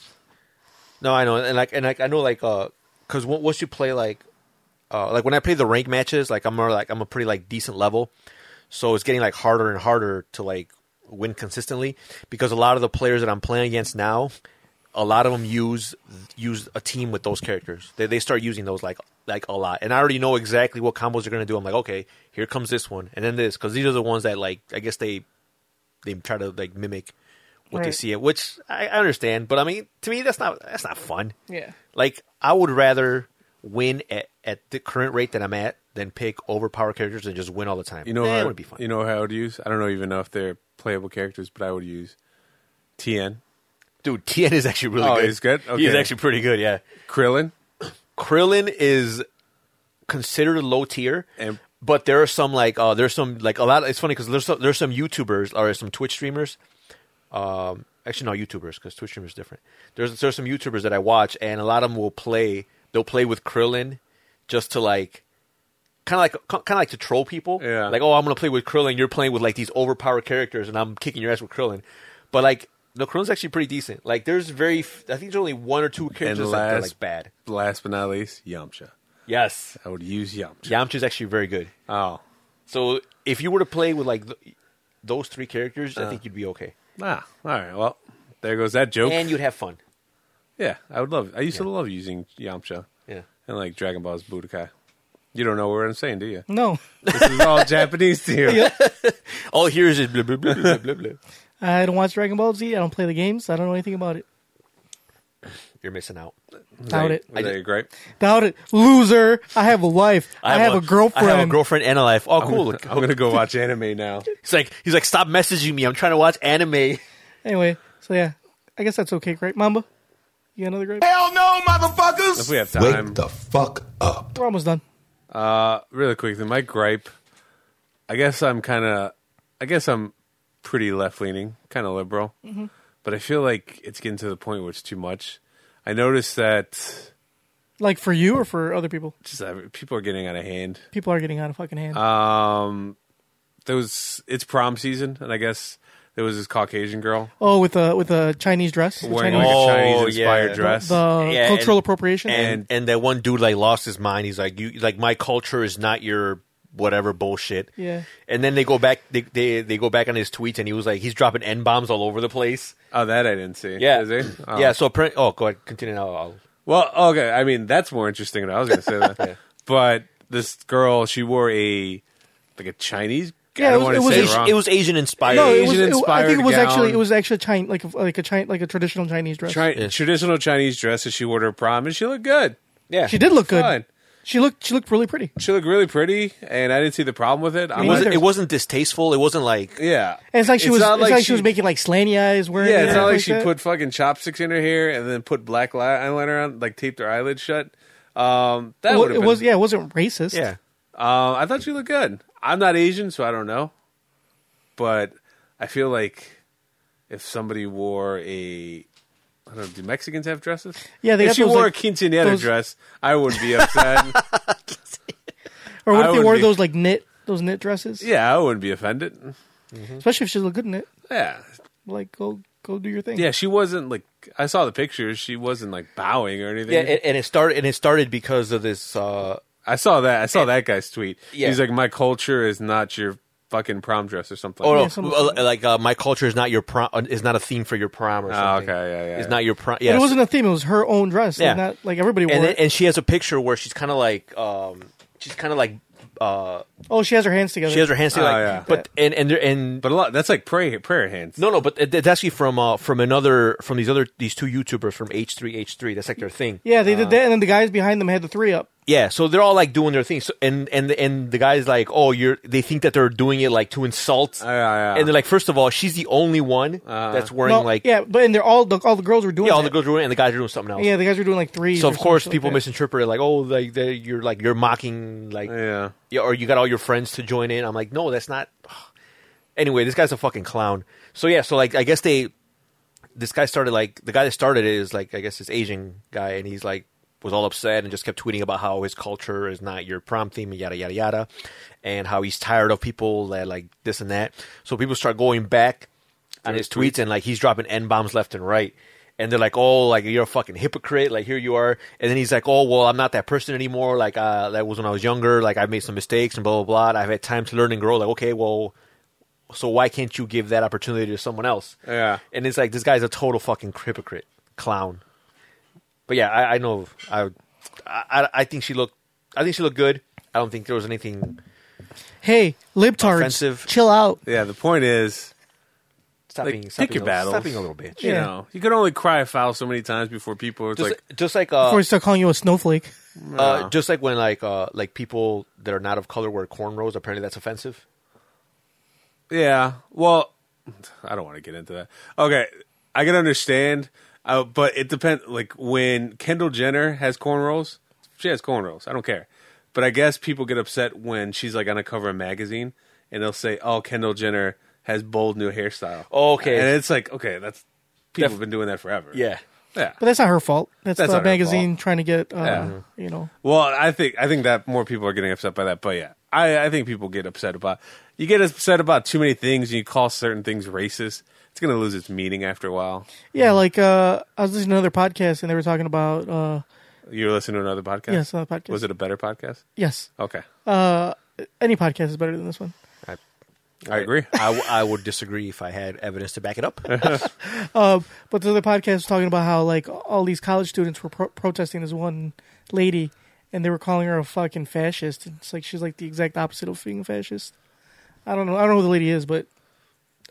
No, I know, and like, and like, I know, like, uh, because once you play, like, uh, like when I play the rank matches, like I'm more like I'm a pretty like decent level, so it's getting like harder and harder to like win consistently because a lot of the players that I'm playing against now, a lot of them use use a team with those characters. They they start using those like like a lot, and I already know exactly what combos they're gonna do. I'm like, okay, here comes this one, and then this, because these are the ones that like I guess they they try to like mimic what they Right. see it, which I, I understand, but I mean to me that's not that's not fun. Yeah. Like I would rather win at, at the current rate that I'm at than pick overpowered characters and just win all the time. You know Eh, how it would be fun. you know how I would use. I don't know even know if they're playable characters, but I would use TN Dude, Tien is actually really Oh, good. he's good? He's Okay. actually pretty good, yeah. Krillin. Krillin is considered low tier, And- but there are some like uh, there's some like a lot. It's funny because there's some, there's some YouTubers or some Twitch streamers. Um, actually, no YouTubers because Twitch streamers is different. There's there's some YouTubers that I watch, and a lot of them will play. They'll play with Krillin just to like. Kind of like, kind of like to troll people. Yeah. Like, oh, I'm gonna play with Krillin. You're playing with like these overpowered characters, and I'm kicking your ass with Krillin. But like, no, Krillin's actually pretty decent. Like, there's very, f- I think there's only one or two characters that are last- like bad. Last but not least, Yamcha. Yes. I would use Yamcha. Yamcha's actually very good. Oh, So if you were to play with like th- those three characters, I think you'd be okay, ah, all right. Well, there goes that joke. and you'd have fun. yeah, I would love. I used to love using Yamcha Yeah. and like Dragon Ball's Budokai. You don't know what I'm saying, do you? No, this is <laughs> all Japanese to you. All here is just blah blah blah blah blah. blah. I don't watch Dragon Ball Z. I don't play the games. I don't know anything about it. <laughs> You're missing out. Doubt it. Are they great? Doubt it. Loser. I have a life. I have, a, girlfriend. I have a girlfriend and a life. Oh, cool. I'm gonna go watch anime now. He's like, he's like, stop messaging me. I'm trying to watch anime. Anyway, so yeah, I guess that's okay, right, Mamba? You got another grape? Hell no, motherfuckers! If we have Wake time, the fuck up. We're almost done. uh, really quickly, my gripe. I guess I'm kind of. I guess I'm pretty left leaning, kind of liberal, Mm-hmm. but I feel like it's getting to the point where it's too much. I noticed that Like for you or for other people? just uh, people are getting out of hand. People are getting out of fucking hand. There was it's prom season, and I guess there was this Caucasian girl oh, with a with a Chinese dress. The wearing Chinese- like Oh, a Chinese inspired yeah. dress. the Yeah, cultural and- appropriation. And and that one dude like lost his mind. He's like, you like my culture is not your whatever bullshit. Yeah. And then they go back. They they, they go back on his tweets, and he was like, he's dropping n bombs all over the place. oh, that I didn't see. Yeah. Is it? Oh. Yeah. So appar- oh, go ahead. Continue. I'll, I'll- Well, okay. I mean, that's more interesting than I was going to say <laughs> that. But this girl, she wore a like a Chinese. Yeah, I it don't was- want to it was say Asi- it wrong. it was Asian inspired. no, it was. Asian It, I think it inspired was actually gown. it was actually China, like a, like a China, like a traditional Chinese dress. Chi- traditional Chinese dress that she wore to her prom, and she looked good. yeah. She did look good. Fine. She looked she looked really pretty. She looked really pretty, and I didn't see the problem with it. I It wasn't, wasn't. it wasn't distasteful. It wasn't like Yeah, And it's like she was not it's like she, was making like slanty eyes wearing. Yeah, it's and not stuff like she that. put fucking chopsticks in her hair and then put black li- eyeliner on, like taped her eyelids shut. Um, that Well, would it have been. was yeah, it wasn't racist. yeah. Um, I thought she looked good. I'm not Asian, so I don't know. But I feel like if somebody wore a, I don't know, do Mexicans have dresses? Yeah, they if got she those, wore like- a quinceanera those- dress, I wouldn't be upset. <laughs> Or what I if they would wore be- those like knit those knit dresses? yeah, I wouldn't be offended. Especially if she looked good in it. Yeah, Like go go do your thing. yeah. She wasn't like I saw the pictures. She wasn't like bowing or anything. Yeah, and, and it started and it started because of this. Uh, I saw that. I saw that guy's tweet. Yeah. He's like, "My culture is not your fucking prom dress or something." oh Yeah, no, some- uh, like uh, my culture is not your prom. uh, Is not a theme for your prom or Ah, something. okay, yeah, yeah, It's yeah. not your prom. But Yeah, it wasn't a theme, it was her own dress. Yeah. Yeah. not like everybody wore and then, it. and she has a picture where she's kind of like um, she's kind of like uh, oh, she has her hands together. she has her hands Oh, like yeah. but and and there- and but a lot. That's like prayer prayer hands. no no but it- it's actually from uh, from another from these other these two YouTubers from H three H three that's like their thing Yeah, they did that and then the guys behind them had the three up. yeah so they're all like doing their thing so, and and and the guys like oh you're they think that they're doing it like to insult Yeah, yeah, Uh-huh. yeah. and they're like first of all she's the only one that's wearing No, like yeah, but and they're all the, all the girls were doing yeah, all the that. girls are doing it and the guys are doing something else Yeah, the guys were doing like three. so of course people misinterpret it like oh like they, you're like you're mocking like Yeah. yeah, or you got all your friends to join in. I'm like, no, that's not. <sighs> Anyway, this guy's a fucking clown. So yeah, so like, I guess they, this guy started like the guy that started it is like I guess this Asian guy, and he's like was all upset and just kept tweeting about how his culture is not your prom theme, yada yada yada, and how he's tired of people that like this and that. So people start going back on his tweets and like he's dropping n bombs left and right. And they're like, oh, like you're a fucking hypocrite. Like here you are. And then he's like, oh, well, I'm not that person anymore. Like uh, that was when I was younger. Like I made some mistakes and blah blah blah. And I've had time to learn and grow. Like okay, well, so why can't you give that opportunity to someone else? Yeah. And it's like this guy's a total fucking hypocrite, clown. But yeah, I, I know. I, I I think she looked. I think she looked good. I don't think there was anything. Hey, libtards, Offensive. chill out. Yeah. The point is, Stop Like, being, stop pick your being a little- battles. Stop being a little bitch. you Yeah. know, you can only cry foul so many times before people. are Just like, like, just like uh, Before they start calling you a snowflake. Uh, just like when like uh, like people that are not of color wear cornrows. Apparently, that's offensive. Yeah. Well, I don't want to get into that. Okay, I can understand, uh, but it depends. Like when Kendall Jenner has cornrows, she has cornrows. I don't care. But I guess people get upset when she's like on a cover of a magazine, and they'll say, "Oh, Kendall Jenner has bold new hairstyle." Okay. and it's like, okay, that's people have been doing that forever. yeah. But that's not her fault. That's, That's the not her magazine trying to get, uh, Yeah. you know. Well, I think I think that more people are getting upset by that, but yeah, I, I think people get upset about you get upset about too many things, and you call certain things racist. It's going to lose its meaning after a while. Yeah, like uh, I was listening to another podcast and they were talking about uh, You were listening to another podcast? Yes, another podcast. Was it a better podcast? yes, Okay. any podcast is better than this one. I agree. I, w- I would disagree if I had evidence to back it up. But the other podcast was talking about how like all these college students were pro- protesting this one lady, and they were calling her a fucking fascist. And it's like she's like the exact opposite of being a fascist. I don't know. I don't know who the lady is, but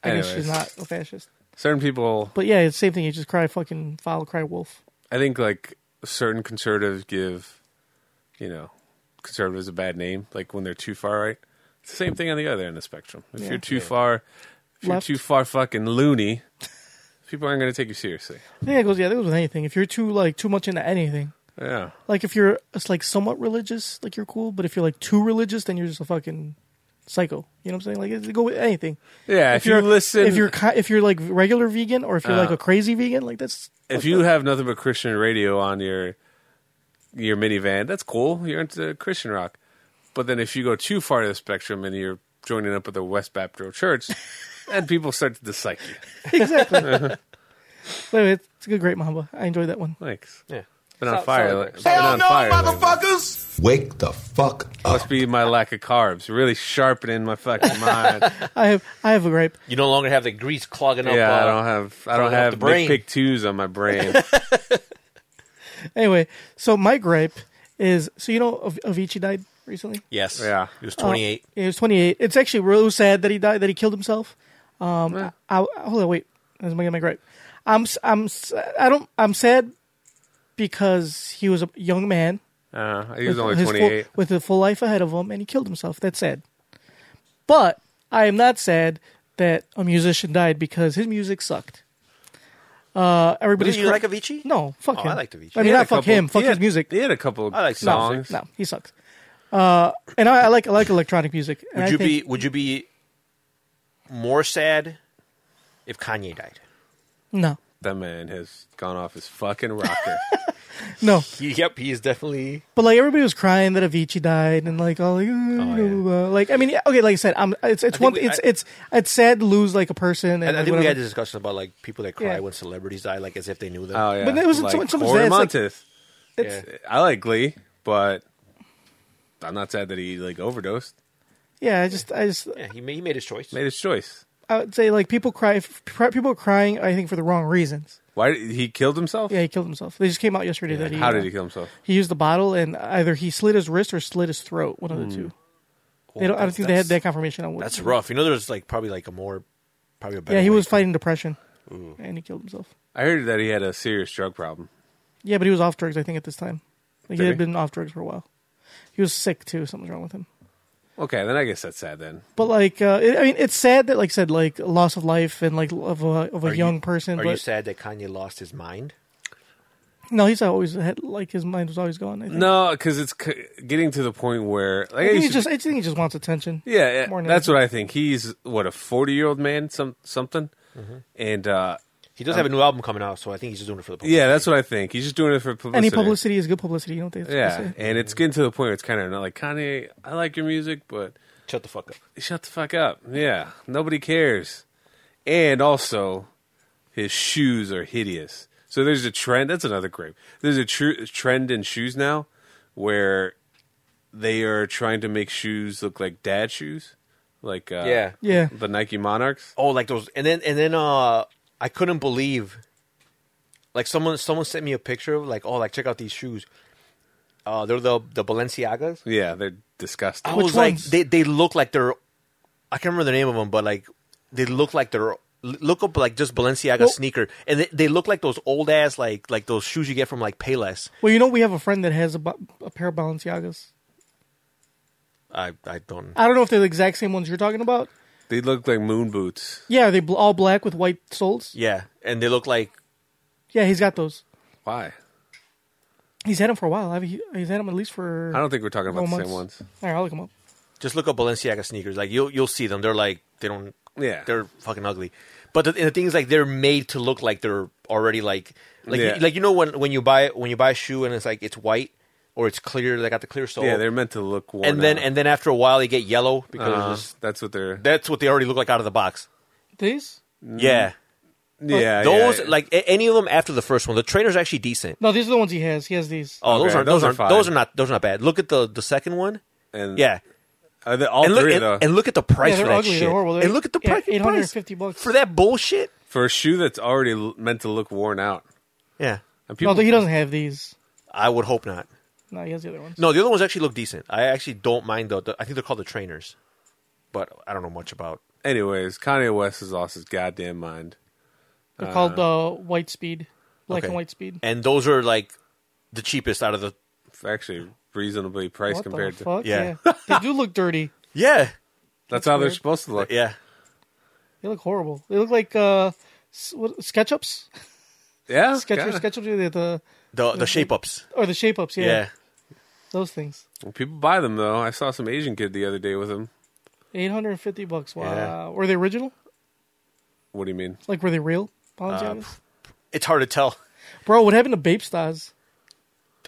I guess she's Anyways. not a fascist. Certain people, But yeah, it's the same thing. You just cry fucking foul, cry wolf. I think like certain conservatives give, you know, conservatives a bad name, like when they're too far right. It's the same thing on the other end of the spectrum. If you're too far, if Left. you're too far fucking loony, people aren't going to take you seriously. I think that goes. Yeah, that goes with anything. If you're too like too much into anything, Yeah. like if you're it's like somewhat religious, like you're cool. But if you're like too religious, then you're just a fucking psycho. You know what I'm saying? Like it, it go with anything. Yeah, if, you listen, if you're ki- if you're like regular vegan or if you're like Uh. a crazy vegan, like that's if you have nothing but Christian radio on your your minivan, that's cool. You're into Christian rock. But then if you go too far to the spectrum and you're joining up with the West Baptist <laughs> Church, then people start to dislike you. exactly. But anyway, it's a good, great Mamba. I enjoyed that one. Thanks. Yeah. Been on Solid- fire. solid like- work. been on fire. lately. motherfuckers! Wake the fuck up. Must be my lack of carbs, really sharpening my fucking <laughs> mind. I have I have a gripe. You no longer have the grease clogging up. yeah, I uh, don't have I don't Filling up have the big brain. pick twos on my <laughs> brain. Anyway, so my gripe is so you know Av- Avicii died recently. Yes. Yeah. He was 28. He was 28. It's actually really sad that he died, that he killed himself. Um, Yeah. I, I- hold on, wait. That's my my gripe. I'm s- I'm s- I don't I'm sad because he was a young man. Uh, he was with only his full- twenty eight. with a full life ahead of him, and he killed himself. That's sad. But I am not sad that a musician died because his music sucked. Uh, everybody's Did you like cra- Avicii? No, fuck Oh, him. I liked Avicii. I He mean, not fuck him. Fuck he had, his music. He had a couple I like no, songs. no, he sucks. Uh, and I, I like I like electronic music. and Would I you think- be Would you be more sad if Kanye died? No, That man has gone off his fucking rocker. <laughs> no. <laughs> Yep, he is definitely. But like everybody was crying that Avicii died, and like all like, Oh, uh, blah, blah, blah. like I mean, yeah, okay, like I said, I'm it's it's one we- it's I- it's it's sad to lose like a person. And I, I like, think we whatever. had this discussion about like people that cry Yeah. when celebrities die, like as if they knew them. Oh yeah, But that was like, some- some of Cory that, it's like- Montes. It's- I like Glee, but I'm not sad that he like overdosed. yeah, I just I just yeah, he made, he made his choice. Made his choice. I would say like people cry f- cry- people are crying I think for the wrong reasons. Why he killed himself? Yeah, he killed himself. They just came out yesterday that he How uh, did he kill himself? He used the bottle and either he slit his wrist or slit his throat. One of the two. They don't. I don't think they had that confirmation on. what- Hmm. That's rough. You know, there's like probably like a more, probably a better. Mm-hmm. Yeah, he way was to- fighting depression, Hmm. and he killed himself. I heard that he had a serious drug problem. Yeah, but he was off drugs. I think at this time, like Did he had he? been off drugs for a while. He was sick too. Something's wrong with him. Okay, then I guess that's sad. Then But like, uh, it, I mean, it's sad that like I said like loss of life and like of a of a Are young you- person. Are but you sad that Kanye lost his mind? no, he's always had like his mind was always gone. I think. no, because it's c- getting to the point where like I I think used he to- just I think he just wants attention. Yeah, More than yeah that's anything. what I think. He's what a forty-year-old man, some something, Mm-hmm. and uh, He Um, does have a new album coming out, so I think he's just doing it for the publicity. yeah, that's what I think. He's just doing it for publicity. Any publicity is good publicity. You don't think? yeah, and it's getting to the point where it's kind of like Kanye. I like your music, but Shut the fuck up. shut the fuck up. Yeah, nobody cares. And also, his shoes are hideous. So there's a trend. That's another gripe. There's a tr- trend in shoes now where they are trying to make shoes look like dad shoes, like uh, Yeah. Yeah. the Nike Monarchs. Oh, like those, and then and then uh, I couldn't believe, like someone someone sent me a picture of like, oh, like check out these shoes. Uh, they're the the Balenciagas. Yeah, they're disgusting. I Which was like, ones? they they look like they're, I can't remember the name of them, but like they look like they're look up like just Balenciaga Well- sneaker, and they, they look like those old ass like like those shoes you get from like Payless. Well, you know, we have a friend that has a, bu- a pair of Balenciagas. I I don't. I don't know if they're the exact same ones you're talking about. They look like moon boots. Yeah, are they bl- all black with white soles? Yeah, and they look like Yeah, he's got those. Why? He's had them for a while. I've, he- he's had them at least for. I don't think we're talking about Oh, the same months. ones. All right, I'll look them up. just look up Balenciaga sneakers. Like you'll you'll see them. They're like they don't. Yeah. they're fucking ugly. But the, and the thing is, like they're made to look like they're already like like Yeah. you, like you know when when you buy when you buy a shoe and it's like it's white or it's clear. They got the clear sole. Yeah, they're meant to look worn. and then out. and then after a while they get yellow because Uh, it's- that's what they're. that's what they already look like out of the box. These? Yeah, Mm-hmm. yeah, those yeah. like a- any of them after the first one. The trainer's actually decent. No, these are the ones he has. He has these. Oh, those Okay, are those, those are are fine. Mm. those are not those are not bad. Look at the the second one. and Yeah, Are they- all and look Oh, three and, though. and look at the price Yeah, for they're that ugly. shit. They're horrible. They're and look at the eight- price. $850 bucks. for that bullshit. for a shoe that's already l- meant to look worn out. Yeah, And No, people, he doesn't have these. I would hope not. No, he has the other ones. No, the other ones actually look decent. I actually don't mind though. The, I think they're called the trainers, but I don't know much about. Anyways, Kanye West has lost his goddamn mind. They're called uh, White Speed. black Okay. and white speed. and those are like the cheapest out of the. It's actually reasonably priced What compared the to. fuck? yeah. they do look dirty. Yeah, That's how they're weird. supposed to look. yeah. They look horrible. They look like uh, s- what, SketchUps. <laughs> Yeah, Sketch kinda. SketchUps, the, the The the shape ups. or the shape ups. Yeah, Yeah. those things. People buy them though. I saw some Asian kid the other day with them. Eight hundred and fifty bucks. Wow. Yeah. Were they original? What do you mean? Like were they real? Uh, Balenciagas? It's hard to tell. Bro, what happened to Bape Stars?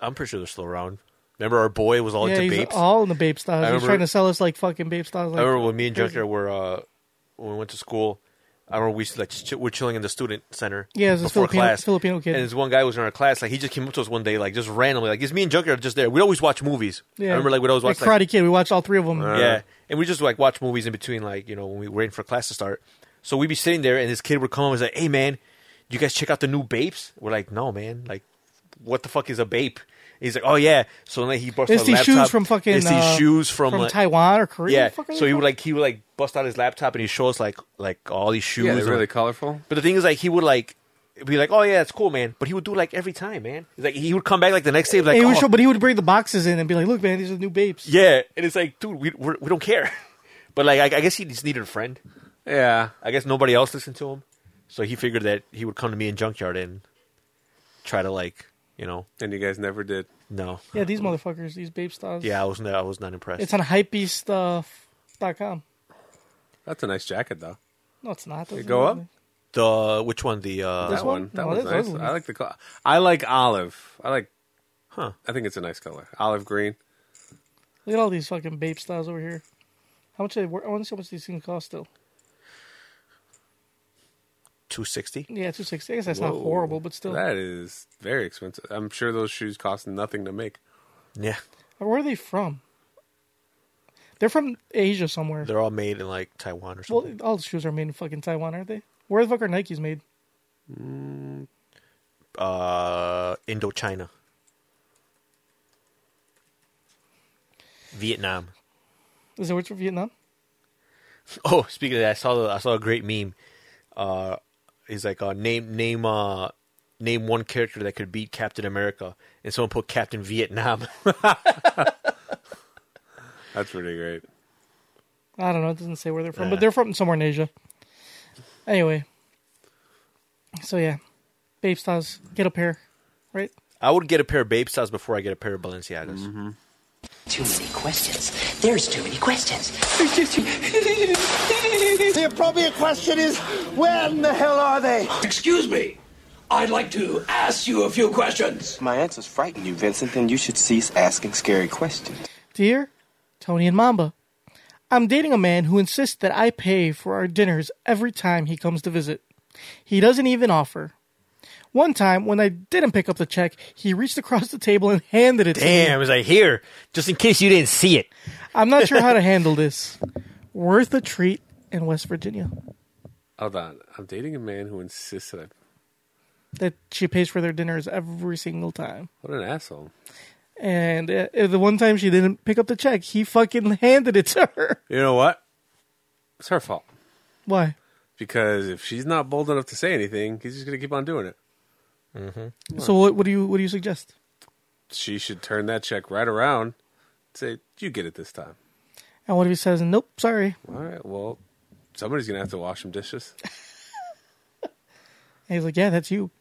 I'm pretty sure they're still around. Remember our boy was all yeah, into he's vapes. all in the Bape Stars. He's remember- trying to sell us like fucking Bape Stars. I Like, remember when me and Junkyard were uh, when we went to school. I remember we used to, like ch- we're chilling in the student center. Yeah, it was this before Filipino- class. Filipino kid. and this one guy was in our class. Like he just came up to us one day, like just randomly, like it's me and Junkyard just there. We always watch movies. I remember like Uh-huh. we always watch Karate Kid. We watched all three of them. Yeah, and we just like watch movies in between, like you know when we were waiting for class to start. So we'd be sitting there, and this kid would come and was like, "Hey man, you guys check out the new Bapes?" We're like, "No man, like what the fuck is a Bape?" He's like, "Oh yeah." So then he bust It's out a these laptop. shoes from fucking It's these uh, shoes from, like, Taiwan or Korea. yeah. Fuck are So they he would from? like he would like bust out his laptop and he show us like like all these shoes. Yeah, they're and- really colorful. but the thing is, like, he would like be like, "Oh yeah, that's cool, man." But he would do like every time, man. It's like he would come back like the next day, like, And he would "Oh, show, but he would bring the boxes in and be like, "Look, man, these are the new Bapes." yeah." And it's like, dude, we we're, we don't care. <laughs> But like, I, I guess he just needed a friend. Yeah, I guess nobody else listened to him, so he figured that he would come to me in junkyard and try to like, you know, and you guys never did. no, Yeah, these motherfuckers, these Bape Stars. yeah, I was not, I was not impressed. it's on uh, hypebeast.com. That's a nice jacket though. No, it's not. They go up? the which one? The uh, This That one? one, that No, was this- nice. this one. I like the color. I like olive. I like. Huh. I think it's a nice color. Olive green. Look at all these fucking Bape Stars over here. How much? Are they, wor- I want to see how much these things cost still. two sixty. Yeah, two sixty. I guess that's not Whoa. horrible, but still. That is very expensive. I'm sure those shoes cost nothing to make. Yeah, Where are they from? They're from Asia somewhere. they're all made in like Taiwan or well, something. all the shoes are made in fucking Taiwan, aren't they? Where the fuck are Nikes made? uh, Indochina, Vietnam. Is it which from Vietnam? Oh, speaking of that, I saw the, I saw a great meme. Uh, he's like, uh, name name uh, name one character that could beat Captain America, and someone put Captain Vietnam. <laughs> That's pretty great. I don't know. It doesn't say where they're from, Yeah. but Eh. they're from somewhere in Asia. Anyway, so yeah, Bape Stars, get a pair, right? I would get a pair of Babe Styles before I get a pair of Balenciagas. Too many questions. There's too many questions. The appropriate question is, where in the hell are they? Excuse me. I'd like to ask you a few questions. If my answers frighten you, Vincent, then you should cease asking scary questions. Dear Tony and Mamba, I'm dating a man who insists that I pay for our dinners every time he comes to visit. He doesn't even offer. One time, when I didn't pick up the check, he reached across the table and handed it to me. Damn, it's like here, just in case you didn't see it. I'm not sure how to handle this. Worth a treat in West Virginia Hold on. I'm dating a man who insists that I. that she pays for their dinners every single time. What an asshole. And uh, the one time she didn't pick up the check, he fucking handed it to her. You know what? It's her fault. Why? Because if she's not bold enough to say anything, he's just going to keep on doing it. So what? What do you? What do you suggest? She should turn that check right around and say, You get it this time. And what if he says, "Nope, sorry"? All right, well, somebody's going to have to wash <laughs> some dishes. And he's like, "Yeah, that's you."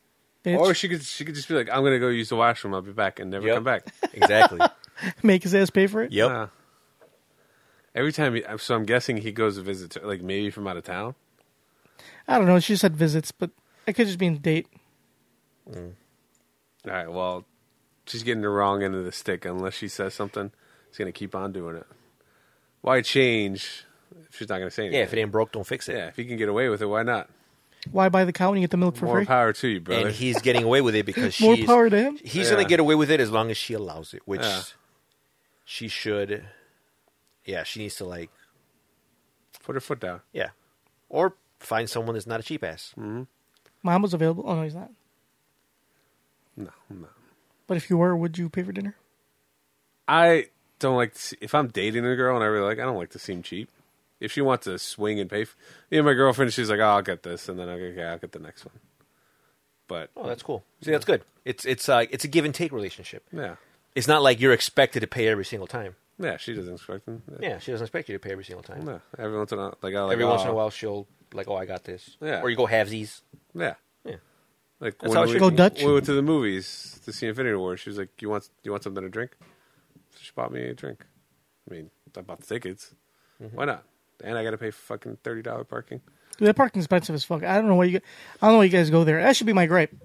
Bitch. Or she could she could just be like, I'm going to go use the washroom. I'll be back and never Yep. come back. Exactly. <laughs> <laughs> make his ass pay for it. yep. Yeah. Every time, he, so I'm guessing he goes to visit, to- like maybe from out of town. I don't know. She said visits, but I could just be in date. All right, well, she's getting the wrong end of the stick unless she says something. She's going to keep on doing it. Why change if she's not going to say anything? Yeah, if it ain't broke, don't fix it. Yeah, if you can get away with it, why not? Why buy the cow when you get the milk for More free? power to you, brother. And he's getting away with it because <laughs> More she's power to him. he's Yeah. gonna get away with it as long as she allows it, which Yeah. she should. Yeah, she needs to like Put her foot down. yeah, or find someone that's not a cheap ass. Mm. Mom was available. Oh no, he's not. No, no. But if you were, would you pay for dinner? I don't like to see, if I'm dating a girl and I really like, I don't like to seem cheap. If she wants to swing and pay, for, me and my girlfriend, she's like, oh, "I'll get this," and then I go, "Okay, I'll get the next one." But oh, that's cool. See, that's good. It's it's uh, it's a give and take relationship. Yeah. It's not like you're expected to pay every single time. Yeah, she doesn't expect them. Yeah, Yeah, she doesn't expect you to pay every single time. No, every once in a like, I like every once in oh, a while, she'll like, "Oh, I got this." Yeah. Or you go halvesies. Yeah, Yeah. like That's when how Oh, it we, should Go be. Dutch. we went to the movies to see Infinity War. She was like, "You want you want something to drink?" So she bought me a drink. I mean, I bought the tickets. Mm-hmm. Why not? And I got to pay fucking thirty dollar parking. <laughs> Dude, that parking's expensive as fuck. I don't know why you. I don't know why you guys go there. That should be my gripe.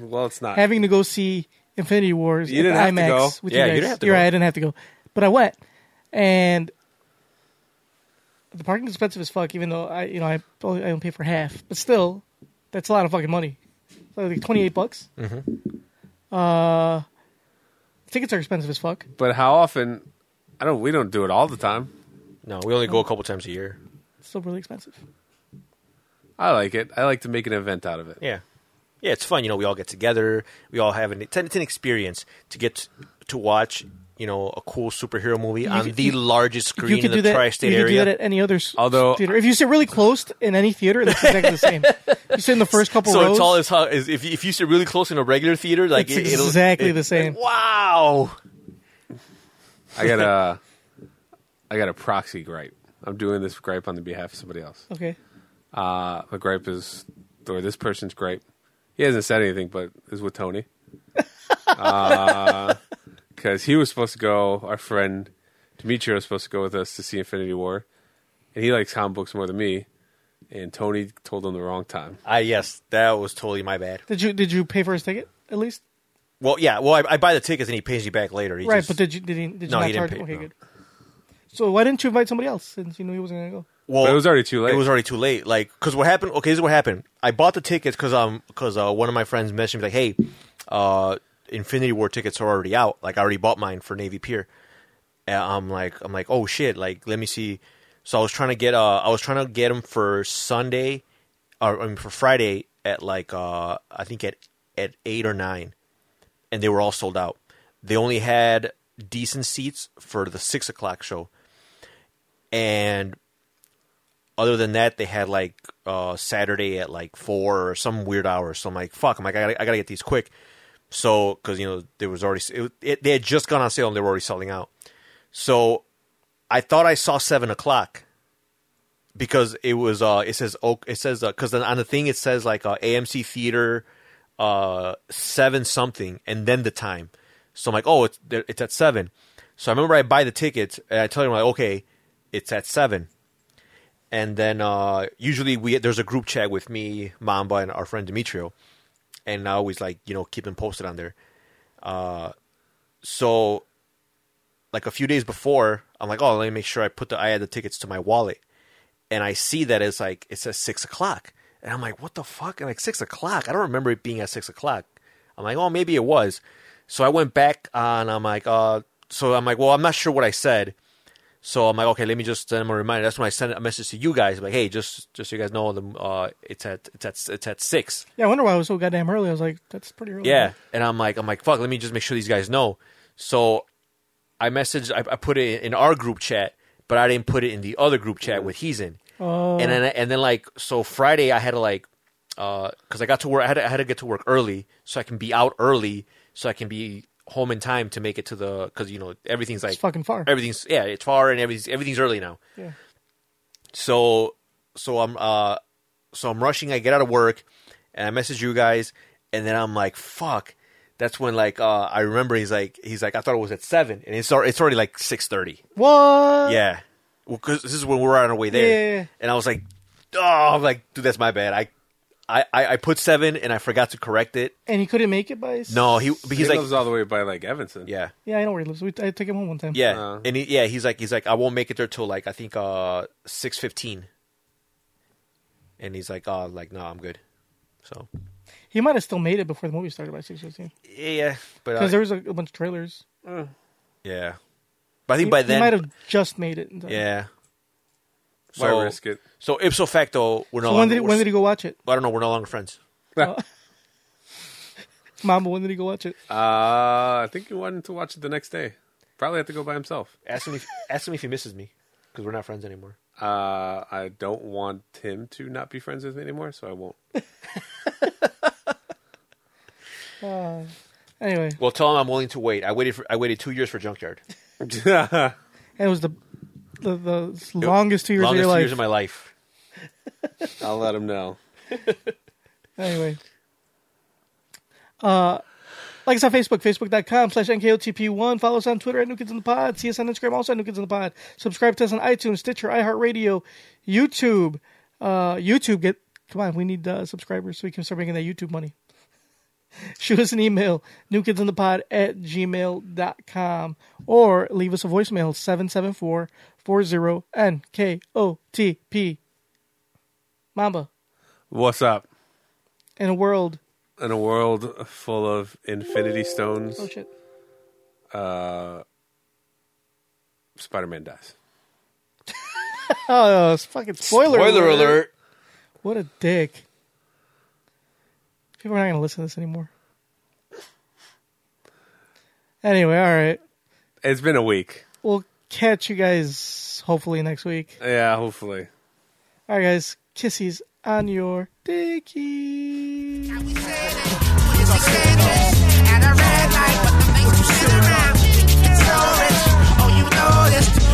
well, it's not. Having to go see Infinity Wars You at didn't the have to IMAX go. with Yeah, you you guys. didn't have to You're go. right. I didn't have to go, but I went, and the parking's expensive as fuck. Even though I, you know, I only, I only pay for half, but still, that's a lot of fucking money. It's like twenty eight bucks. Mm-hmm. Uh, tickets are expensive as fuck. but how often? I don't. We don't do it all the time. No, we only go a couple times a year. It's still really expensive. I like it. I like to make an event out of it. Yeah. Yeah, it's fun. You know, we all get together. We all have an it's an, it's an experience to get to watch. You know, a cool superhero movie on could- the you- largest screen in the tri-state you could area. do that at any other s- Although- theater. If you sit really close t- in any theater, that's exactly the same. You sit in the first couple <laughs> so rows. it's all is how is if you, if you sit really close in a regular theater, like It's it, it'll- exactly it- the same. wow. I got <laughs> a, I got a proxy gripe. I'm doing this gripe on the behalf of somebody else. okay. Uh, my gripe is, or this person's gripe. He hasn't said anything, but is with Tony. Because he was supposed to go, our friend Demetrio was supposed to go with us to see Infinity War. And he likes comic books more than me. And Tony told him the wrong time. I Ah, yes, that was totally my bad. Did you did you pay for his ticket at least? Well, yeah. Well, I, I buy the tickets and he pays me back later. He right, just- but did you did he did you No, not he didn't charge him? pay- Okay, no. good. So why didn't you invite somebody else since you knew he wasn't gonna go? well, But it was already too late. It was already too late. Like, cause what happened? Okay, this is what happened. I bought the tickets because um because uh, one of my friends messaged me like, hey, uh, Infinity War tickets are already out. Like, I already bought mine for Navy Pier. And I'm like, I'm like, oh shit. Like, let me see. So I was trying to get uh I was trying to get them for Sunday, or I mean, for Friday at like uh I think at at eight or nine, and they were all sold out. They only had decent seats for the six o'clock show, and other than that, they had like uh, Saturday at like four or some weird hour. So I'm like, fuck, I'm like, I gotta, I gotta get these quick. So, because you know, there was already it, it, they had just gone on sale and they were already selling out. So, I thought I saw seven o'clock because it was uh, it says oak, it says because then on the thing it says like uh, AMC theater uh seven something and then the time. So I'm like, oh, it's there- it's at seven. So I remember I buy the tickets and I tell them like, okay, it's at seven and then uh, usually we there's a group chat with me, Mamba, and our friend Demetrio, and I always like you know keep them posted on there. Uh, so, like a few days before, I'm like, oh, let me make sure I put the I add the tickets to my wallet, and I see that it's like it says six o'clock, and I'm like, what the fuck? And like six o'clock, I don't remember it being at six o'clock. I'm like, oh, maybe it was. So I went back on. I'm like, uh, so I'm like, well, I'm not sure what I said. So I'm like, okay, let me just send them a reminder. That's when I sent a message to you guys, like, hey, just just so you guys know, the uh, it's at it's at it's at six. Yeah, I wonder why it was so goddamn early. I was like, that's pretty early. Yeah, and I'm like, I'm like, fuck. Let me just make sure these guys know. So I messaged, I, I put it in our group chat, but I didn't put it in the other group chat with he's in. Oh. And then and then like so Friday I had to like, uh, because I got to work, I had to, I had to get to work early so I can be out early so I can be home in time to make it to the because you know everything's like fucking far. Everything's yeah, it's far and everything's everything's early now. Yeah. So so I'm uh so I'm rushing. I get out of work, and I message you guys, and then I'm like, "Fuck!" That's when like uh, I remember he's like he's like I thought it was at seven, and it's al- it's already like six thirty. What? Yeah, because this is when we're on our way there, Yeah, yeah, yeah. and I was like, "Oh, I'm like, dude, that's my bad. I, I, I I put seven, and I forgot to correct it. And he couldn't make it by. s- No, he he's He like, lives all the way by like Evanston. yeah, Yeah, I know where he lives. We, I took him home one time. yeah, Uh. and he, yeah, he's like he's like I won't make it there till like I think uh six fifteen, and he's like, "Oh, like no, I'm good." So He might have still made it before the movie started by six fifteen yeah, but because uh, there was a, a bunch of trailers. Yeah. But I He, think by he then, might have just made it. in time. yeah. Why So risk it? So ipso facto, we're no So when longer. did he, when did he go watch it? I don't know. We're no longer friends. Mama, when did he go watch it? Uh, I think he wanted to watch it the next day. Probably have to go by himself. Ask him if <laughs> ask him if he misses me because we're not friends anymore. Uh, I <laughs> don't want him to not be friends with me anymore, so I won't. Uh, anyway, Well, tell him I'm willing to wait. I waited for I waited two years for Junkyard. it was the the, the longest two years of Longest your two life. years of my life. I'll let him know. Anyway. Uh, like us on Facebook, facebook.com slash NKOTP1. Follow us on Twitter at New Kids in the Pod. See us on Instagram, also at New Kids in the Pod. Subscribe to us on iTunes, Stitcher, iHeartRadio, YouTube. Uh, YouTube, get, come on, we need uh, subscribers so we can start making that YouTube money. <laughs> Shoot us an email, newkidsinthepod at gmail.com, or leave us a voicemail, 774 40 NKOTP. Mamba, What's up? in a world. In a world full of infinity stones, Oh, shit. Spider Man dies. Oh, it's fucking spoiler, Spoiler alert. What a dick. People are not going to listen to this anymore. Anyway, all right. It's been a week. We'll catch you guys hopefully next week. Yeah, hopefully. All right, guys. Kissies on your dickie. At a red light, but the things you send around, it's so rich. Oh, you know this.